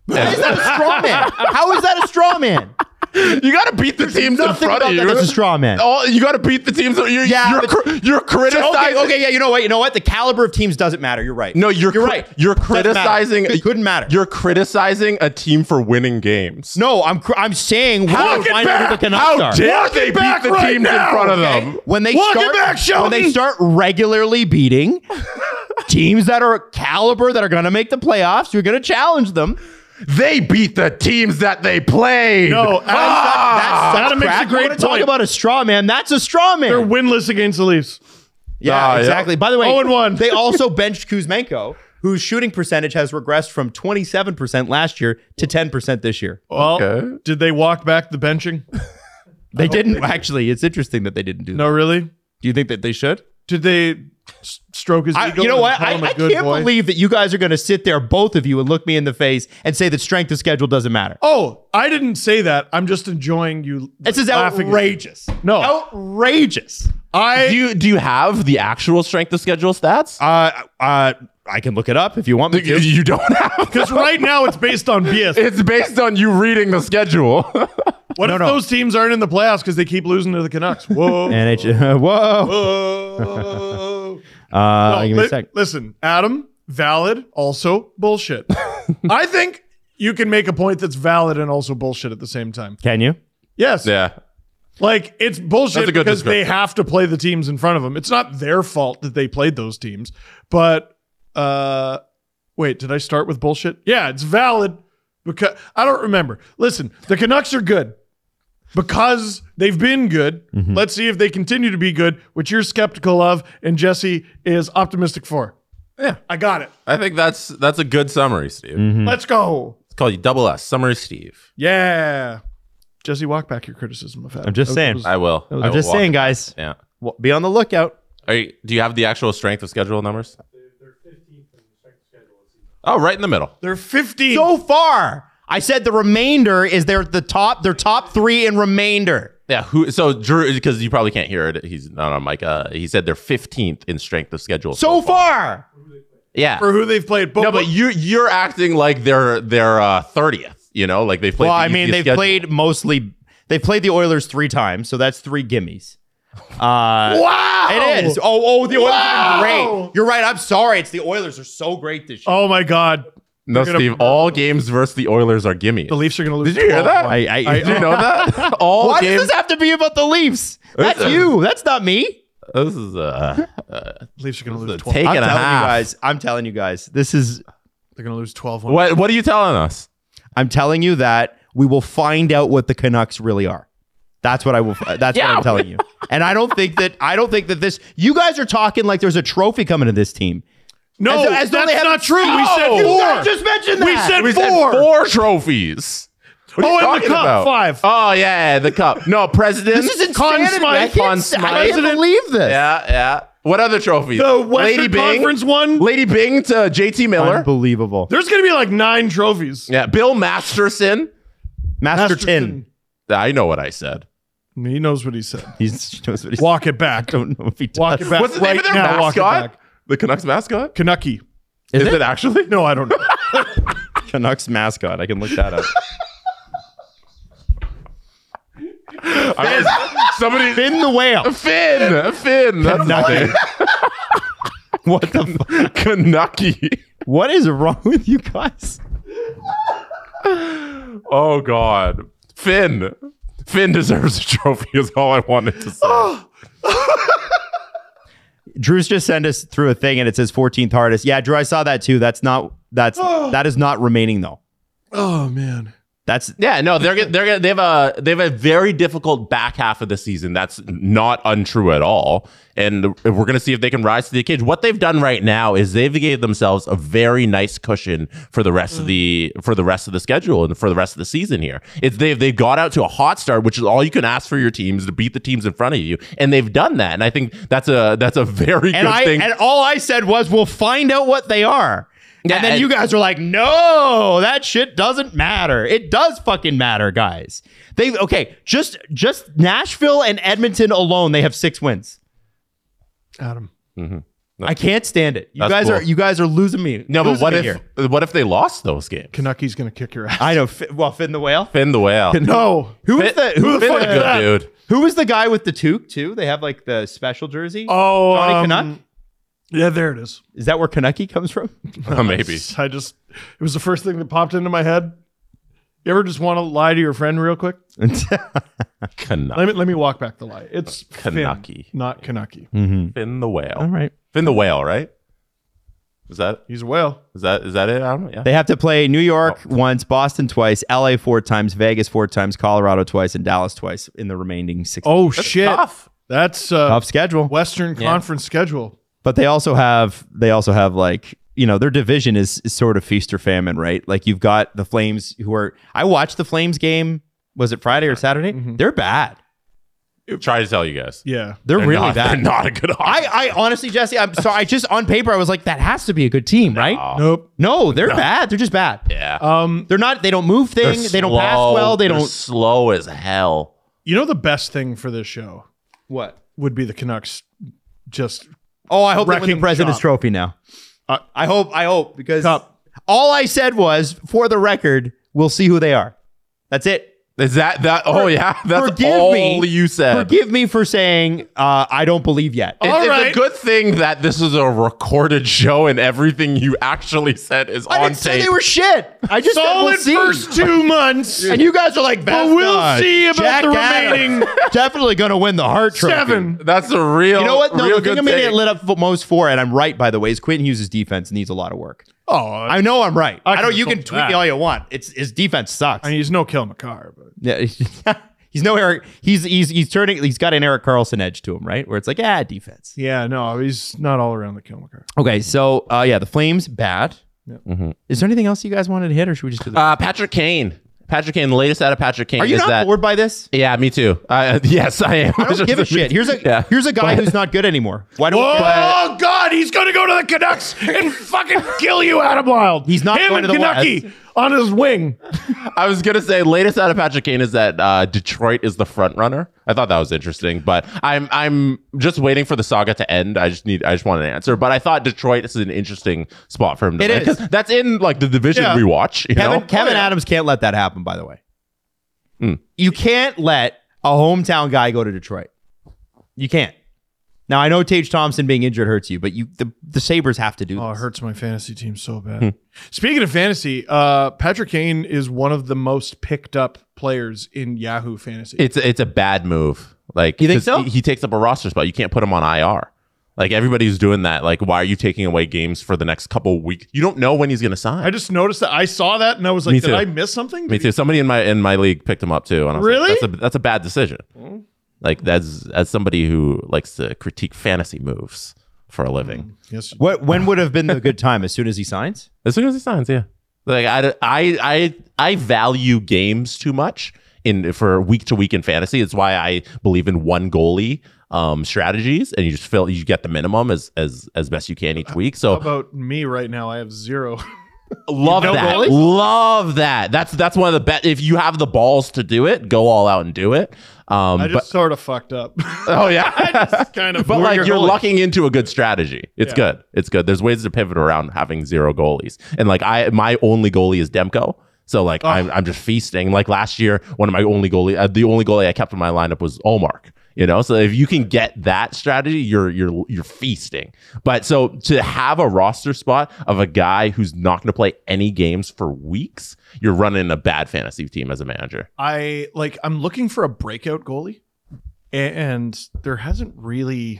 [SPEAKER 3] How is that a straw man? How is that a straw man?
[SPEAKER 5] You got to beat the teams in
[SPEAKER 3] Nothing
[SPEAKER 5] front
[SPEAKER 3] about
[SPEAKER 5] of
[SPEAKER 3] that
[SPEAKER 5] you. Oh,
[SPEAKER 3] that's a straw man.
[SPEAKER 5] All, you got to beat the teams. You're,
[SPEAKER 3] Yeah,
[SPEAKER 5] you're,
[SPEAKER 3] but-
[SPEAKER 5] cr- you're criticizing.
[SPEAKER 3] Okay, okay, yeah, you know what? You know what? The caliber of teams doesn't matter. You're right.
[SPEAKER 5] No, you're
[SPEAKER 3] you're
[SPEAKER 5] cri-
[SPEAKER 3] right.
[SPEAKER 5] You're
[SPEAKER 3] Doesn't matter.
[SPEAKER 5] criticizing.
[SPEAKER 3] It couldn't matter.
[SPEAKER 5] You're criticizing a team for winning games.
[SPEAKER 3] no, I'm cr- I'm saying how,
[SPEAKER 5] Walk it
[SPEAKER 3] who the
[SPEAKER 5] back.
[SPEAKER 3] Canucks
[SPEAKER 5] How
[SPEAKER 3] are.
[SPEAKER 5] dare
[SPEAKER 4] Walk it
[SPEAKER 5] they beat
[SPEAKER 4] back
[SPEAKER 5] the
[SPEAKER 4] right
[SPEAKER 5] teams in
[SPEAKER 4] now,
[SPEAKER 5] front of
[SPEAKER 4] okay?
[SPEAKER 5] them?
[SPEAKER 3] when they
[SPEAKER 5] Walk
[SPEAKER 3] start
[SPEAKER 5] it back,
[SPEAKER 3] when they
[SPEAKER 5] Sheldon!
[SPEAKER 3] start regularly beating teams that are caliber that are going to make the playoffs, you're going to challenge them.
[SPEAKER 5] They beat the teams that they played.
[SPEAKER 4] No,
[SPEAKER 5] ah!
[SPEAKER 3] That's
[SPEAKER 4] Adam makes
[SPEAKER 3] crap.
[SPEAKER 4] a great
[SPEAKER 3] You wanna Talk
[SPEAKER 4] point.
[SPEAKER 3] about a straw man. That's a straw man.
[SPEAKER 4] They're winless against the Leafs.
[SPEAKER 3] yeah,
[SPEAKER 5] Ah, yeah.
[SPEAKER 3] exactly. By the way,
[SPEAKER 4] Oh, and one.
[SPEAKER 3] they also benched Kuzmenko, whose shooting percentage has regressed from 27% last year to 10% this year.
[SPEAKER 4] Well,
[SPEAKER 5] Okay.
[SPEAKER 4] did they walk back the benching?
[SPEAKER 3] They didn't Oh. actually. It's interesting that they didn't do that.
[SPEAKER 4] No, really.
[SPEAKER 3] Do you think that they should?
[SPEAKER 4] Did they s- stroke his
[SPEAKER 3] I,
[SPEAKER 4] ego?
[SPEAKER 3] you know
[SPEAKER 4] and
[SPEAKER 3] what?
[SPEAKER 4] call
[SPEAKER 3] I,
[SPEAKER 4] him a
[SPEAKER 3] I
[SPEAKER 4] good
[SPEAKER 3] can't
[SPEAKER 4] boy?
[SPEAKER 3] believe that you guys are going to sit there, both of you, and look me in the face and say that strength of schedule doesn't matter.
[SPEAKER 4] Oh, I didn't say that. I'm just enjoying you.
[SPEAKER 3] This is
[SPEAKER 4] laughing at-
[SPEAKER 3] outrageous.
[SPEAKER 4] No.
[SPEAKER 3] Outrageous.
[SPEAKER 4] I
[SPEAKER 5] do you do you have the actual strength of schedule stats?
[SPEAKER 3] Uh, uh, I can look it up if you want me
[SPEAKER 5] You-
[SPEAKER 3] to.
[SPEAKER 5] you don't have.
[SPEAKER 4] because right now it's based on BS.
[SPEAKER 5] It's based on you reading the schedule.
[SPEAKER 4] What if those teams aren't in the playoffs because they keep losing to the Canucks? Whoa.
[SPEAKER 3] NHL. Whoa.
[SPEAKER 4] Whoa.
[SPEAKER 3] Uh,
[SPEAKER 4] No,
[SPEAKER 3] give me
[SPEAKER 4] Oh. li-
[SPEAKER 3] a sec.
[SPEAKER 4] Listen, Adam, valid, also bullshit. I think you can make a point that's valid and also bullshit at the same time.
[SPEAKER 3] Can you?
[SPEAKER 4] Yes.
[SPEAKER 5] yeah.
[SPEAKER 4] Like it's
[SPEAKER 5] That's a
[SPEAKER 4] bullshit
[SPEAKER 5] good
[SPEAKER 4] because they
[SPEAKER 5] description.
[SPEAKER 4] have to play the teams in front of them. It's not their fault that they played those teams. But uh wait, did I start with bullshit? Yeah, it's valid because I don't remember. Listen, the Canucks are good. because they've been good.
[SPEAKER 5] Mm-hmm.
[SPEAKER 4] Let's see if they continue to be good, which you're skeptical of, and Jesse is optimistic for. Yeah, I got it.
[SPEAKER 5] I think that's that's a good summary, Steve.
[SPEAKER 3] Mm-hmm.
[SPEAKER 4] Let's go.
[SPEAKER 5] Let's call you double S, summary Steve.
[SPEAKER 4] Yeah. Jesse, walk back your criticism of that.
[SPEAKER 3] I'm just
[SPEAKER 4] That
[SPEAKER 3] saying.
[SPEAKER 4] was-
[SPEAKER 5] I will. I
[SPEAKER 3] I'm
[SPEAKER 5] will
[SPEAKER 3] just
[SPEAKER 5] walk
[SPEAKER 3] saying,
[SPEAKER 5] it.
[SPEAKER 3] guys.
[SPEAKER 5] Yeah.
[SPEAKER 3] w- Be on the lookout.
[SPEAKER 5] Are you, do you have the actual strength of schedule numbers? Oh, right in the middle.
[SPEAKER 4] they're 15.
[SPEAKER 3] So far, I said the remainder is their the top. Their top three in remainder.
[SPEAKER 5] Yeah. Who? So Drew, because you probably can't hear it. He's not on mic. Uh, he said they're 15th in strength of schedule.
[SPEAKER 3] So far,
[SPEAKER 5] Yeah.
[SPEAKER 4] for who they've played. But,
[SPEAKER 5] No, but you you're acting like they're they're uh, 30th. You know, like they played.
[SPEAKER 3] well,
[SPEAKER 5] the
[SPEAKER 3] I mean,
[SPEAKER 5] easiest
[SPEAKER 3] they've
[SPEAKER 5] schedule.
[SPEAKER 3] played mostly. They've played the Oilers three times, so that's three gimmies. Uh,
[SPEAKER 4] wow.
[SPEAKER 3] It is. Oh, oh, the Oilers
[SPEAKER 4] Wow.
[SPEAKER 3] are great. You're right. I'm sorry. It's the Oilers are so great this year.
[SPEAKER 4] Oh, my God.
[SPEAKER 5] No,
[SPEAKER 4] gonna-
[SPEAKER 5] Steve. All games versus the Oilers are gimme.
[SPEAKER 4] The Leafs are going to lose.
[SPEAKER 5] Did you hear that?
[SPEAKER 3] I, I,
[SPEAKER 5] Did you know that? all
[SPEAKER 3] why
[SPEAKER 5] games.
[SPEAKER 3] does this have to be about the Leafs? That's
[SPEAKER 5] Oh, Listen.
[SPEAKER 3] you. That's not me.
[SPEAKER 5] This is uh,
[SPEAKER 4] The Leafs are going to
[SPEAKER 5] the
[SPEAKER 4] lose
[SPEAKER 5] take
[SPEAKER 4] 12.
[SPEAKER 3] I'm
[SPEAKER 5] and a
[SPEAKER 3] telling
[SPEAKER 5] half.
[SPEAKER 3] you guys. I'm telling you guys. This is.
[SPEAKER 4] They're going to lose 12.
[SPEAKER 5] What What are you telling us?
[SPEAKER 3] I'm telling you that we will find out what the Canucks really are. That's what I will. That's what
[SPEAKER 5] Yeah.
[SPEAKER 3] I'm telling you. And I don't think that I don't think that this. You guys are talking like there's a trophy coming to this team.
[SPEAKER 4] No,
[SPEAKER 3] As though- as though
[SPEAKER 4] that's
[SPEAKER 3] they haven't-
[SPEAKER 4] not true. We said
[SPEAKER 5] No.
[SPEAKER 4] four.
[SPEAKER 5] You
[SPEAKER 3] I just mentioned that.
[SPEAKER 4] we said
[SPEAKER 5] We
[SPEAKER 4] four.
[SPEAKER 5] said four trophies. What are
[SPEAKER 4] Oh,
[SPEAKER 5] you
[SPEAKER 4] and the
[SPEAKER 5] talking
[SPEAKER 4] cup,
[SPEAKER 5] about?
[SPEAKER 4] five.
[SPEAKER 5] Oh yeah, yeah, the cup. No, president.
[SPEAKER 3] This is insanity. I
[SPEAKER 5] Conn
[SPEAKER 3] can't,
[SPEAKER 5] Smythe.
[SPEAKER 3] I can't believe this.
[SPEAKER 5] Yeah, yeah. What other trophies?
[SPEAKER 4] The Western Conference one.
[SPEAKER 5] Lady Bing to JT Miller.
[SPEAKER 3] Unbelievable.
[SPEAKER 4] There's going to be like nine trophies.
[SPEAKER 5] Yeah, Bill Masterson.
[SPEAKER 3] Master, Tin.
[SPEAKER 4] Masterton.
[SPEAKER 5] I know what I said.
[SPEAKER 4] He knows what he said.
[SPEAKER 3] He's, he knows what he's,
[SPEAKER 4] Walk it back.
[SPEAKER 3] I don't know if he does.
[SPEAKER 4] Walk it back.
[SPEAKER 5] What's the
[SPEAKER 4] right
[SPEAKER 5] name of their
[SPEAKER 4] now, Walk it
[SPEAKER 5] mascot?
[SPEAKER 4] back.
[SPEAKER 5] The Canucks mascot?
[SPEAKER 4] Kanucky.
[SPEAKER 5] Is, it? actually?
[SPEAKER 4] No, I don't know.
[SPEAKER 3] Canucks mascot. I can look that up.
[SPEAKER 5] I was- somebody
[SPEAKER 3] Finn the whale.
[SPEAKER 5] Finn. Finn. That's
[SPEAKER 3] Canucky. what the? Fu-
[SPEAKER 5] nothing. Canucky.
[SPEAKER 3] what is wrong with you guys?
[SPEAKER 5] Oh God. Finn. Finn deserves a trophy is all I wanted to
[SPEAKER 3] Oh.
[SPEAKER 5] say.
[SPEAKER 3] Drew's just sent us through a thing and it says 14th hardest. Yeah, Drew, I saw that too. That's not that's that is not remaining though.
[SPEAKER 4] oh, man.
[SPEAKER 3] That's
[SPEAKER 5] yeah, no, they're gonna- they're gonna- they have a they have a very difficult back half of the season. That's not untrue at all. And we're gonna see if they can rise to the occasion. What they've done right now is they've gave themselves a very nice cushion for the rest of the for the rest of the schedule and for the rest of the season here. It's they've they've got out to a hot start, which is all you can ask for your teams to beat the teams in front of you, and they've done that. And I think that's a that's a very
[SPEAKER 3] and
[SPEAKER 5] good
[SPEAKER 3] I
[SPEAKER 5] thing.
[SPEAKER 3] and all I said was we'll find out what they are.
[SPEAKER 5] Yeah,
[SPEAKER 3] and then
[SPEAKER 5] and-
[SPEAKER 3] you guys were like, "No, that shit doesn't matter. It does fucking matter, guys." They okay, just just Nashville and Edmonton alone, they have 6 wins.
[SPEAKER 4] Adam.
[SPEAKER 3] I can't stand it. You
[SPEAKER 5] That's
[SPEAKER 3] guys
[SPEAKER 5] cool.
[SPEAKER 3] are you guys are losing me.
[SPEAKER 5] No, but
[SPEAKER 3] Losing
[SPEAKER 5] what
[SPEAKER 3] me
[SPEAKER 5] if
[SPEAKER 3] here.
[SPEAKER 5] what if they lost those games?
[SPEAKER 4] Kanucky's going to kick your ass.
[SPEAKER 3] I know Fi- well Finn the whale.
[SPEAKER 5] Finn the whale.
[SPEAKER 4] no.
[SPEAKER 3] Who was
[SPEAKER 5] Finn,
[SPEAKER 3] the who,
[SPEAKER 5] Finn's
[SPEAKER 3] Finn-
[SPEAKER 5] a good dude.
[SPEAKER 3] who was the guy with the toque too? They have like the special jersey.
[SPEAKER 4] Oh,
[SPEAKER 3] Johnny
[SPEAKER 4] um,
[SPEAKER 3] Canuck?
[SPEAKER 4] Yeah, there it is.
[SPEAKER 3] Is that where Kanucky comes from?
[SPEAKER 5] Oh, maybe.
[SPEAKER 4] I just, it was the first thing that popped into my head. You ever just want to lie to your friend real quick?
[SPEAKER 5] Canuck.
[SPEAKER 4] Let me let me walk back the lie. It's Kanucky,
[SPEAKER 5] Kanucky.
[SPEAKER 4] not Kanucky.
[SPEAKER 3] Hmm.
[SPEAKER 5] Finn the whale.
[SPEAKER 3] right.
[SPEAKER 5] Finn the whale, right? Is that
[SPEAKER 4] He's a whale.
[SPEAKER 5] is that is that it? I don't know. Yeah.
[SPEAKER 3] They have to play New York
[SPEAKER 5] Oh.
[SPEAKER 3] once, Boston twice, LA four times, Vegas four times, Colorado twice, and Dallas twice in the remaining six.
[SPEAKER 4] Oh shit,
[SPEAKER 5] Tough.
[SPEAKER 4] that's uh,
[SPEAKER 3] Tough schedule.
[SPEAKER 4] Western Conference schedule.
[SPEAKER 3] But they also have they also have like you know their division is, is sort of feast or famine, right? Like you've got the Flames who are. I watched the Flames game. Was it Friday or Saturday?
[SPEAKER 5] Mm-hmm.
[SPEAKER 3] They're bad.
[SPEAKER 5] Try to tell you guys.
[SPEAKER 4] Yeah,
[SPEAKER 3] They're, really
[SPEAKER 5] not,
[SPEAKER 3] bad.
[SPEAKER 5] They're not a good option.
[SPEAKER 3] I, I honestly, Jesse, I'm sorry. I just on paper, I was like, that has to be a good team, right?
[SPEAKER 4] nope.
[SPEAKER 3] No, they're bad. They're just bad.
[SPEAKER 5] yeah.
[SPEAKER 4] Um,
[SPEAKER 3] They're not. They don't move
[SPEAKER 5] They're
[SPEAKER 3] things. They don't pass
[SPEAKER 5] slow.
[SPEAKER 3] well. They
[SPEAKER 5] They're
[SPEAKER 3] don't.
[SPEAKER 5] slow as hell.
[SPEAKER 4] you know the best thing for this show
[SPEAKER 3] What?
[SPEAKER 4] would be the Canucks. Just
[SPEAKER 3] Oh, I hope they win the
[SPEAKER 4] Wrecking
[SPEAKER 3] President's
[SPEAKER 4] shop.
[SPEAKER 3] Trophy now.
[SPEAKER 4] Uh,
[SPEAKER 3] I hope. I hope because
[SPEAKER 4] Cup.
[SPEAKER 3] all I said was, for the record, we'll see who they are. That's it.
[SPEAKER 5] Is that that oh yeah? That's all you said.
[SPEAKER 3] Forgive me for saying uh, I don't believe yet.
[SPEAKER 5] It's,
[SPEAKER 4] All
[SPEAKER 5] it's a
[SPEAKER 4] right.
[SPEAKER 5] good thing that this is a recorded show and everything you actually said is
[SPEAKER 3] I
[SPEAKER 5] on
[SPEAKER 3] didn't say
[SPEAKER 5] tape.
[SPEAKER 3] they were shit. I just said we'll
[SPEAKER 4] solid
[SPEAKER 3] see.
[SPEAKER 4] first two months.
[SPEAKER 3] and you guys are like,
[SPEAKER 4] But
[SPEAKER 3] "That's
[SPEAKER 4] we'll
[SPEAKER 3] not
[SPEAKER 4] see about
[SPEAKER 3] Jack
[SPEAKER 4] the
[SPEAKER 3] Adams."
[SPEAKER 4] remaining
[SPEAKER 3] Definitely going to win the Hart Trophy.
[SPEAKER 4] seven. Oh,
[SPEAKER 5] That's a real.
[SPEAKER 3] You know what? No,
[SPEAKER 5] real
[SPEAKER 3] the thing
[SPEAKER 5] good
[SPEAKER 3] I'm going to
[SPEAKER 5] take.
[SPEAKER 3] lit up f- most for, and I'm right by the way, is Quentin Hughes' defense needs a lot of work.
[SPEAKER 4] Oh,
[SPEAKER 3] I
[SPEAKER 4] I,
[SPEAKER 3] know I'm right.
[SPEAKER 4] I
[SPEAKER 3] I,
[SPEAKER 4] can
[SPEAKER 3] know you can
[SPEAKER 4] insult
[SPEAKER 3] tweet
[SPEAKER 4] that.
[SPEAKER 3] me all you want. It's his defense sucks.
[SPEAKER 4] I mean, he's no Kill McCarr, but
[SPEAKER 3] yeah, He's no Eric. He's he's he's turning. He's got an Eric Carlson edge to him, right? Where it's like, ah, defense.
[SPEAKER 4] Yeah, no, he's not all around the Kilmer card.
[SPEAKER 3] Okay, so uh, yeah, the Flames bad. Mm-hmm. Is there anything else you guys wanted to hit, or should we just do the?
[SPEAKER 5] Uh, Patrick Kane. Patrick Kane. The latest out of Patrick Kane
[SPEAKER 3] Are you
[SPEAKER 5] is
[SPEAKER 3] not
[SPEAKER 5] that.
[SPEAKER 3] bored by this?
[SPEAKER 5] Yeah, me too. Uh, yes, I am.
[SPEAKER 3] I don't give a shit. Here's a
[SPEAKER 5] Yeah.
[SPEAKER 3] here's a guy who's not good anymore. Why don't?
[SPEAKER 4] oh God, he's gonna go to the Canucks and fucking kill you, Adam Wild.
[SPEAKER 3] He's not
[SPEAKER 4] him
[SPEAKER 3] going
[SPEAKER 4] and
[SPEAKER 3] to the
[SPEAKER 4] Canucky
[SPEAKER 3] West.
[SPEAKER 4] on his wing.
[SPEAKER 5] I was gonna say latest out of Patrick Kane is that uh, Detroit is the front runner. I thought that was interesting, but I'm I'm just waiting for the saga to end. I just need I just want an answer. But I thought Detroit is an interesting spot for him to
[SPEAKER 3] It
[SPEAKER 5] land,
[SPEAKER 3] is.
[SPEAKER 5] 'cause that's in like the division
[SPEAKER 4] Yeah.
[SPEAKER 5] we watch. You
[SPEAKER 3] Kevin,
[SPEAKER 5] know? Hmm.
[SPEAKER 3] Kevin
[SPEAKER 4] Oh, yeah.
[SPEAKER 3] Adams can't let that happen, by the way. You can't let a hometown guy go to Detroit. You can't. Now, I know Tage Thompson being injured hurts you, but you the, the Sabres have to do
[SPEAKER 4] Oh, it
[SPEAKER 3] this.
[SPEAKER 4] hurts my fantasy team so
[SPEAKER 3] Hmm.
[SPEAKER 4] bad. Speaking of fantasy, uh, Patrick Kane is one of the most picked up players in Yahoo Fantasy.
[SPEAKER 5] It's it's a bad move. Like
[SPEAKER 3] You think
[SPEAKER 5] 'cause
[SPEAKER 3] so?
[SPEAKER 5] He, he takes up a roster spot. You can't put him on IR. Like everybody's doing that. Like why are you taking away games for the next couple weeks? You don't know when he's gonna sign.
[SPEAKER 4] I just noticed that I saw that and I was like,
[SPEAKER 5] Me
[SPEAKER 4] did
[SPEAKER 5] too.
[SPEAKER 4] I miss something?
[SPEAKER 5] Me too. Somebody in my in my league picked him up too. And I was
[SPEAKER 4] Really?
[SPEAKER 5] Like, that's a that's a bad decision.
[SPEAKER 3] Mm.
[SPEAKER 5] Like that's as somebody who likes to critique fantasy moves for a
[SPEAKER 3] Mm.
[SPEAKER 5] living.
[SPEAKER 4] Yes.
[SPEAKER 3] What, when would have been the good time? As soon as he signs?
[SPEAKER 5] As soon as he signs, yeah. Like I I I I value games too much in for week to week in fantasy. It's why I believe in one goalie um strategies and you just fill you get the minimum as as as best you can each week. So
[SPEAKER 4] How about me right now? I have zero.
[SPEAKER 5] Love
[SPEAKER 4] No
[SPEAKER 5] that.
[SPEAKER 4] goalies?
[SPEAKER 5] Love that. That's that's one of the best. If you have the balls to do it, go all out and do it. Um,
[SPEAKER 4] I just sort of fucked up.
[SPEAKER 5] but, oh yeah,
[SPEAKER 4] kind of.
[SPEAKER 5] but
[SPEAKER 4] blew
[SPEAKER 5] like
[SPEAKER 4] your
[SPEAKER 5] you're
[SPEAKER 4] goalie.
[SPEAKER 5] lucking into a good strategy. It's
[SPEAKER 4] Yeah.
[SPEAKER 5] good. It's good. There's ways to pivot around having zero goalies. And like I, my only goalie is Demko. So like
[SPEAKER 4] Ah.
[SPEAKER 5] I'm, I'm just feasting. Like last year, one of my only goalie, uh, the only goalie I kept in my lineup was Olmark. You know, so if you can get that strategy, you're you're you're feasting. But so to have a roster spot of a guy who's not going to play any games for weeks, you're running a bad fantasy team as a manager.
[SPEAKER 4] I like I'm looking for a breakout goalie, a- and there hasn't really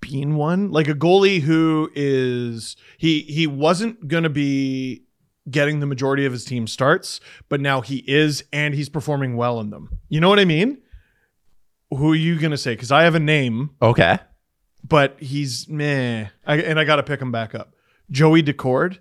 [SPEAKER 4] been one. Like a goalie who is he he wasn't gonna be getting the majority of his team starts, but now he is, and he's performing well in them. You know what I mean? Who are you gonna say? Because I have a name,
[SPEAKER 5] Okay.
[SPEAKER 4] but he's meh, I, and I gotta pick him back up. Joey Decord,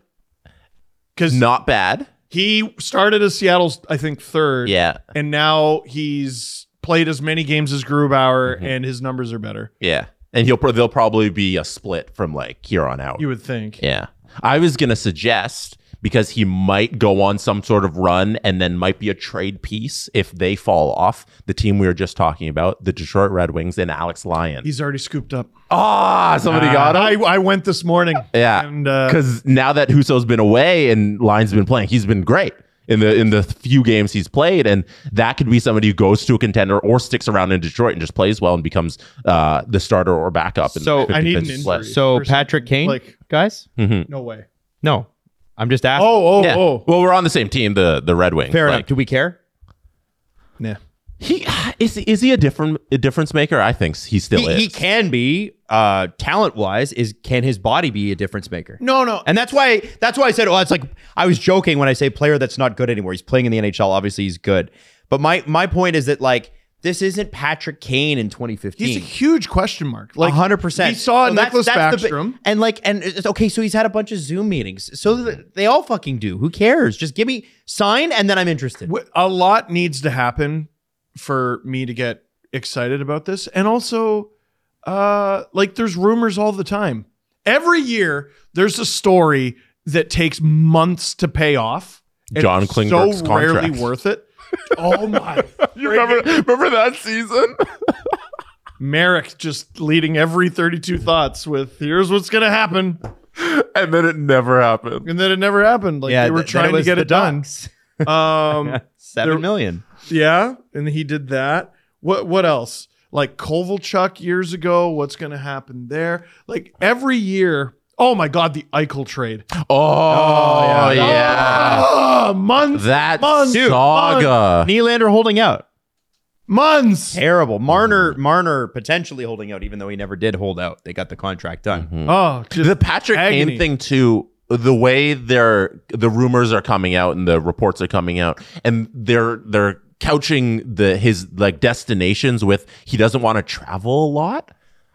[SPEAKER 4] because
[SPEAKER 5] Not bad.
[SPEAKER 4] he started as Seattle's I think third
[SPEAKER 5] Yeah.
[SPEAKER 4] and now he's played as many games as Grubauer, and his numbers are better.
[SPEAKER 5] Yeah. And he'll pro- they'll probably be a split from like here on out.
[SPEAKER 4] You would think.
[SPEAKER 5] Yeah. I was going to suggest because he might go on some sort of run and then might be a trade piece if they fall off the team we were just talking about, the Detroit Red Wings and Alex Lyon.
[SPEAKER 4] He's already scooped up.
[SPEAKER 5] Ah, somebody got him.
[SPEAKER 4] I, I went this morning.
[SPEAKER 5] Yeah.
[SPEAKER 4] And uh,
[SPEAKER 5] Cuz now that Huso's been away and Lyon's been playing, he's been great. In the in the few games he's played, and that could be somebody who goes to a contender or sticks around in Detroit and just plays well and becomes uh, the starter or backup. And
[SPEAKER 3] So,
[SPEAKER 5] could
[SPEAKER 4] I need an
[SPEAKER 5] potentially play.
[SPEAKER 4] injury.
[SPEAKER 3] So
[SPEAKER 4] Person,
[SPEAKER 3] Patrick Kane,
[SPEAKER 4] like-
[SPEAKER 3] guys?
[SPEAKER 5] Hmm.
[SPEAKER 4] no way.
[SPEAKER 3] No, I'm just asking.
[SPEAKER 4] Oh, oh,
[SPEAKER 5] Yeah.
[SPEAKER 4] oh.
[SPEAKER 5] Well, we're on the same team, the the Red Wings.
[SPEAKER 3] fair
[SPEAKER 5] Like,
[SPEAKER 3] enough. Do we care?
[SPEAKER 4] Nah.
[SPEAKER 5] He is he- is he a different a difference maker? I think he still
[SPEAKER 3] He,
[SPEAKER 5] is.
[SPEAKER 3] he can be uh, talent wise. Is can his body be a difference maker?
[SPEAKER 4] No, no.
[SPEAKER 3] And that's why that's why I said, oh, it's like I was joking when I say player that's not good anymore. He's playing in the NHL. Obviously, he's good. But my my point is that like this isn't Patrick Kane in 2015.
[SPEAKER 4] He's a huge question mark. Like
[SPEAKER 3] 100%.
[SPEAKER 4] We saw
[SPEAKER 3] So that's-
[SPEAKER 4] Nicholas
[SPEAKER 3] that's the bi-
[SPEAKER 4] Backstrom.
[SPEAKER 3] and like and it's okay, so he's had a bunch of Zoom meetings. So th- they all fucking do. Who cares? Just give me sign and then I'm interested.
[SPEAKER 4] Wh- a lot needs to happen for me to get excited about this and also uh like there's rumors all the time every year there's a story that takes months to pay off and
[SPEAKER 5] John
[SPEAKER 4] it's
[SPEAKER 5] Klingberg's
[SPEAKER 4] so rarely
[SPEAKER 5] contract.
[SPEAKER 4] worth it oh my
[SPEAKER 5] you remember remember that season?
[SPEAKER 4] merrick just leading every 32 thoughts with here's what's gonna happen
[SPEAKER 5] and then it never happened.
[SPEAKER 4] and then it never happened like they were
[SPEAKER 3] th- then
[SPEAKER 4] trying to
[SPEAKER 3] was
[SPEAKER 4] get
[SPEAKER 3] the
[SPEAKER 4] it done
[SPEAKER 3] Ducks.
[SPEAKER 4] um There-
[SPEAKER 3] Seven million.
[SPEAKER 4] Yeah, and he did that. What what else? Like Kovalchuk years ago, what's going to happen there? Like every year, oh my god, the Eichel trade.
[SPEAKER 5] Oh,
[SPEAKER 3] Oh,
[SPEAKER 5] yeah.
[SPEAKER 4] Ah, months,
[SPEAKER 5] That
[SPEAKER 4] months,
[SPEAKER 5] saga.
[SPEAKER 3] Nylander holding out.
[SPEAKER 4] months.
[SPEAKER 3] Terrible. Marner Marner potentially holding out, even though he never did hold out. They got the contract done.
[SPEAKER 4] Oh, just
[SPEAKER 5] the Patrick
[SPEAKER 4] agony.
[SPEAKER 5] Kane thing too. The way they're the rumors are coming out and the reports are coming out, and they're they're couching the his like destinations with he doesn't want to travel a lot.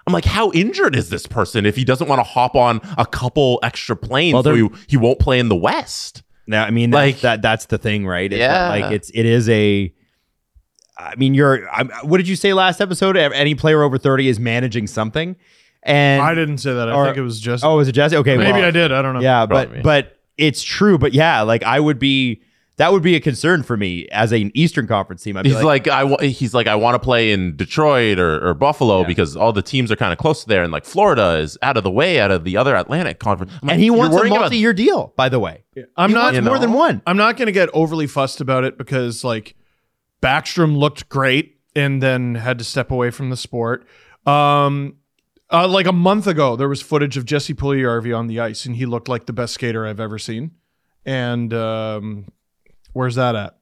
[SPEAKER 5] I'm like, how injured is this person if he doesn't want to hop on a couple extra planes
[SPEAKER 3] Well,
[SPEAKER 5] so
[SPEAKER 3] they're-
[SPEAKER 5] he, he won't play in the West?
[SPEAKER 3] Now, I mean,
[SPEAKER 5] Like-
[SPEAKER 3] like that, that's the thing, right? It's
[SPEAKER 5] Yeah.
[SPEAKER 3] Like it's, it is a, I mean, you're, I'm, what did you say last episode? E, Any player over 30 is managing something. And
[SPEAKER 4] I didn't say that. I
[SPEAKER 3] Or-
[SPEAKER 4] think it was just.
[SPEAKER 3] Oh, was it Jesse? Okay.
[SPEAKER 4] maybe
[SPEAKER 3] well,
[SPEAKER 4] I did. I don't know.
[SPEAKER 3] Yeah.
[SPEAKER 5] Probably.
[SPEAKER 3] But, but it's true. But yeah, like I would be, that would be a concern for me as an Eastern Conference team. I'd be
[SPEAKER 5] He's like, I wa- he's like I want to play in Detroit or, or Buffalo because all the teams are kind of close there, and like Florida is out of the way, out of the other Atlantic conference. I'm like,
[SPEAKER 3] and he
[SPEAKER 5] you're
[SPEAKER 3] wants a
[SPEAKER 5] worrying about-
[SPEAKER 3] multi-year deal, by the way.
[SPEAKER 4] I'm
[SPEAKER 3] He
[SPEAKER 4] not.
[SPEAKER 3] wants more than one.
[SPEAKER 4] I'm not going to get overly fussed about it because like Backstrom looked great and then had to step away from the sport. Um, uh, like a month ago, there was footage of Jesse Pugliarvi on the ice, and he looked like the best skater I've ever seen. And um, where's that at?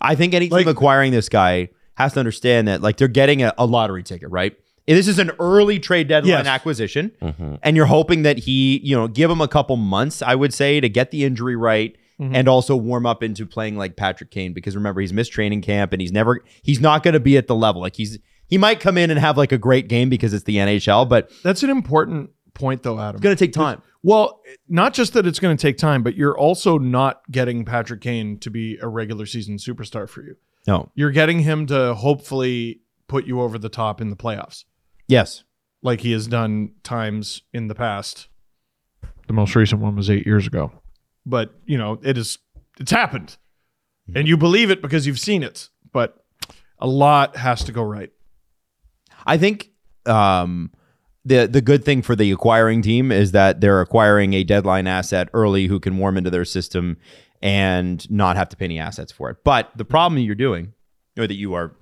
[SPEAKER 3] I think any
[SPEAKER 4] Like-
[SPEAKER 3] team acquiring this guy has to understand that like they're getting a, a lottery ticket, right? This is an early trade deadline
[SPEAKER 4] Yes.
[SPEAKER 3] acquisition, and you're hoping that he, you know, give him a couple months, I would say, to get the injury right
[SPEAKER 4] Mm-hmm.
[SPEAKER 3] and also warm up into playing like Patrick Kane. Because remember, he's missed training camp, and he's never, he's not going to be at the level. Like he's, he might come in and have like a great game because it's the NHL, but it's
[SPEAKER 4] That's an important point, though, Adam.
[SPEAKER 3] going to take time.
[SPEAKER 4] Well, not just that it's going to take time, but you're also not getting Patrick Kane to be a regular season superstar for you.
[SPEAKER 3] No,
[SPEAKER 4] You're getting him to hopefully put you over the top in the playoffs,
[SPEAKER 3] yes,
[SPEAKER 4] like he has done times in the past. The most recent one was eight years ago, but you know it is it's happened, and you believe it because you've seen it. But a lot has to go right.
[SPEAKER 3] I think um, the the good thing for the acquiring team is that they're acquiring a deadline asset early who can warm into their system and not have to pay any assets for it. But the problem you're doing, or that you are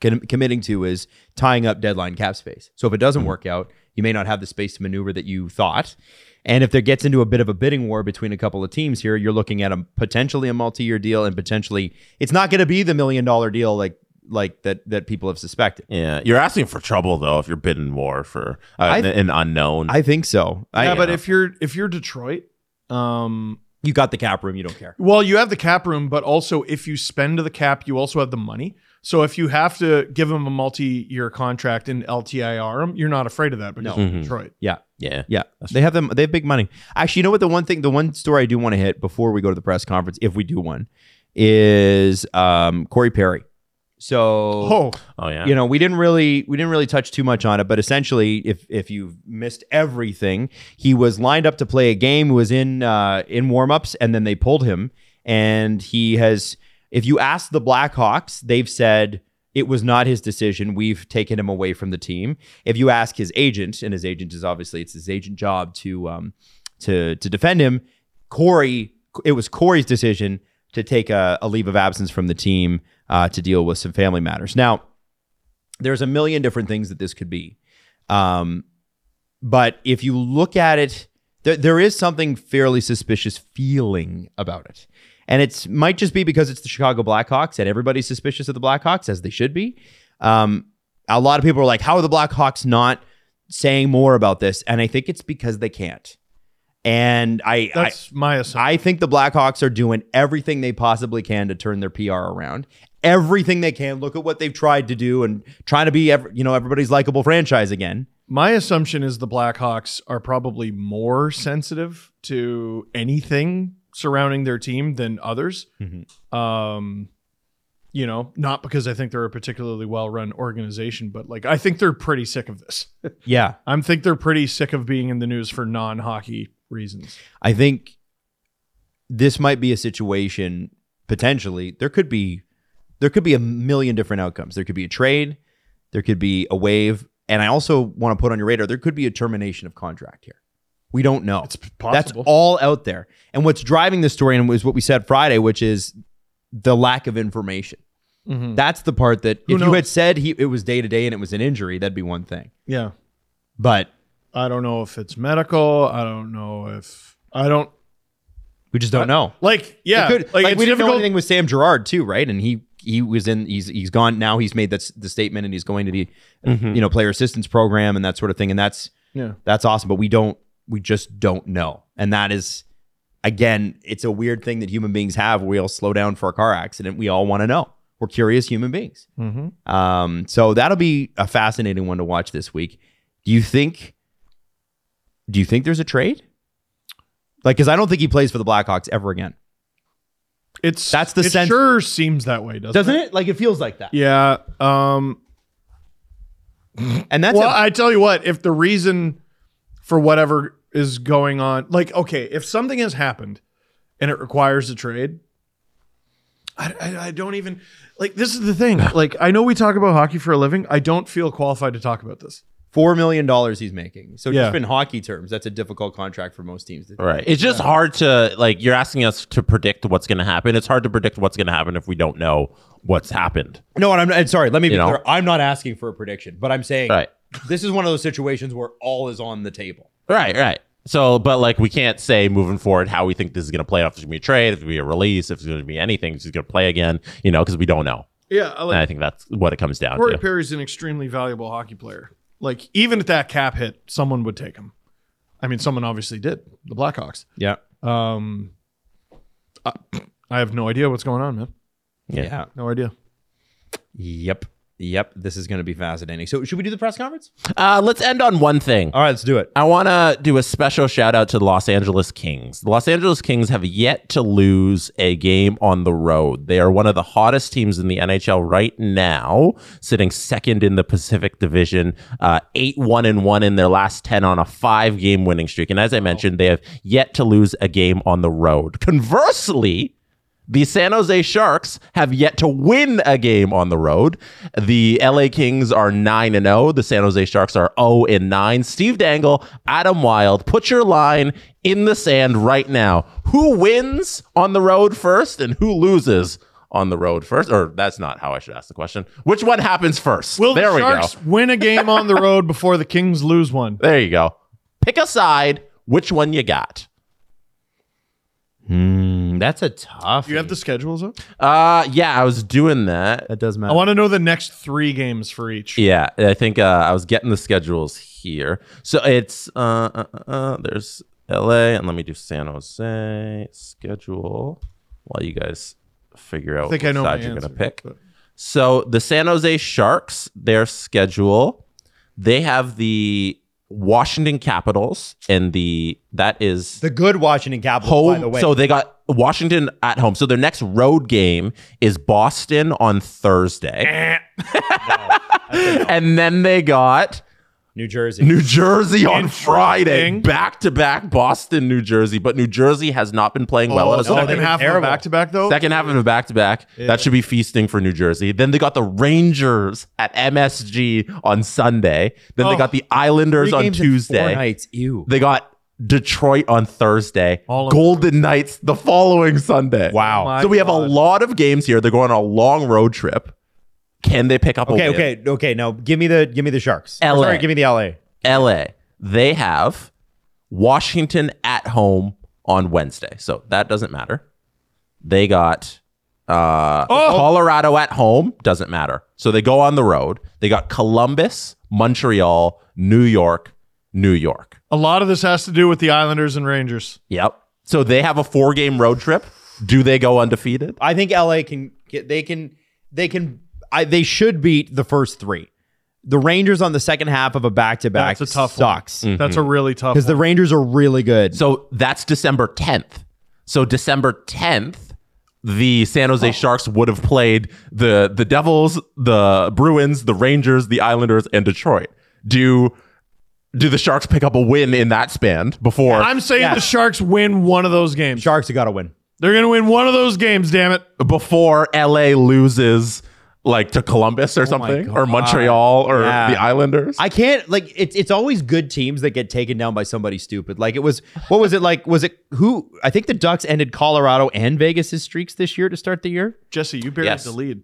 [SPEAKER 3] con- committing to, is tying up deadline cap space. So if it doesn't work out, you may not have the space to maneuver that you thought. And if there gets into a bit of a bidding war between a couple of teams here, you're looking at a potentially a multi-year deal and potentially it's not going to be the million dollar deal like like that that people have suspected.
[SPEAKER 5] Yeah, you're asking for trouble though if you're bidding more for uh,
[SPEAKER 3] I-
[SPEAKER 5] an- an unknown.
[SPEAKER 3] I think so. I,
[SPEAKER 4] yeah, but
[SPEAKER 3] if
[SPEAKER 4] if you're if you're Detroit, um,
[SPEAKER 3] you got the cap room, you don't care.
[SPEAKER 4] Well, you have the cap room, but also if you spend the cap, you also have the money. So if you have to give him a multi-year contract in LTIR, him, you're not afraid of that because
[SPEAKER 3] No.
[SPEAKER 4] of Detroit.
[SPEAKER 3] Yeah,
[SPEAKER 5] yeah,
[SPEAKER 3] yeah. They have them. They have big money. Actually, you know what? The one thing, the one story I do want to hit before we go to the press conference, if we do one, is um, Corey Perry. So,
[SPEAKER 4] Oh,
[SPEAKER 5] oh yeah.
[SPEAKER 3] you know, we didn't really we didn't really touch too much on it, but essentially, if if you missed everything, he was lined up to play a game, was in uh, in warmups, and then they pulled him, and he has. If you ask the Blackhawks, they've said it was not his decision. We've taken him away from the team. If you ask his agent, and his agent is obviously it's his agent job to um to to defend him, Corey, it was Corey's decision to take a, a leave of absence from the team uh, to deal with some family matters. Now, there's a million different things that this could be. Um, but if you look at it, there, there is something fairly suspicious feeling about it. And it's might just be because it's the Chicago Blackhawks and everybody's suspicious of the Blackhawks as they should be. Um, a lot of people are like, how are the Blackhawks not saying more about this? And I think it's because they can't. And I, I
[SPEAKER 4] that's my assumption.
[SPEAKER 3] I think the Blackhawks are doing everything they possibly can to turn their PR around. Everything they can. Look at what they've tried to do and trying to be, ev- you know, everybody's likable franchise again.
[SPEAKER 4] my assumption is the Blackhawks are probably more sensitive to anything surrounding their team than others. Um, you know, not because I think they're a particularly well-run organization, but like I think they're pretty sick of this.
[SPEAKER 3] Yeah,
[SPEAKER 4] I think they're pretty sick of being in the news for non-hockey reasons.
[SPEAKER 3] I think this might be a situation potentially. There could be, there could be a million different outcomes. There could be a trade. There could be a wave. And I also want to put on your radar. There could be a termination of contract here. We don't know.
[SPEAKER 4] It's p-
[SPEAKER 3] That's
[SPEAKER 4] possible.
[SPEAKER 3] all out there. And what's driving this story and was what we said Friday, which is the lack of information. That's the part that if you
[SPEAKER 4] Mm-hmm. knows?
[SPEAKER 3] had said he it was day to day and it was an injury, that'd be one thing.
[SPEAKER 4] Yeah.
[SPEAKER 3] But
[SPEAKER 4] I don't know if it's medical. I don't know if I don't
[SPEAKER 3] we just don't know.
[SPEAKER 4] like. Yeah,
[SPEAKER 3] It could-
[SPEAKER 4] like,
[SPEAKER 3] like,
[SPEAKER 4] it's
[SPEAKER 3] we didn't know
[SPEAKER 4] difficult-
[SPEAKER 3] anything with Sam Gerard too, right? And he he was in he's he's gone now. He's made that s- the statement and he's going to the
[SPEAKER 4] Mm-hmm.
[SPEAKER 3] you know player assistance program and that sort of thing. And that's
[SPEAKER 4] Yeah.
[SPEAKER 3] that's awesome. But we don't we just don't know. And that is again, it's a weird thing that human beings have. We all slow down for a car accident. We all want to know. We're We're curious human beings.
[SPEAKER 4] Mm-hmm.
[SPEAKER 3] Um, so that'll be a fascinating one to watch this week. Do you think? Do you think there's a trade? Like, because I don't think he plays for the Blackhawks ever again.
[SPEAKER 4] It's
[SPEAKER 3] That's the
[SPEAKER 4] it
[SPEAKER 3] sense-
[SPEAKER 4] Sure seems that way, doesn't,
[SPEAKER 1] doesn't it? Like it feels like that.
[SPEAKER 4] Yeah. Um,
[SPEAKER 3] And that's
[SPEAKER 4] well,
[SPEAKER 3] a-
[SPEAKER 4] I tell you what, if the reason for whatever is going on, like, okay, if something has happened and it requires a trade, I, I, I don't even like. This is the thing. Like, I know we talk about hockey for a living. I don't feel qualified to talk about this.
[SPEAKER 3] four million dollars he's making. So
[SPEAKER 4] Yeah.
[SPEAKER 3] just in hockey terms, that's a difficult contract for most teams. to-
[SPEAKER 5] Right. It's just hard to like you're asking us to predict what's going to happen. It's hard to predict what's going to happen if we don't know what's happened.
[SPEAKER 3] No, and I'm and sorry. Let me be
[SPEAKER 5] You know?
[SPEAKER 3] clear. I'm not asking for a prediction, but I'm saying
[SPEAKER 5] Right.
[SPEAKER 3] this is one of those situations where all is on the table.
[SPEAKER 5] Right, right. So, but like we can't say moving forward how we think this is going to play out. If it's going to be a trade, if it's going to be a release, if it's going to be anything, if he's going to play again, you know, because we don't know.
[SPEAKER 4] Yeah, I
[SPEAKER 5] And I
[SPEAKER 4] like
[SPEAKER 5] think that's what it comes down
[SPEAKER 4] Corey
[SPEAKER 5] to.
[SPEAKER 4] Perry's an extremely valuable hockey player. Like, even at that cap hit, someone would take him. I mean, someone obviously did. The Blackhawks.
[SPEAKER 3] Yeah.
[SPEAKER 4] Um, I, I have no idea what's going on, man.
[SPEAKER 5] Yeah.
[SPEAKER 3] Yeah.
[SPEAKER 4] No idea.
[SPEAKER 3] Yep. Yep. This is going to be fascinating. So should we do the press conference?
[SPEAKER 5] Uh, let's end on one thing.
[SPEAKER 3] All right, let's do it.
[SPEAKER 5] I want to do a special shout out to the Los Angeles Kings. The Los Angeles Kings have yet to lose a game on the road. They are one of the hottest teams in the NHL right now, sitting second in the Pacific Division, uh, 8 1 and 1 in their last 10 on a five game winning streak. And as I mentioned, they have yet to lose a game on the road. Conversely, the San Jose Sharks have yet to win a game on the road. The LA Kings are 9 and 0. The San Jose Sharks are 0 and 9. Steve Dangle, Adam Wild, put your line in the sand right now. Who wins on the road first and who loses on the road first? Or that's not how I should ask the question. Which one happens first?
[SPEAKER 4] Will
[SPEAKER 5] there
[SPEAKER 4] the
[SPEAKER 5] we
[SPEAKER 4] Sharks
[SPEAKER 5] go.
[SPEAKER 4] win a game on the road before the Kings lose one?
[SPEAKER 5] There you go. Pick a side, which one you got.
[SPEAKER 3] That's a tough.
[SPEAKER 4] Do you have the schedules up?
[SPEAKER 5] Uh yeah, I was doing that.
[SPEAKER 3] That does
[SPEAKER 4] I
[SPEAKER 3] matter.
[SPEAKER 4] want to know the next three games for each.
[SPEAKER 5] Yeah, I think uh, I was getting the schedules here. So it's uh, uh, uh, uh, there's LA, and let me do San Jose schedule while you guys figure out
[SPEAKER 4] I think
[SPEAKER 5] which
[SPEAKER 4] I know
[SPEAKER 5] side
[SPEAKER 4] my
[SPEAKER 5] you're
[SPEAKER 4] answer,
[SPEAKER 5] gonna pick.
[SPEAKER 4] but-
[SPEAKER 5] So the San Jose Sharks, their schedule, they have the Washington Capitals, and the that is
[SPEAKER 3] the good Washington Capitals, by the
[SPEAKER 5] home.
[SPEAKER 3] way.
[SPEAKER 5] so they got Washington at home. So their next road game is Boston on Thursday.
[SPEAKER 3] Eh.
[SPEAKER 5] and then they got
[SPEAKER 3] New Jersey.
[SPEAKER 5] New Jersey on Friday,
[SPEAKER 4] Interesting.
[SPEAKER 5] back to back Boston, New Jersey. But New Jersey has not been playing well.
[SPEAKER 4] Oh,
[SPEAKER 5] as well.
[SPEAKER 4] second
[SPEAKER 3] were
[SPEAKER 4] half
[SPEAKER 3] terrible.
[SPEAKER 4] of back to back though.
[SPEAKER 5] Second half of a back to back. That should be feasting for New Jersey. Then they got the Rangers at MSG on Sunday. Then they
[SPEAKER 4] Oh.
[SPEAKER 5] got the Islanders
[SPEAKER 3] Three
[SPEAKER 5] on
[SPEAKER 3] games in four
[SPEAKER 5] Tuesday.
[SPEAKER 3] nights. Ew.
[SPEAKER 5] They got Detroit on Thursday,
[SPEAKER 4] All of-
[SPEAKER 5] Golden Knights the following Sunday.
[SPEAKER 3] Wow.
[SPEAKER 4] Oh My
[SPEAKER 5] so we have a
[SPEAKER 4] God.
[SPEAKER 5] lot of games here. They're going on a long road trip. Can they pick up
[SPEAKER 3] okay.
[SPEAKER 5] a win?
[SPEAKER 3] Okay. Okay. Now give me the give me the Sharks. Or
[SPEAKER 5] LA.
[SPEAKER 3] Sorry, give me the LA.
[SPEAKER 5] LA, they have Washington at home on Wednesday. So that doesn't matter. They got uh,
[SPEAKER 3] Oh!
[SPEAKER 5] Colorado at home, doesn't matter. So they go on the road. They got Columbus, Montreal, New York, New York.
[SPEAKER 4] A lot of this has to do with the Islanders and Rangers.
[SPEAKER 5] Yep. So they have a four game road trip. Do they go undefeated?
[SPEAKER 3] I think LA can get they can they can I they should beat the first three. The Rangers on the second half of a back to back
[SPEAKER 4] That's a tough one.
[SPEAKER 3] sucks
[SPEAKER 5] Mm-hmm.
[SPEAKER 4] That's a really tough.
[SPEAKER 3] because the
[SPEAKER 4] One.
[SPEAKER 3] Rangers are really good.
[SPEAKER 5] So that's December 10th. So December 10th, the San
[SPEAKER 3] Oh.
[SPEAKER 5] Jose Sharks would have played the the Devils, the Bruins, the Rangers, the Islanders, and Detroit. Do do the Sharks pick up a win in that span before?
[SPEAKER 4] I'm saying
[SPEAKER 3] Yeah.
[SPEAKER 4] the Sharks win one of those games.
[SPEAKER 3] Sharks have got to win.
[SPEAKER 4] They're going to win one of those games. Damn it!
[SPEAKER 5] Oh, before LA loses like to Columbus or something, or
[SPEAKER 3] Oh God.
[SPEAKER 5] Montreal or
[SPEAKER 3] Yeah.
[SPEAKER 5] the Islanders.
[SPEAKER 3] I can't like it's it's always good teams that get taken down by somebody stupid. Like it was what was it like? Was it who? I think the Ducks ended Colorado and Vegas' streaks this year to start the year.
[SPEAKER 4] Jesse, you buried
[SPEAKER 5] Yes.
[SPEAKER 4] the lead.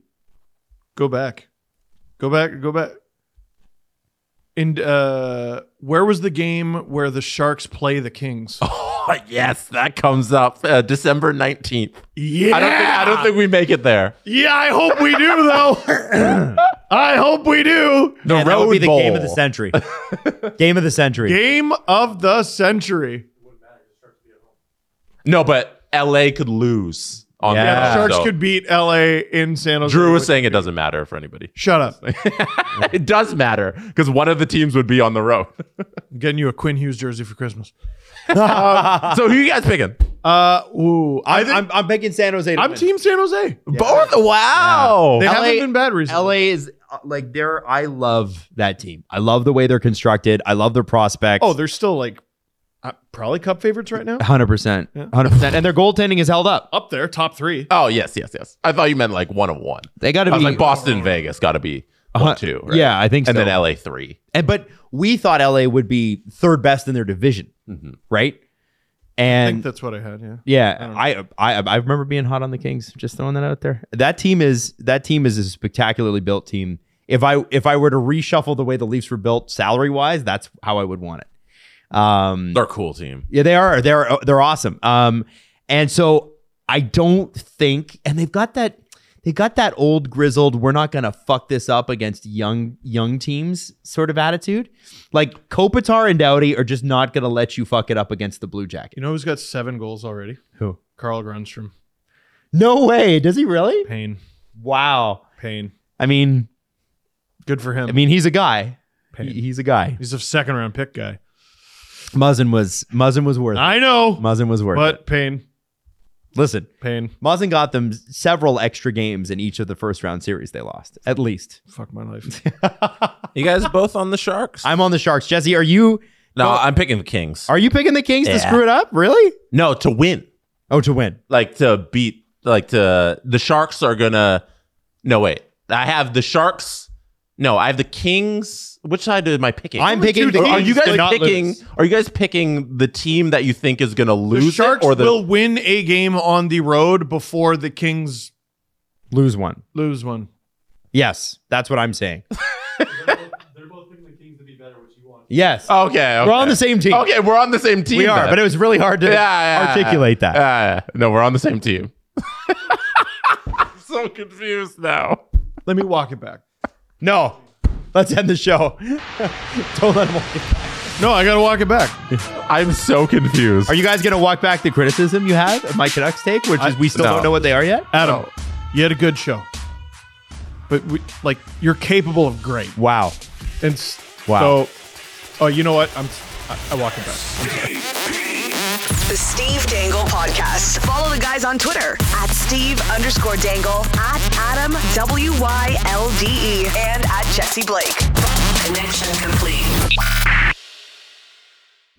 [SPEAKER 4] Go back. Go back. Go back. And uh, where was the game where the Sharks play the Kings?
[SPEAKER 5] Oh. yes, that comes up uh, December 19th.
[SPEAKER 4] yeah.
[SPEAKER 5] I don't think I don't think we make it there.
[SPEAKER 4] Yeah, I hope we do though. I hope we do.
[SPEAKER 5] The
[SPEAKER 3] And
[SPEAKER 5] road
[SPEAKER 3] that would be the game of the
[SPEAKER 5] bowl.
[SPEAKER 3] century. game of the century.
[SPEAKER 4] Game of the century.
[SPEAKER 5] No, but LA could lose on
[SPEAKER 3] Yeah.
[SPEAKER 5] the
[SPEAKER 4] Yeah, the Sharks
[SPEAKER 5] So,
[SPEAKER 4] could beat LA in San Jose.
[SPEAKER 5] Drew was
[SPEAKER 4] which-
[SPEAKER 5] saying it doesn't matter for anybody.
[SPEAKER 4] Shut up.
[SPEAKER 5] it does matter because one of the teams would be on the road.
[SPEAKER 4] I'm getting you a Quinn Hughes jersey for Christmas.
[SPEAKER 5] so who you guys picking?
[SPEAKER 4] Uh, ooh, I
[SPEAKER 3] I'm,
[SPEAKER 4] think, I'm,
[SPEAKER 3] I'm, I'm picking San Jose. To win.
[SPEAKER 4] Team San Jose.
[SPEAKER 5] Both. Wow.
[SPEAKER 4] They
[SPEAKER 3] LA
[SPEAKER 4] haven't been bad recently.
[SPEAKER 3] LA is uh, like they're. I love that team. I love the way they're constructed. I love their prospects.
[SPEAKER 4] Oh, they're still like uh, probably cup favorites right now.
[SPEAKER 3] hundred percent,
[SPEAKER 4] Yeah.
[SPEAKER 3] hundred percent, and their goaltending is held up.
[SPEAKER 4] Up there, top three.
[SPEAKER 5] Oh yes, yes, yes. I thought you meant like one of one.
[SPEAKER 3] They got to
[SPEAKER 5] I was
[SPEAKER 3] be
[SPEAKER 5] like Boston, Vegas, got to be
[SPEAKER 3] Uh-huh.
[SPEAKER 5] one, two. right?
[SPEAKER 3] Yeah, I think
[SPEAKER 5] and
[SPEAKER 3] so.
[SPEAKER 5] then LA three.
[SPEAKER 3] And but we thought LA would be third best in their division,
[SPEAKER 5] Mhm.
[SPEAKER 3] right?
[SPEAKER 4] I think
[SPEAKER 3] And
[SPEAKER 4] that's what I had. Yeah.
[SPEAKER 3] yeah, I, I I remember being hot on the Kings. Just throwing that out there. That team is that team is a spectacularly built team. If I if I were to reshuffle the way the Leafs were built salary wise, that's how I would want it. Um,
[SPEAKER 5] They're a cool team.
[SPEAKER 3] yeah, they are. They're they're awesome. Um, and so I don't think, and they've got that they got that old grizzled. We're not gonna fuck this up against young young teams sort of attitude. Like Kopitar and Dowdy are just not gonna let you fuck it up against the Blue Jacket.
[SPEAKER 4] You know who's got seven goals already?
[SPEAKER 3] Who?
[SPEAKER 4] Carl Grunstrom.
[SPEAKER 3] No way. Does he really?
[SPEAKER 4] Pain.
[SPEAKER 3] Wow.
[SPEAKER 4] Pain.
[SPEAKER 3] I mean,
[SPEAKER 4] Good for him.
[SPEAKER 3] I mean, he's a guy.
[SPEAKER 4] Pain.
[SPEAKER 3] He, he's a guy.
[SPEAKER 4] He's a second round pick guy.
[SPEAKER 3] Muzzin was Muzzin was worth. It.
[SPEAKER 4] I know,
[SPEAKER 3] Muzzin was worth. it.
[SPEAKER 4] but pain.
[SPEAKER 3] listen,
[SPEAKER 4] Pain.
[SPEAKER 3] Muzzin got them several extra games in each of the first round series they lost, at least.
[SPEAKER 4] Fuck my life.
[SPEAKER 5] You guys both on the Sharks?
[SPEAKER 3] I'm on the Sharks. Jesse, are you
[SPEAKER 5] no, I'm picking the Kings.
[SPEAKER 3] are you picking the Kings to
[SPEAKER 5] Yeah.
[SPEAKER 3] screw it up? Really?
[SPEAKER 5] No, to win.
[SPEAKER 3] Oh, to win.
[SPEAKER 5] like to beat like to the sharks are gonna no wait i have the sharks no i have the kings which side am i picking
[SPEAKER 3] I'm picking
[SPEAKER 4] two
[SPEAKER 3] the
[SPEAKER 5] are
[SPEAKER 3] Kings.
[SPEAKER 5] you guys
[SPEAKER 4] did not
[SPEAKER 5] picking
[SPEAKER 4] lose.
[SPEAKER 5] are you guys picking the team that you think is gonna lose
[SPEAKER 4] the
[SPEAKER 5] it,
[SPEAKER 4] Sharks
[SPEAKER 5] or the
[SPEAKER 4] will win a game on the road before the Kings
[SPEAKER 3] lose one?
[SPEAKER 4] lose one.
[SPEAKER 3] Yes, that's what I'm saying. Yes,
[SPEAKER 5] okay, okay
[SPEAKER 3] we're on the same team.
[SPEAKER 5] okay we're on the same team
[SPEAKER 3] we are,
[SPEAKER 5] then.
[SPEAKER 3] but it was really hard to
[SPEAKER 5] Yeah, yeah,
[SPEAKER 3] articulate
[SPEAKER 5] yeah,
[SPEAKER 3] that.
[SPEAKER 5] yeah. no we're on the same team i'm so confused now
[SPEAKER 4] Let me walk it back.
[SPEAKER 3] No, let's end the show. Don't let 'em walk.
[SPEAKER 4] No, I gotta walk it back.
[SPEAKER 5] i'm so confused
[SPEAKER 3] Are you guys gonna walk back the criticism you had of my Canucks take, which is we still
[SPEAKER 5] no.
[SPEAKER 3] don't know what they are yet?
[SPEAKER 4] Adam, you had a good show, but we, like you're capable of great.
[SPEAKER 3] Wow.
[SPEAKER 4] And s-
[SPEAKER 3] Wow.
[SPEAKER 4] So, oh, you know what? I'm I, I walk it back.
[SPEAKER 2] The Steve Dangle Podcast. Follow the guys on Twitter at Steve underscore Dangle, at Adam W Y L D E, and at Jesse Blake. Connection complete.